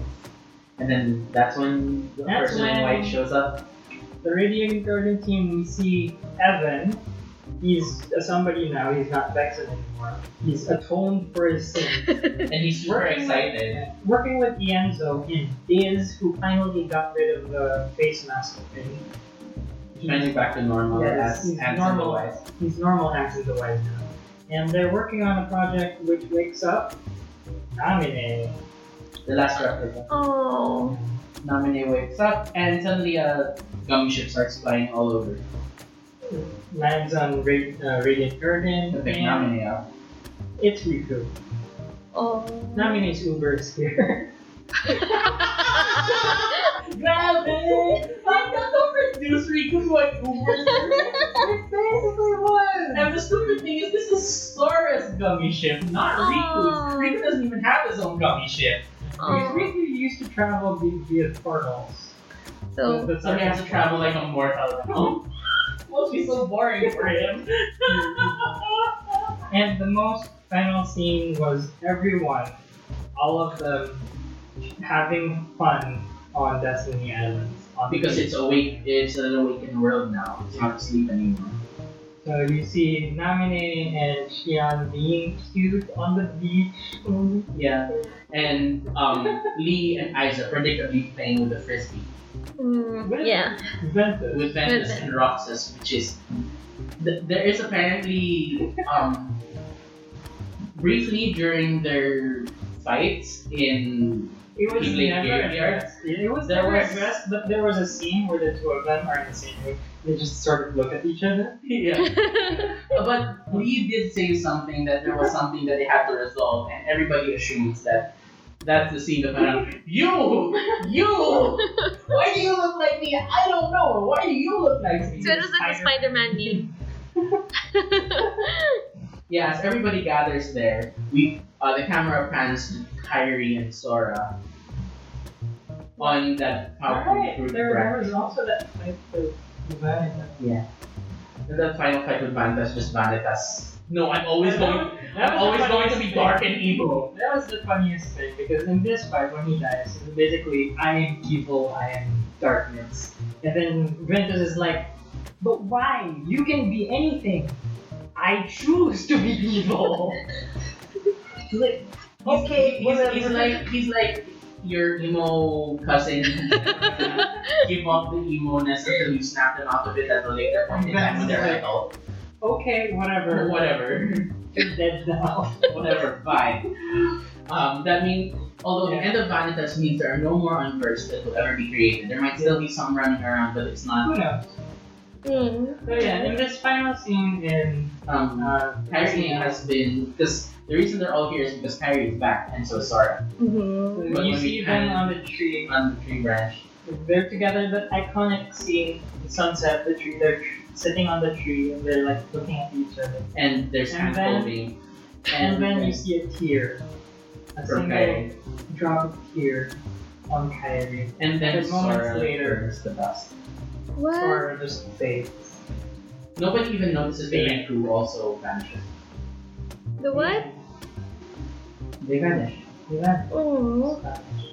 Speaker 3: And then that's when the
Speaker 2: That's
Speaker 3: person in
Speaker 2: when-
Speaker 3: white shows up.
Speaker 2: The Radiant Garden team we see Evan. He's a somebody now, he's not Vexen anymore. He's atoned for his sin.
Speaker 3: And he's super excited.
Speaker 2: working with Ienzo and Diz, who finally got rid of the face mask thing.
Speaker 3: Turning back to normal
Speaker 2: Yes,
Speaker 3: as
Speaker 2: he's
Speaker 3: as
Speaker 2: normal.
Speaker 3: otherwise.
Speaker 2: He's normal acts as a wise now. And they're working on a project which wakes up Namine.
Speaker 3: The last replica.
Speaker 1: Oh.
Speaker 3: Namine wakes up and suddenly a gummy ship starts flying all over.
Speaker 2: Lands on Ra- uh, Radiant
Speaker 3: The
Speaker 2: Garden.
Speaker 3: big
Speaker 2: and
Speaker 3: Namine up.
Speaker 2: It's Riku.
Speaker 1: Oh.
Speaker 2: Namine's Uber is here.
Speaker 3: Grabe! Ang nakapag-produce Rico like It basically was! And the stupid thing is, this is Sora's gummy ship, not
Speaker 1: Aww.
Speaker 3: Riku's. Riku doesn't even have his own gummy ship.
Speaker 2: Because
Speaker 1: oh.
Speaker 2: Riku used to travel be- via portals.
Speaker 1: So.
Speaker 2: That's
Speaker 3: So he has to travel like a mortal. Oh, must be so boring for him.
Speaker 2: And the most final scene was everyone, all of them, having fun on Destiny Islands. on
Speaker 3: because
Speaker 2: the-
Speaker 3: it's awake. It's an awakened world now. It's not asleep anymore.
Speaker 2: So you see Namine and Xian being cute on the beach.
Speaker 3: Yeah. And um, Lee and Isa predictably playing with the frisbee
Speaker 1: Mm, yeah.
Speaker 2: Ventus.
Speaker 3: with Ventus
Speaker 1: Ventus.
Speaker 3: and Roxas, which is th- there is apparently um, briefly during their fights in
Speaker 2: It was
Speaker 3: Keyblade
Speaker 2: never
Speaker 3: Gear.
Speaker 2: addressed. It was
Speaker 3: There
Speaker 2: never
Speaker 3: was-
Speaker 2: addressed, but there was a scene where the two of them are in the same room. They just sort of look at each other.
Speaker 3: yeah. But Lee did say something that there was something that they had to resolve, and everybody assumes that that's the scene of Adam. You! You! Why do you look like me? I don't know! Why do you look like me?
Speaker 1: so it was like the Spider-Man meme.
Speaker 3: Yeah, as everybody gathers there, we uh, the camera pans to Kyrie and Sora on that powerful
Speaker 2: Right.
Speaker 3: fruit
Speaker 2: There, there
Speaker 3: rack.
Speaker 2: was also that fight with Vanitas.
Speaker 3: And that final fight with Vanitas just Vanitas. No, I'm always going.
Speaker 2: That
Speaker 3: I'm
Speaker 2: was the
Speaker 3: always going to
Speaker 2: funniest
Speaker 3: be
Speaker 2: thing.
Speaker 3: dark and evil.
Speaker 2: That was the funniest thing because in this fight, when he dies, it's basically I am evil, I am darkness, and then Ventus is like, "But why? You can be anything. I choose to be evil." It's like, okay,
Speaker 3: he's, he's, he's
Speaker 2: whatever.
Speaker 3: like he's like your emo cousin. Give up the emo ness until you snap them out of it at a later point in time when they're
Speaker 2: Exactly.
Speaker 3: adult.
Speaker 2: okay,
Speaker 3: Or
Speaker 2: whatever.
Speaker 3: whatever,
Speaker 2: You're dead now.
Speaker 3: whatever, fine. Um, that means although the
Speaker 2: Yeah.
Speaker 3: end of Vanitas means there are no more unversed that will ever be created. There might still be some running around, but it's not.
Speaker 2: Who knows?
Speaker 1: Mm.
Speaker 2: So yeah, in this final scene in
Speaker 3: Um,
Speaker 2: uh,
Speaker 3: Kyrie has been because the reason they're all here is because Kyrie is back, and so Sora
Speaker 1: Mhm.
Speaker 3: But when
Speaker 2: you see
Speaker 3: we
Speaker 2: them
Speaker 3: pan-
Speaker 2: on the tree.
Speaker 3: on the tree branch.
Speaker 2: They're together, that iconic scene, the sunset, the tree, they're tr- sitting on the tree and they're like looking at each other.
Speaker 3: and there's hand
Speaker 2: And then-
Speaker 3: holding.
Speaker 2: And, then you see a tear. A
Speaker 3: from
Speaker 2: single
Speaker 3: Kyrie.
Speaker 2: drop of tear on Kyrie.
Speaker 3: And then
Speaker 2: But moments
Speaker 3: Sora
Speaker 2: later-
Speaker 3: is the best.
Speaker 1: What?
Speaker 2: Or just fades.
Speaker 3: Nobody even notices the Red Crew also vanishes.
Speaker 1: The what?
Speaker 3: They vanish.
Speaker 2: Yeah.
Speaker 1: Oh,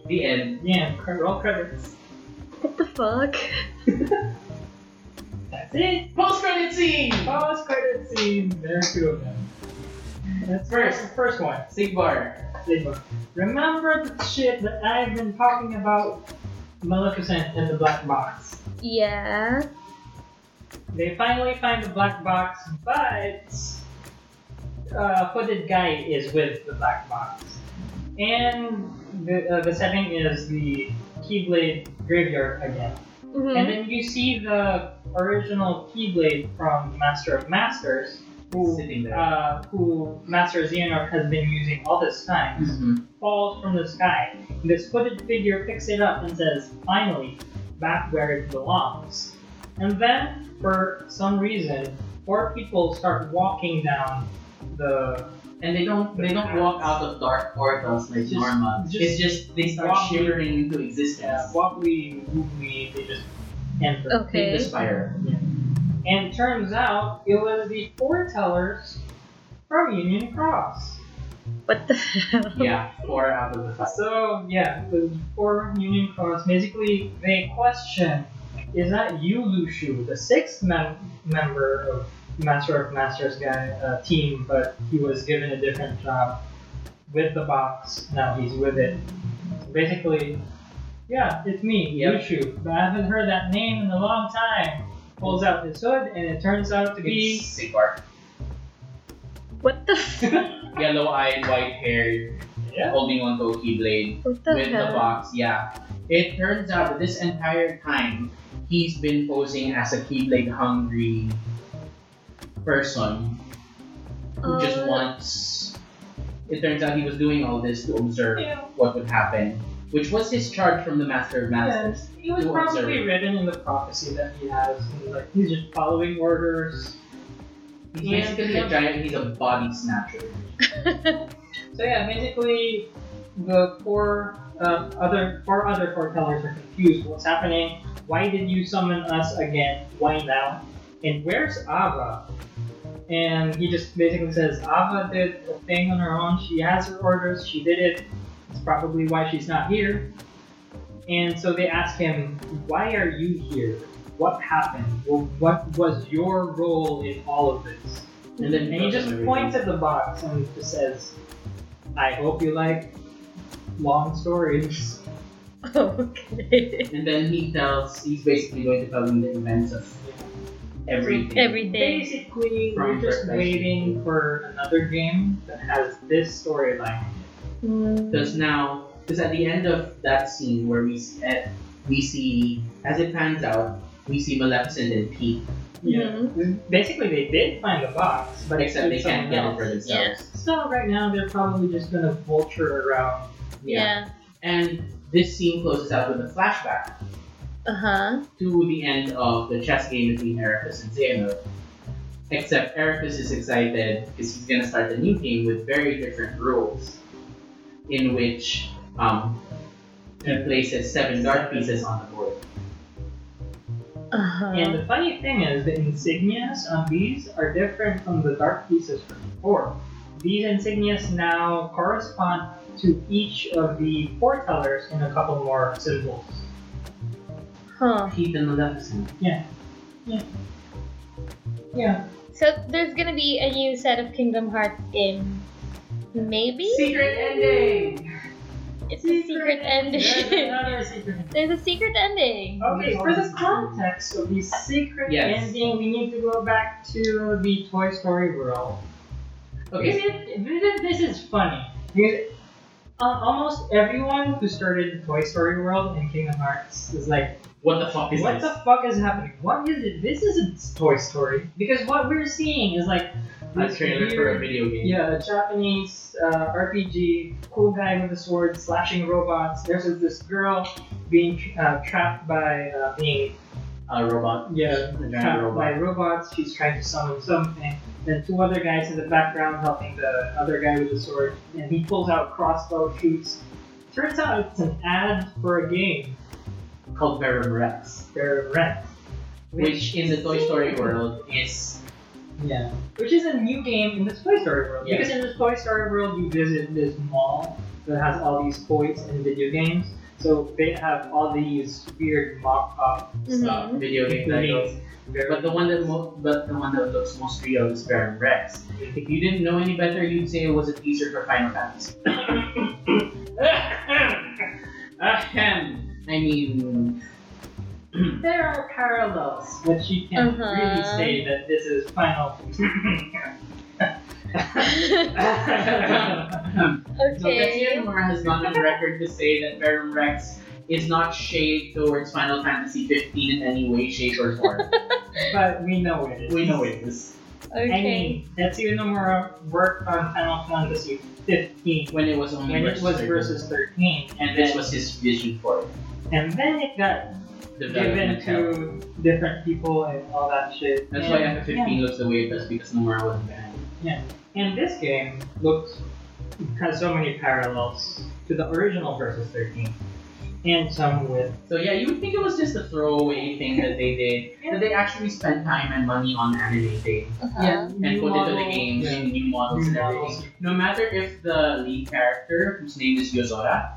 Speaker 3: The end.
Speaker 2: Yeah, cr- roll credits.
Speaker 1: what the fuck?
Speaker 2: That's it.
Speaker 3: Post credit scene!
Speaker 2: Pause credit scene. There are two of them. That's
Speaker 3: First.
Speaker 2: first one.
Speaker 3: Sigbar.
Speaker 2: Big one. Remember the shit that I've been talking about? Maleficent and the Black Box.
Speaker 1: Yeah.
Speaker 2: They finally find the black box, but uh, Hooded Guy is with the black box. And the, uh, the setting is the Keyblade graveyard again. And
Speaker 1: Mhm.
Speaker 2: then you see the original Keyblade from Master of Masters, who,
Speaker 3: Sitting there.
Speaker 2: uh, who Master Xehanort has been using all this time,
Speaker 3: Mhm.
Speaker 2: falls from the sky. This hooded figure picks it up and says, finally, back where it belongs. And then, for some reason, four people start walking down the.
Speaker 3: And they don't they don't walk out of dark portals like
Speaker 2: Just-
Speaker 3: normal.
Speaker 2: just
Speaker 3: it's just they start
Speaker 2: walking.
Speaker 3: shivering into
Speaker 2: Yeah,
Speaker 3: existence.
Speaker 2: wobbly, wobbly, uh, they just enter.
Speaker 3: Take the
Speaker 1: Okay.
Speaker 3: spire.
Speaker 2: And turns out it was the foretellers from Union Cross.
Speaker 1: What the hell?
Speaker 3: Yeah, four out of the five.
Speaker 2: So, yeah, the four Union Cross basically they question is that you, Lushu, the sixth mem- member of Master of Masters guy uh, team, but he was given a different job with the box, now he's with it. So basically, yeah, it's me,
Speaker 3: Yep.
Speaker 2: Lushu, but I haven't heard that name in a long time. Pulls out his hood, and it turns out to be.
Speaker 3: It's Sigbar.
Speaker 1: What the f-
Speaker 3: Yellow eyed, white haired,
Speaker 2: Yeah.
Speaker 3: holding on to a keyblade.
Speaker 1: What the
Speaker 3: with the
Speaker 1: hell?
Speaker 3: box, yeah. It turns out that this entire time, he's been posing as a Keyblade hungry person who just
Speaker 1: Uh,
Speaker 3: wants. It turns out he was doing all this to observe what would happen, which was his charge from the Master of Masters.
Speaker 2: Yes, it was
Speaker 3: You
Speaker 2: probably
Speaker 3: observe.
Speaker 2: written in the prophecy that he has. and, like he's just following orders.
Speaker 3: He's basically a giant, he's a body snatcher.
Speaker 2: So yeah, basically, the four uh, other four other foretellers are confused. What's happening? Why did you summon us again? Why now? And where's Ava? And he just basically says, Ava did a thing on her own. She has her orders. She did it. It's probably why she's not here. And so they ask him, Why are you here? What happened? Well, what was your role in all of this?
Speaker 3: And then
Speaker 2: And he just points at the box and just says, I hope you like long stories.
Speaker 1: Okay.
Speaker 3: And then he tells, he's basically going to tell him the events of everything.
Speaker 1: Everything.
Speaker 2: Basically,
Speaker 3: From
Speaker 2: we're just
Speaker 3: first person.
Speaker 2: waiting for another game that has this storyline.
Speaker 3: Because now, because at the end of that scene where we s- at, we see, as it pans out, we see Maleficent and Pete,
Speaker 2: Mm-hmm. Basically, they did find the box, but
Speaker 3: except they can't get it for
Speaker 2: it.
Speaker 3: themselves.
Speaker 2: So right now, they're probably just gonna vulture around.
Speaker 1: Yeah.
Speaker 3: And this scene closes out with a flashback
Speaker 1: Uh huh.
Speaker 3: to the end of the chess game between Erebus and Xehanort. Except Erebus is excited because he's gonna start a new game with very different rules, in which um, he places seven dark pieces on the board.
Speaker 1: Uh huh.
Speaker 2: And the funny thing is, the insignias on these are different from the dark pieces from before. These insignias now correspond to each of the foretellers in a couple more symbols.
Speaker 1: Huh.
Speaker 3: Pete and Maleficent.
Speaker 2: Yeah.
Speaker 1: So there's gonna be a new set of Kingdom Hearts game. Maybe?
Speaker 3: Secret ending.
Speaker 1: It's a secret ending.
Speaker 2: another secret.
Speaker 1: there's a secret ending.
Speaker 2: Okay, for the context of the secret
Speaker 3: Yes.
Speaker 2: ending, we need to go back to the Toy Story world.
Speaker 3: Okay.
Speaker 2: Because it- because this is funny. Because uh, almost everyone who started Toy Story World and Kingdom Hearts is like,
Speaker 3: What the fuck is
Speaker 2: what
Speaker 3: this?
Speaker 2: the fuck is happening? What is it? This isn't Toy Story. Because what we're seeing is like
Speaker 3: a trailer for a
Speaker 2: weird-
Speaker 3: video game.
Speaker 2: yeah, a Japanese uh, RPG, cool guy with a sword slashing robots. There's this girl being uh, trapped by uh, being
Speaker 3: A robot.
Speaker 2: yeah
Speaker 3: A
Speaker 2: trapped
Speaker 3: giant
Speaker 2: by
Speaker 3: robot.
Speaker 2: robots. She's trying to summon something. Then two other guys in the background helping the other guy with the sword, and he pulls out a crossbow, shoots. Turns out it's an ad for a game.
Speaker 3: Called Baron Rex.
Speaker 2: They're rent.
Speaker 3: Which in the Toy Story world is
Speaker 2: Yeah. Which is a new game in this Toy Story world.
Speaker 3: Yeah.
Speaker 2: Because in this Toy Story world, you visit this mall that has all these toys and video games. So they have all these weird mock-up
Speaker 3: Oh,
Speaker 1: Mhm.
Speaker 2: stuff.
Speaker 3: video game titles. But the one that mo- but the one that looks most real is Baron Rex. If you didn't know any better, you'd say it was a teaser for Final Fantasy. Ahem. I mean,
Speaker 2: there are parallels, but you can't
Speaker 1: Uh-huh.
Speaker 2: really say that this is Final.
Speaker 3: so Tetsuya
Speaker 1: okay.
Speaker 3: Nomura has gone on record to say that Baron Rex is not shaped towards Final Fantasy 15 in any way, shape, or form.
Speaker 2: but we know it is.
Speaker 3: we know it is
Speaker 2: I
Speaker 1: Okay.
Speaker 2: mean, Tetsuya Nomura worked on Final Fantasy 15
Speaker 3: when it was only
Speaker 2: when it was
Speaker 3: 13.
Speaker 2: versus 13,
Speaker 3: and this was his vision for it.
Speaker 2: and then it got given
Speaker 3: Development hell.
Speaker 2: to different people and all that shit.
Speaker 3: That's
Speaker 2: and,
Speaker 3: why F15 looks the way it does because Nomura wasn't behind. it.
Speaker 2: yeah. And this game looks has so many parallels to the original versus 13, and some with
Speaker 3: So yeah, you would think it was just a throwaway thing that they did, that they actually spent time and money on animating
Speaker 1: Uh-huh.
Speaker 3: and
Speaker 2: new
Speaker 3: put into the
Speaker 2: models,
Speaker 3: games
Speaker 2: yeah,
Speaker 3: and new models
Speaker 2: new
Speaker 3: and everything.
Speaker 2: models.
Speaker 3: No matter if the lead character, whose name is Yozora,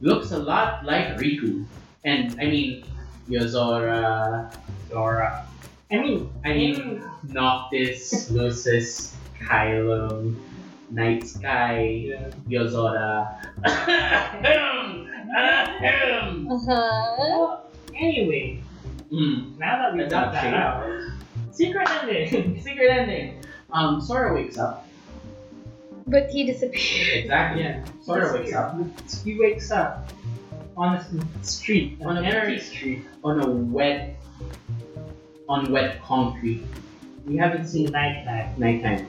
Speaker 3: looks a lot like Riku, and I mean Yozora,
Speaker 2: Zora. I mean,
Speaker 3: I mean Noctis, Lucis, Kylo, Night Sky.
Speaker 2: yeah.
Speaker 3: Yozora. Ahem.
Speaker 1: Uh-huh.
Speaker 2: Well, anyway,
Speaker 3: Mm,
Speaker 2: now that we
Speaker 3: That's
Speaker 2: got
Speaker 3: not
Speaker 2: that out, secret ending.
Speaker 3: Secret ending. Um, Sora wakes up.
Speaker 1: But he disappeared.
Speaker 3: Exactly.
Speaker 2: yeah.
Speaker 3: Sora wakes up
Speaker 2: He wakes up on a s- street,
Speaker 3: On
Speaker 2: an
Speaker 3: a
Speaker 2: empty
Speaker 3: very-
Speaker 2: street.
Speaker 3: on a wet, on wet concrete. We haven't seen
Speaker 2: Night night.
Speaker 3: nighttime.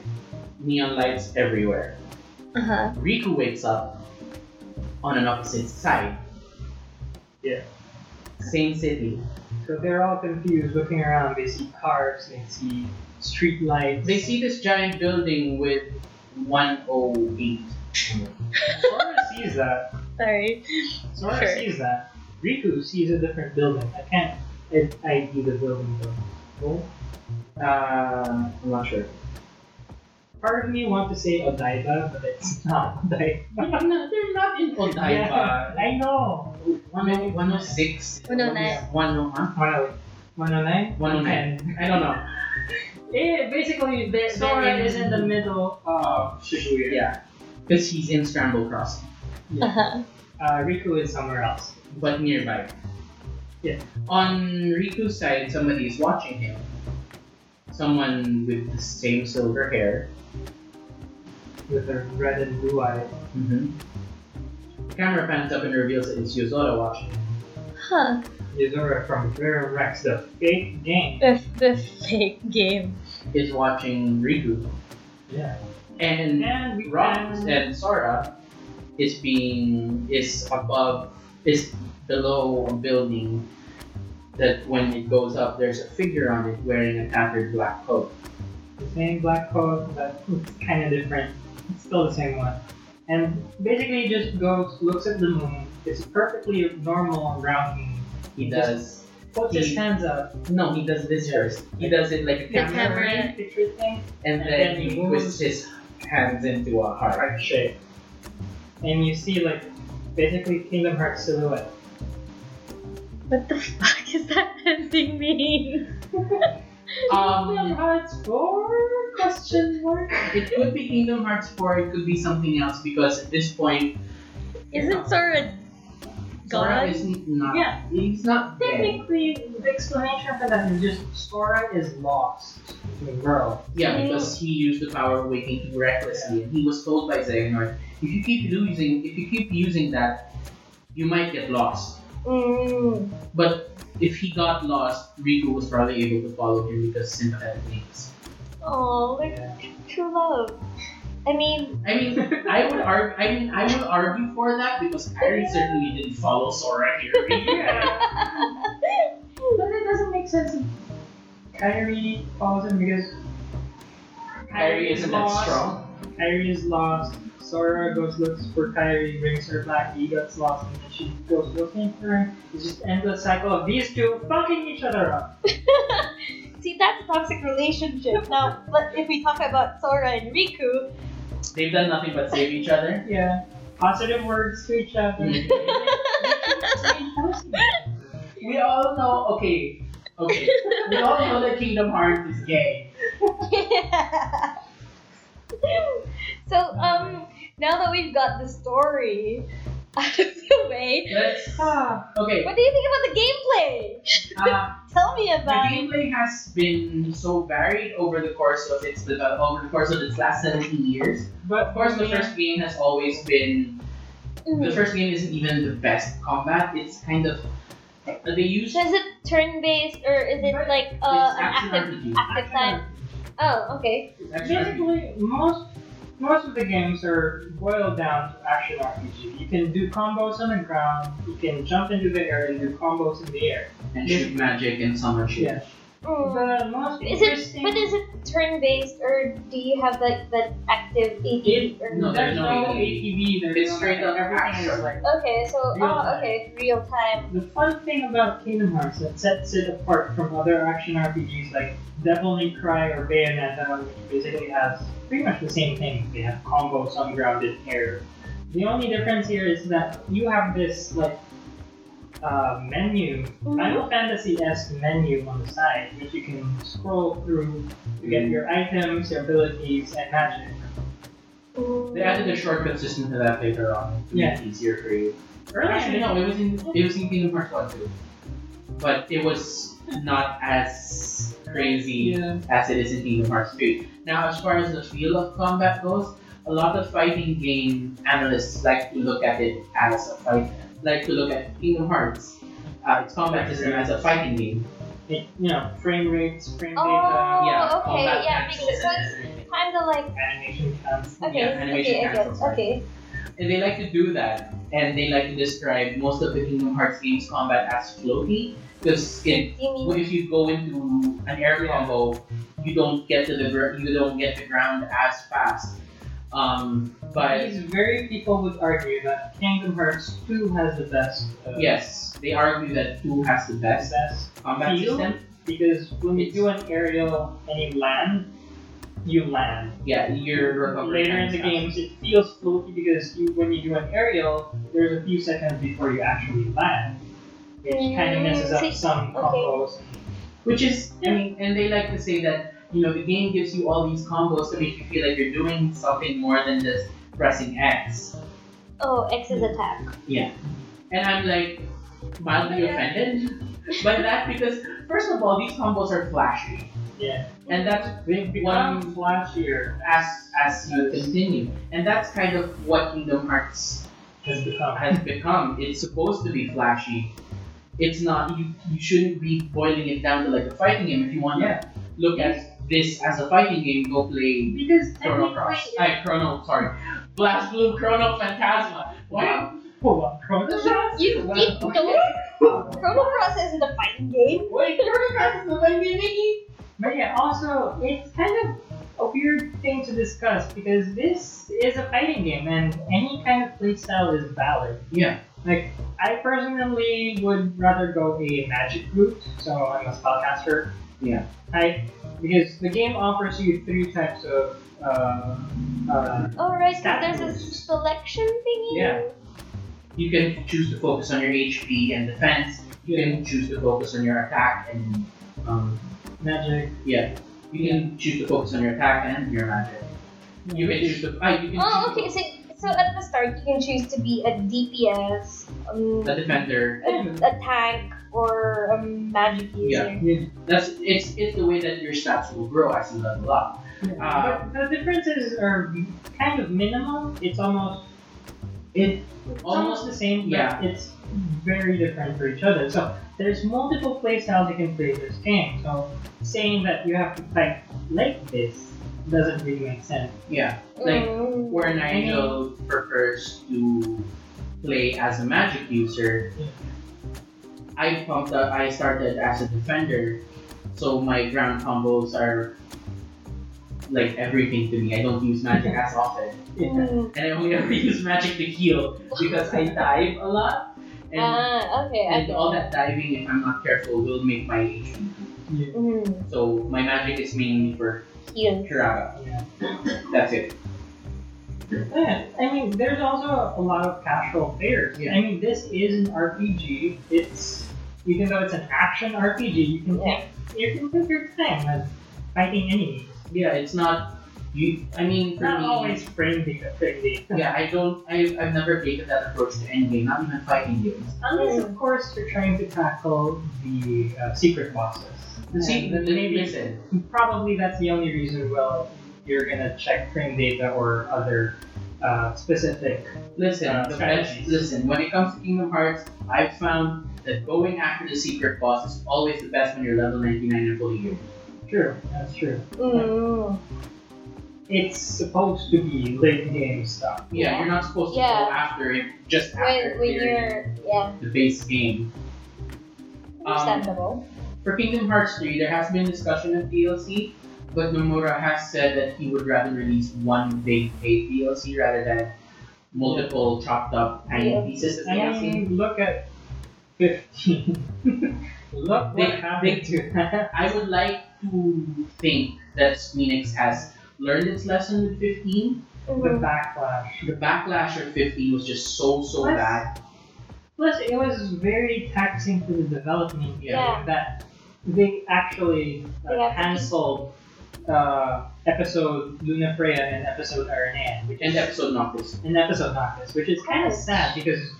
Speaker 3: Neon lights everywhere.
Speaker 1: Uh-huh.
Speaker 3: Riku wakes up on an opposite side.
Speaker 2: Yeah.
Speaker 3: Same city.
Speaker 2: So they're all confused, looking around. They see cars, they see street lights.
Speaker 3: They see this giant building with 108.
Speaker 2: Sora sees that.
Speaker 1: Sorry.
Speaker 2: Sora
Speaker 1: Sure.
Speaker 2: sees that. Riku sees a different building. I can't I- ID the building though. Uh,
Speaker 3: I'm not sure.
Speaker 2: part of me want to say
Speaker 3: oh
Speaker 2: Odaiba, but it's not Odaiba.
Speaker 3: No, they're not in Odaiba.
Speaker 2: I know. 109.
Speaker 3: 106.
Speaker 1: 109.
Speaker 3: 109.
Speaker 2: 109?
Speaker 3: 109.
Speaker 2: I don't know. Eh, basically, the Sora is in the middle of Shibuya.
Speaker 3: Yeah. Because he's in Scramble Crossing,
Speaker 1: Uh-huh.
Speaker 2: Uh, Riku is somewhere else.
Speaker 3: but nearby.
Speaker 2: Yeah.
Speaker 3: On Riku's side, somebody is watching him. Someone with the same silver hair.
Speaker 2: with a red and blue eye.
Speaker 3: Mm-hmm. The camera pans up and reveals that it's Yozora watching. him.
Speaker 1: Huh.
Speaker 2: Yuzura from Rare Rex, the fake game.
Speaker 1: The, the fake game.
Speaker 3: Is watching Riku.
Speaker 2: Yeah.
Speaker 3: And
Speaker 2: And we
Speaker 3: Rocks
Speaker 2: can-
Speaker 3: and Sora is being is above is below a building that when it goes up there's a figure on it wearing a tattered black coat.
Speaker 2: the same black coat, but it's kind of different. It's still the same one. And basically, just goes, looks at the moon. It's perfectly normal round moon.
Speaker 3: He
Speaker 2: Just-
Speaker 3: does
Speaker 2: Puts his
Speaker 3: He-
Speaker 2: hands up.
Speaker 3: no, he does this first. He does it like a
Speaker 1: The
Speaker 3: camera,
Speaker 1: camera.
Speaker 2: right? Picture thing.
Speaker 3: and
Speaker 2: And
Speaker 3: then
Speaker 2: then
Speaker 3: he
Speaker 2: he
Speaker 3: twists
Speaker 2: moves.
Speaker 3: his hands into a heart.
Speaker 2: Heart shape. And you see, like, basically Kingdom Hearts silhouette.
Speaker 1: What the fuck is that ending mean?
Speaker 2: Kingdom
Speaker 3: Um,
Speaker 2: Hearts 4? Question mark?
Speaker 3: it could be Kingdom Hearts 4, it could be something else because at this point
Speaker 1: Isn't Sora
Speaker 3: Sora
Speaker 1: God?
Speaker 3: is not
Speaker 2: Yeah.
Speaker 3: he's not dead.
Speaker 2: Technically, the explanation for that is just Sora is lost. The girl.
Speaker 3: Yeah,
Speaker 1: Mm.
Speaker 3: because he used the power of waking recklessly, and he was told by Xehanort, if you keep losing, if you keep using that, you might get lost.
Speaker 1: Mm.
Speaker 3: But if he got lost, Riku was probably able to follow him because synthetic wings.
Speaker 1: Oh, they're true love. I mean,
Speaker 3: I mean, I would argue. I mean, I would argue for that because Kyrie certainly didn't follow Sora here.
Speaker 2: But it doesn't make sense if Kyrie follows him because
Speaker 3: Kyrie isn't that
Speaker 2: lost,
Speaker 3: strong.
Speaker 2: Kyrie is lost. Sora goes looks for Kyrie, brings her back. He gets lost, and then she goes looking for him. It's just endless cycle of these two fucking each other up.
Speaker 1: see, that's toxic relationship. Now, let, if we talk about Sora and Riku,
Speaker 3: They've done nothing but save each other.
Speaker 2: Yeah, positive words to each other.
Speaker 3: We all know. Okay, okay. We all know that Kingdom Hearts is gay.
Speaker 1: so um, now that we've got the story out of the way,
Speaker 3: Let's.
Speaker 2: Ah,
Speaker 3: Okay.
Speaker 1: what do you think about the
Speaker 3: Uh,
Speaker 1: gameplay? Tell me
Speaker 3: the
Speaker 1: about it.
Speaker 3: gameplay has been so varied over the course of its develop- over the course of its last 17 years.
Speaker 2: but
Speaker 3: Of course, the first game has always been the
Speaker 1: Mm.
Speaker 3: first game isn't even the best combat. It's kind of they use
Speaker 1: So
Speaker 3: it's
Speaker 1: is it turn-based or is it like uh, an
Speaker 3: action
Speaker 1: active?
Speaker 3: RPG.
Speaker 1: active time. Oh, okay.
Speaker 3: It's action RPG.
Speaker 2: Basically, most most of the games are boiled down to action RPG. You can do combos on the ground. You can jump into the air and do combos in the air.
Speaker 3: and shoot magic and summon shit.
Speaker 2: Yeah.
Speaker 1: Mm.
Speaker 2: The most
Speaker 1: Is it?
Speaker 2: interesting.
Speaker 1: But is it turn-based or do you have like that active AD?
Speaker 2: It-
Speaker 1: Or...
Speaker 3: No,
Speaker 2: there's
Speaker 3: there's
Speaker 2: no
Speaker 3: no
Speaker 2: ATV. There's
Speaker 3: It's
Speaker 2: no-
Speaker 3: straight up
Speaker 2: everything is
Speaker 3: action.
Speaker 2: like.
Speaker 1: Okay, so
Speaker 2: Real
Speaker 1: oh,
Speaker 2: time.
Speaker 1: okay, real time.
Speaker 2: The fun thing about Kingdom Hearts that sets it apart from other action RPGs like Devil May Cry or Bayonetta, which basically has pretty much the same thing. They have combos on ground and air. The only difference here is that you have this like uh, menu, Final Fantasy esque menu on the side, which you can scroll through to get
Speaker 3: Mm.
Speaker 2: your items, your abilities, and magic.
Speaker 1: Mm.
Speaker 3: They added a shortcut system to that later on to make
Speaker 2: Yeah.
Speaker 3: it easier for you. Actually,
Speaker 2: Earlier,
Speaker 3: no, it was in it was in Kingdom Hearts One too, but it was not as crazy.
Speaker 2: yeah,
Speaker 3: as it is in Kingdom Hearts 3. Now, as far as the feel of combat goes, a lot of fighting game analysts like to look at it as a fight, like to look at Kingdom Hearts, uh, its combat system as a fighting game.
Speaker 2: it, you know, frame rates, frame
Speaker 1: Oh,
Speaker 2: data,
Speaker 3: yeah,
Speaker 1: okay,
Speaker 3: combat
Speaker 1: yeah,
Speaker 3: actions
Speaker 1: because- so
Speaker 3: and
Speaker 1: it's-
Speaker 3: everything.
Speaker 1: Kind of like
Speaker 2: animation counts.
Speaker 1: okay,
Speaker 3: Yeah, animation
Speaker 1: okay, I
Speaker 3: cancels,
Speaker 1: guess,
Speaker 3: right?
Speaker 1: okay.
Speaker 3: And they like to do that, and they like to describe most of the Kingdom Hearts games combat as floaty, because it,
Speaker 1: Do you mean
Speaker 3: if you go into an air
Speaker 2: Yeah.
Speaker 3: combo, you don't get to the gr- you don't get the ground as fast. Um, but
Speaker 2: These very people would argue that Kingdom Hearts 2 has the best. Uh,
Speaker 3: Yes, they argue that two has the
Speaker 2: the
Speaker 3: best
Speaker 2: best
Speaker 3: combat
Speaker 2: Feel?
Speaker 3: system.
Speaker 2: because when you do an aerial and you land, you land.
Speaker 3: Yeah, you're recovering.
Speaker 2: Later in the games, it feels fluky because you, when you do an aerial, there's a few seconds before you actually land, which kind of messes up
Speaker 1: Mm, see-
Speaker 2: some
Speaker 1: okay.
Speaker 2: combos.
Speaker 3: Which is, I mean, and they like to say that, you know, the game gives you all these combos to make you feel like you're doing something more than just pressing X.
Speaker 1: Oh, X is attack.
Speaker 3: And I'm like, mildly offended by that because, first of all, these combos are flashy.
Speaker 2: Yeah.
Speaker 3: And that's
Speaker 2: They become flashier
Speaker 3: as as you continue. And that's kind of what Kingdom Hearts
Speaker 2: has become.
Speaker 3: has become. It's supposed to be flashy. It's not you, you shouldn't be boiling it down to like a fighting game. If you want to look at this as a fighting game, go play
Speaker 1: Because
Speaker 3: Chrono Cross. I Chrono, sorry. Blast Blue Chrono Phantasma. Wow.
Speaker 2: Hold on,
Speaker 1: You, you don't. Chrono Cross isn't a fighting game.
Speaker 3: Wait, Chrono Cross is the main game, Mickey?
Speaker 2: But yeah, also it's kind of a weird thing to discuss because this is a fighting game and any kind of playstyle is valid.
Speaker 3: Yeah.
Speaker 2: I personally would rather go a magic route, so I'm a spellcaster.
Speaker 3: Yeah.
Speaker 2: I because the game offers you three types of uh, uh,
Speaker 1: Oh, right, 'cause
Speaker 2: That
Speaker 1: there's a
Speaker 2: was-
Speaker 1: selection thingy.
Speaker 2: Yeah.
Speaker 3: You can choose to focus on your HP and defense. You can choose to focus on your attack and um,
Speaker 2: magic.
Speaker 3: yeah. You can choose to focus on your attack and your magic. You can choose to. Ah, you can
Speaker 1: Oh,
Speaker 3: choose
Speaker 1: okay. So, so at the start, you can choose to be a DPS, um,
Speaker 3: The defender.
Speaker 1: a, a tank, or a magic user.
Speaker 3: That's it's it's the way that your stats will grow as you level up.
Speaker 2: Uh, but the differences are kind of minimal. It's almost it almost the same, but
Speaker 3: Yeah.
Speaker 2: it's very different for each other. So there's multiple playstyles you can play this game. So saying that you have to fight like this doesn't really make sense.
Speaker 3: Yeah. Like,
Speaker 1: Mm.
Speaker 3: Where Nigel prefers to play as a magic user,
Speaker 2: Yeah.
Speaker 3: I pumped up. I started as a defender, so my ground combos are like everything to me. I don't use magic as often,
Speaker 1: Mm.
Speaker 3: and I only ever use magic to heal because I dive a lot. And
Speaker 1: ah, okay.
Speaker 3: And
Speaker 1: okay.
Speaker 3: all that diving, if I'm not careful, will make my HP.
Speaker 2: Yeah.
Speaker 1: Mm.
Speaker 3: So my magic is mainly for
Speaker 1: Heal.
Speaker 3: Kiraga. That's it.
Speaker 2: Yeah, I mean, there's also a lot of casual players.
Speaker 3: Yeah.
Speaker 2: I mean, this is an RPG. It's even though it's an action RPG, you can
Speaker 1: Yeah.
Speaker 2: take you can take your time with fighting enemies.
Speaker 3: Yeah, it's not. You, I mean, for
Speaker 2: Not
Speaker 3: me,
Speaker 2: always frame data, frame data.
Speaker 3: Yeah, I don't. I, I've never taken that approach to endgame, not even fighting games.
Speaker 2: Unless, of course, you're trying to tackle the uh, secret bosses.
Speaker 3: The see,
Speaker 2: And then maybe
Speaker 3: listen.
Speaker 2: probably that's the only reason. Well, you're gonna check frame data or other uh, specific.
Speaker 3: Listen,
Speaker 2: Uh,
Speaker 3: the
Speaker 2: strategies.
Speaker 3: best, listen, when it comes to Kingdom Hearts, I've found that going after the secret boss is always the best when you're level 99 and fully geared.
Speaker 2: True, that's true.
Speaker 1: Mm.
Speaker 2: It's supposed to be late game stuff.
Speaker 3: Yeah, you're not supposed to
Speaker 1: Yeah.
Speaker 3: go after it just after
Speaker 1: When, when
Speaker 3: clearing
Speaker 1: you're yeah,
Speaker 3: the base game. Um,
Speaker 1: understandable.
Speaker 3: For Kingdom Hearts 3, there has been discussion of DLC, but Nomura has said that he would rather release one big paid DLC rather than multiple chopped up tiny
Speaker 1: Yeah.
Speaker 3: pieces of
Speaker 2: I
Speaker 3: DLC.
Speaker 2: mean, look at 15. look
Speaker 3: Big-
Speaker 2: what happened
Speaker 3: big-
Speaker 2: to that.
Speaker 3: I would like to think that Squeenix has learned its lesson with 15.
Speaker 2: The
Speaker 1: Mhm.
Speaker 2: backlash.
Speaker 3: The backlash of 15 was just so, so
Speaker 2: What?
Speaker 3: bad.
Speaker 2: Plus, it was very taxing for the development team
Speaker 1: Yeah.
Speaker 2: that they actually
Speaker 1: They have
Speaker 2: uh,
Speaker 1: to-
Speaker 2: canceled uh, episode Luna Freya and episode Aranean, which
Speaker 3: And
Speaker 2: is
Speaker 3: episode Noctis.
Speaker 2: and episode Noctis, which is kind of sad because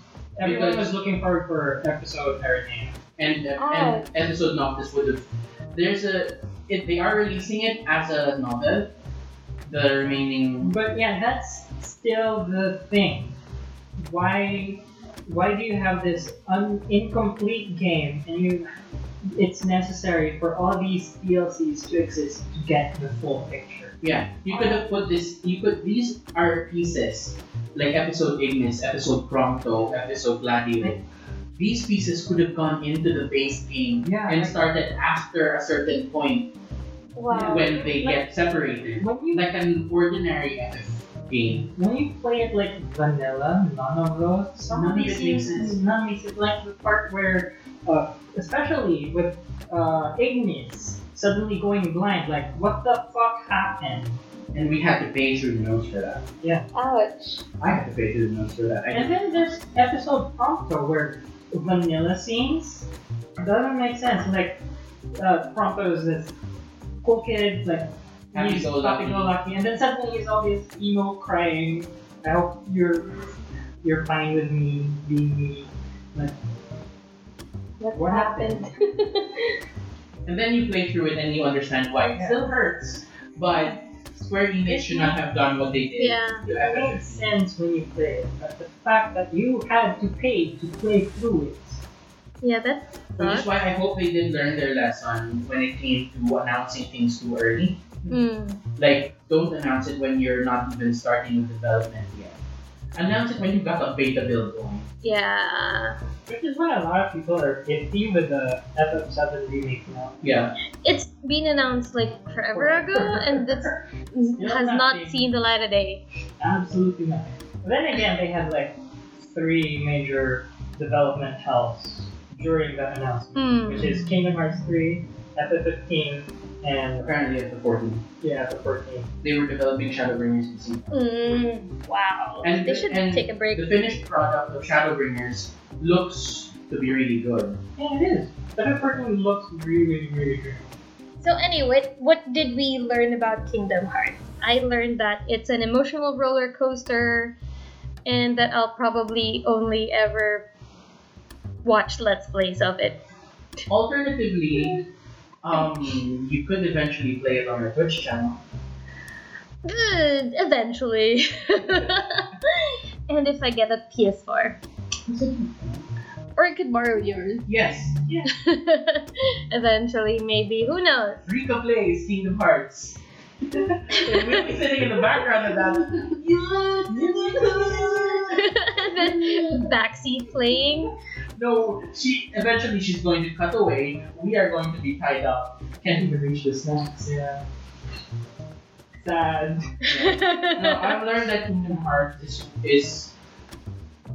Speaker 2: everyone
Speaker 3: Because-
Speaker 2: was looking forward for episode Aranean.
Speaker 3: And, uh,
Speaker 1: Oh.
Speaker 3: and episode Noctis would have. There's a. If they are releasing it as a novel, the remaining
Speaker 2: But yeah, that's still the thing. Why why do you have this un- incomplete game and you it's necessary for all these DLCs to exist to get the full picture?
Speaker 3: Yeah, you could have put this. You could. These are pieces like episode Ignis, episode Prompto, episode Gladio. These pieces could have gone into the base game
Speaker 2: Yeah.
Speaker 3: and started after a certain point
Speaker 1: Wow.
Speaker 3: when they get
Speaker 2: Like-
Speaker 3: separated,
Speaker 2: When you
Speaker 3: like an ordinary FF game.
Speaker 2: when you play it like vanilla, none of those some
Speaker 3: None
Speaker 2: of
Speaker 3: of
Speaker 2: these
Speaker 3: it makes
Speaker 2: scenes-
Speaker 3: sense.
Speaker 2: none of these like the part where uh, especially with uh, Ignis, suddenly going blind. Like, what the fuck happened?
Speaker 3: And we had to pay through the nose for that.
Speaker 1: Ouch.
Speaker 3: I had to pay through the nose for that. I
Speaker 2: And then there's episode Prompto where vanilla scenes doesn't make sense. Like uh, Prompto is this cool kid, like
Speaker 3: Happy
Speaker 2: he's
Speaker 3: go lucky.
Speaker 2: happy go lucky, and then suddenly he's all this emo crying. I hope you're you're fine with me being me.
Speaker 1: What,
Speaker 2: What
Speaker 1: happened?
Speaker 3: And then you play through it and you understand why. It
Speaker 2: Yeah.
Speaker 3: still hurts, but Square Enix should not have done what they did.
Speaker 1: yeah.
Speaker 3: to
Speaker 2: It
Speaker 3: FF15.
Speaker 2: makes sense when you play it, but the fact that you had to pay to play through it.
Speaker 1: Yeah, that
Speaker 3: Which
Speaker 1: sucks.
Speaker 3: is why I hope they did learn their lesson when it came to announcing things too early.
Speaker 1: Mm.
Speaker 3: Like, don't announce it when you're not even starting with development yet. Announce it when you've got a beta build going.
Speaker 1: Yeah.
Speaker 2: Which is why a lot of people are iffy with the FF7 remake now.
Speaker 3: Yeah.
Speaker 1: It's been announced like forever ago and it's has not
Speaker 2: nothing.
Speaker 1: seen the light of day.
Speaker 2: Absolutely not. Then again, they had like three major development hells during that announcement, which
Speaker 1: Hmm.
Speaker 2: is Kingdom Hearts 3, FF15, and
Speaker 3: Apparently, at the 14,
Speaker 2: yeah, FF14.
Speaker 3: they were developing Shadowbringers and Sequel.
Speaker 1: Mm. Wow.
Speaker 3: And-
Speaker 1: they should
Speaker 3: and
Speaker 1: take a break.
Speaker 3: The finished product of Shadowbringers looks to be really good.
Speaker 2: Yeah, it is. FF14 looks really, really good.
Speaker 1: So anyway, what did we learn about Kingdom Hearts? I learned that it's an emotional roller coaster and that I'll probably only ever watch let's plays of it.
Speaker 3: Alternatively, um, you could eventually play it on your Twitch channel.
Speaker 1: Good, eventually. and if I get a PS4. Or I could borrow yours.
Speaker 3: Yes, yeah.
Speaker 1: eventually, maybe. Who knows?
Speaker 3: Rika plays Kingdom Hearts. and we'll be sitting in the background of that.
Speaker 1: then backseat playing.
Speaker 3: no, she eventually she's going to cut away. We are going to be tied up. Can't even reach the snacks.
Speaker 2: Yeah. Sad.
Speaker 3: No, I've learned that Kingdom Hearts is, is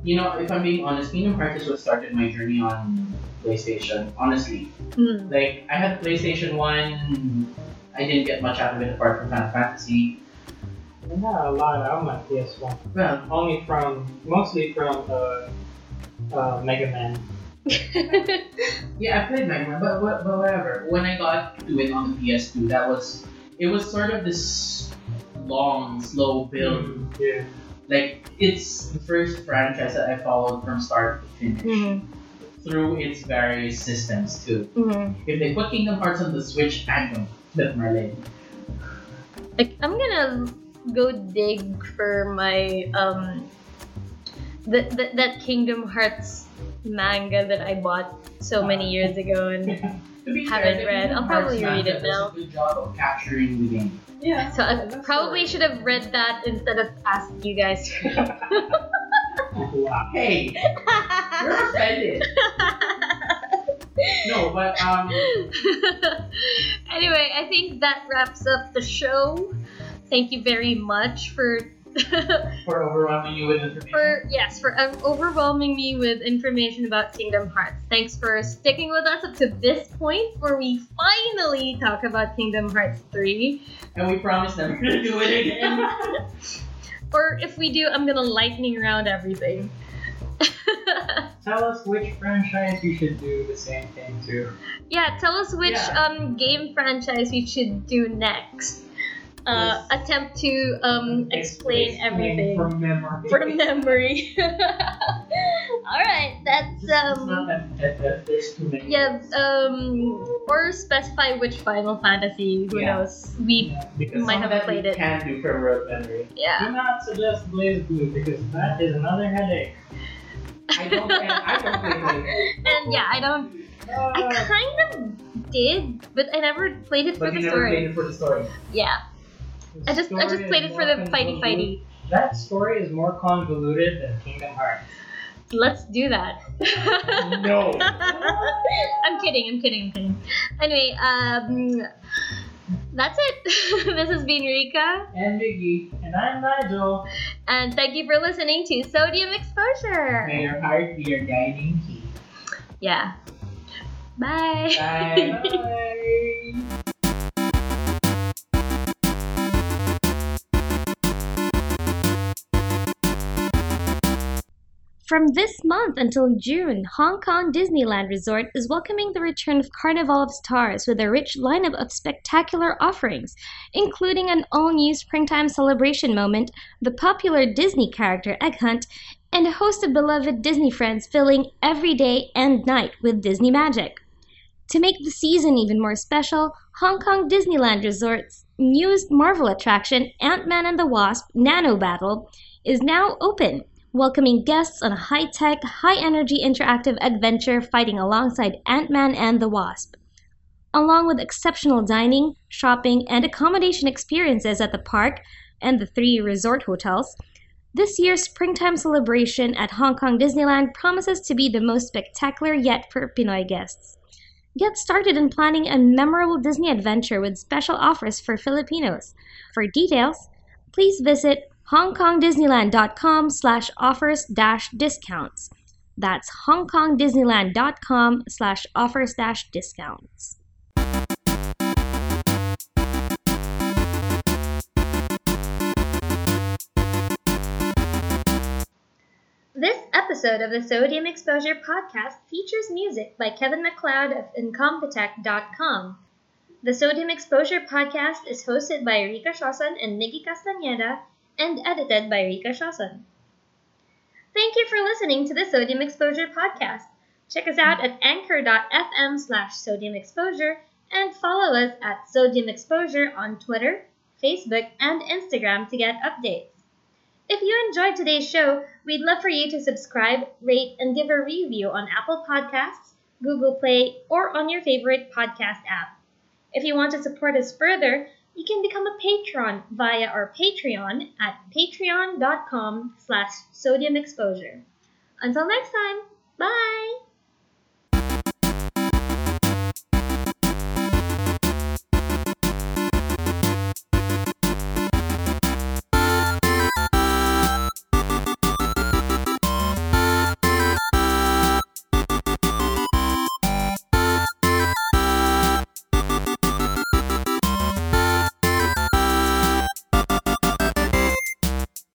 Speaker 3: you know, if I'm being honest, Kingdom Hearts is what started my journey on PlayStation. Honestly,
Speaker 1: Hmm.
Speaker 3: like I had PlayStation One, I didn't get much out of it apart from Final Fantasy.
Speaker 2: Not a lot out my PS1.
Speaker 3: Well,
Speaker 2: Only from, mostly from uh, uh, Mega Man.
Speaker 3: yeah, I played Magma, but, but but whatever. When I got to it on the PS2, that was it was sort of this long, slow build.
Speaker 1: Mm-hmm.
Speaker 2: Mm, Yeah.
Speaker 3: Like it's the first franchise that I followed from start to finish
Speaker 1: Mhm.
Speaker 3: through its various systems too.
Speaker 1: Mhm.
Speaker 3: If they put Kingdom Hearts on the Switch, I'm gonna flip my lid.
Speaker 1: Like I'm gonna go dig for my um that that that Kingdom Hearts manga that I bought so many years ago and
Speaker 3: To be
Speaker 1: Haven't
Speaker 3: the
Speaker 1: read.
Speaker 3: Kingdom
Speaker 1: I'll probably
Speaker 3: Hearts
Speaker 1: read it
Speaker 3: manga does
Speaker 1: now.
Speaker 3: A good job of capturing the game.
Speaker 2: Yeah.
Speaker 1: so I probably should have read that instead of asking you guys.
Speaker 2: Wow.
Speaker 3: Hey, you're offended. no, but um,
Speaker 1: anyway, I think that wraps up the show. Thank you very much for
Speaker 3: for overwhelming you with information.
Speaker 1: for yes for um, overwhelming me with information about Kingdom Hearts. Thanks for sticking with us up to this point where we finally talk about Kingdom Hearts 3.
Speaker 3: and we promise never to do it again.
Speaker 1: Or if we do, I'm gonna lightning round everything.
Speaker 2: Tell us which franchise you should do the same thing to.
Speaker 1: yeah, tell us which
Speaker 3: Yeah.
Speaker 1: um, game franchise we should do next. Uh, Attempt to um, explain, everything
Speaker 2: From memory.
Speaker 1: from memory. All right, that's
Speaker 3: It's
Speaker 1: um.
Speaker 3: not that- that- that there's too many.
Speaker 1: Yeah, um, or specify which Final Fantasy. Who
Speaker 3: Yeah.
Speaker 1: knows? We
Speaker 2: Yeah.
Speaker 3: Because
Speaker 1: might
Speaker 3: some
Speaker 1: have
Speaker 3: of that
Speaker 1: played
Speaker 3: we
Speaker 1: it.
Speaker 3: can do from rote memory.
Speaker 1: yeah.
Speaker 2: Do not suggest Blaze Blue because that is another headache.
Speaker 3: I don't. think- I don't play rote.
Speaker 1: And yeah, I don't. I
Speaker 2: Ah,
Speaker 1: kind of did, but I never played it for
Speaker 3: But
Speaker 1: the
Speaker 3: you never
Speaker 1: story.
Speaker 3: played it for the story.
Speaker 1: Yeah,
Speaker 2: the
Speaker 1: I just I
Speaker 2: story
Speaker 1: just played
Speaker 2: is
Speaker 1: it for
Speaker 2: more
Speaker 1: the fighty
Speaker 2: convoluted-
Speaker 1: fighty.
Speaker 2: That story is more convoluted than Kingdom Hearts.
Speaker 1: Let's do that.
Speaker 3: No.
Speaker 1: I'm kidding. I'm kidding. I'm kidding. Anyway, um, that's it. this has been Rika,
Speaker 3: And Biggie,
Speaker 2: And I'm Nigel.
Speaker 1: and thank you for listening to Sodium Exposure.
Speaker 3: may your heart be your guiding key.
Speaker 1: Yeah. Bye.
Speaker 3: Bye.
Speaker 2: Bye.
Speaker 1: From this month until June, Hong Kong Disneyland Resort is welcoming the return of Carnival of Stars with a rich lineup of spectacular offerings, including an all new springtime celebration moment, the popular Disney character Egg Hunt, and a host of beloved Disney friends filling every day and night with Disney magic. To make the season even more special, Hong Kong Disneyland Resort's newest Marvel attraction, Ant Man and the Wasp Nano Battle, is now open, welcoming guests on a high tech, high energy interactive adventure fighting alongside Ant Man and the Wasp. Along with exceptional dining, shopping, and accommodation experiences at the park and the three resort hotels, this year's springtime celebration at Hong Kong Disneyland promises to be the most spectacular yet for Pinoy guests. Get started in planning a memorable Disney adventure with special offers for Filipinos. For details, please visit hongkongdisneyland.com slash offers dash discounts. That's hongkongdisneyland.com slash offers dash discounts. This episode of the Sodium Exposure Podcast features music by Kevin McLeod of Incompetech.com. The Sodium Exposure Podcast is hosted by Rika Shawson and Nikki Castaneda and edited by Rika Shawson. Thank you for listening to the Sodium Exposure Podcast. Check us out at anchor.fm slash sodium exposure and follow us at Sodium Exposure on Twitter, Facebook, and Instagram to get updates. If you enjoyed today's show, we'd love for you to subscribe, rate, and give a review on Apple Podcasts, Google Play, or on your favorite podcast app. If you want to support us further, you can become a patron via our Patreon at patreon.com slash sodium exposure. Until next time, bye!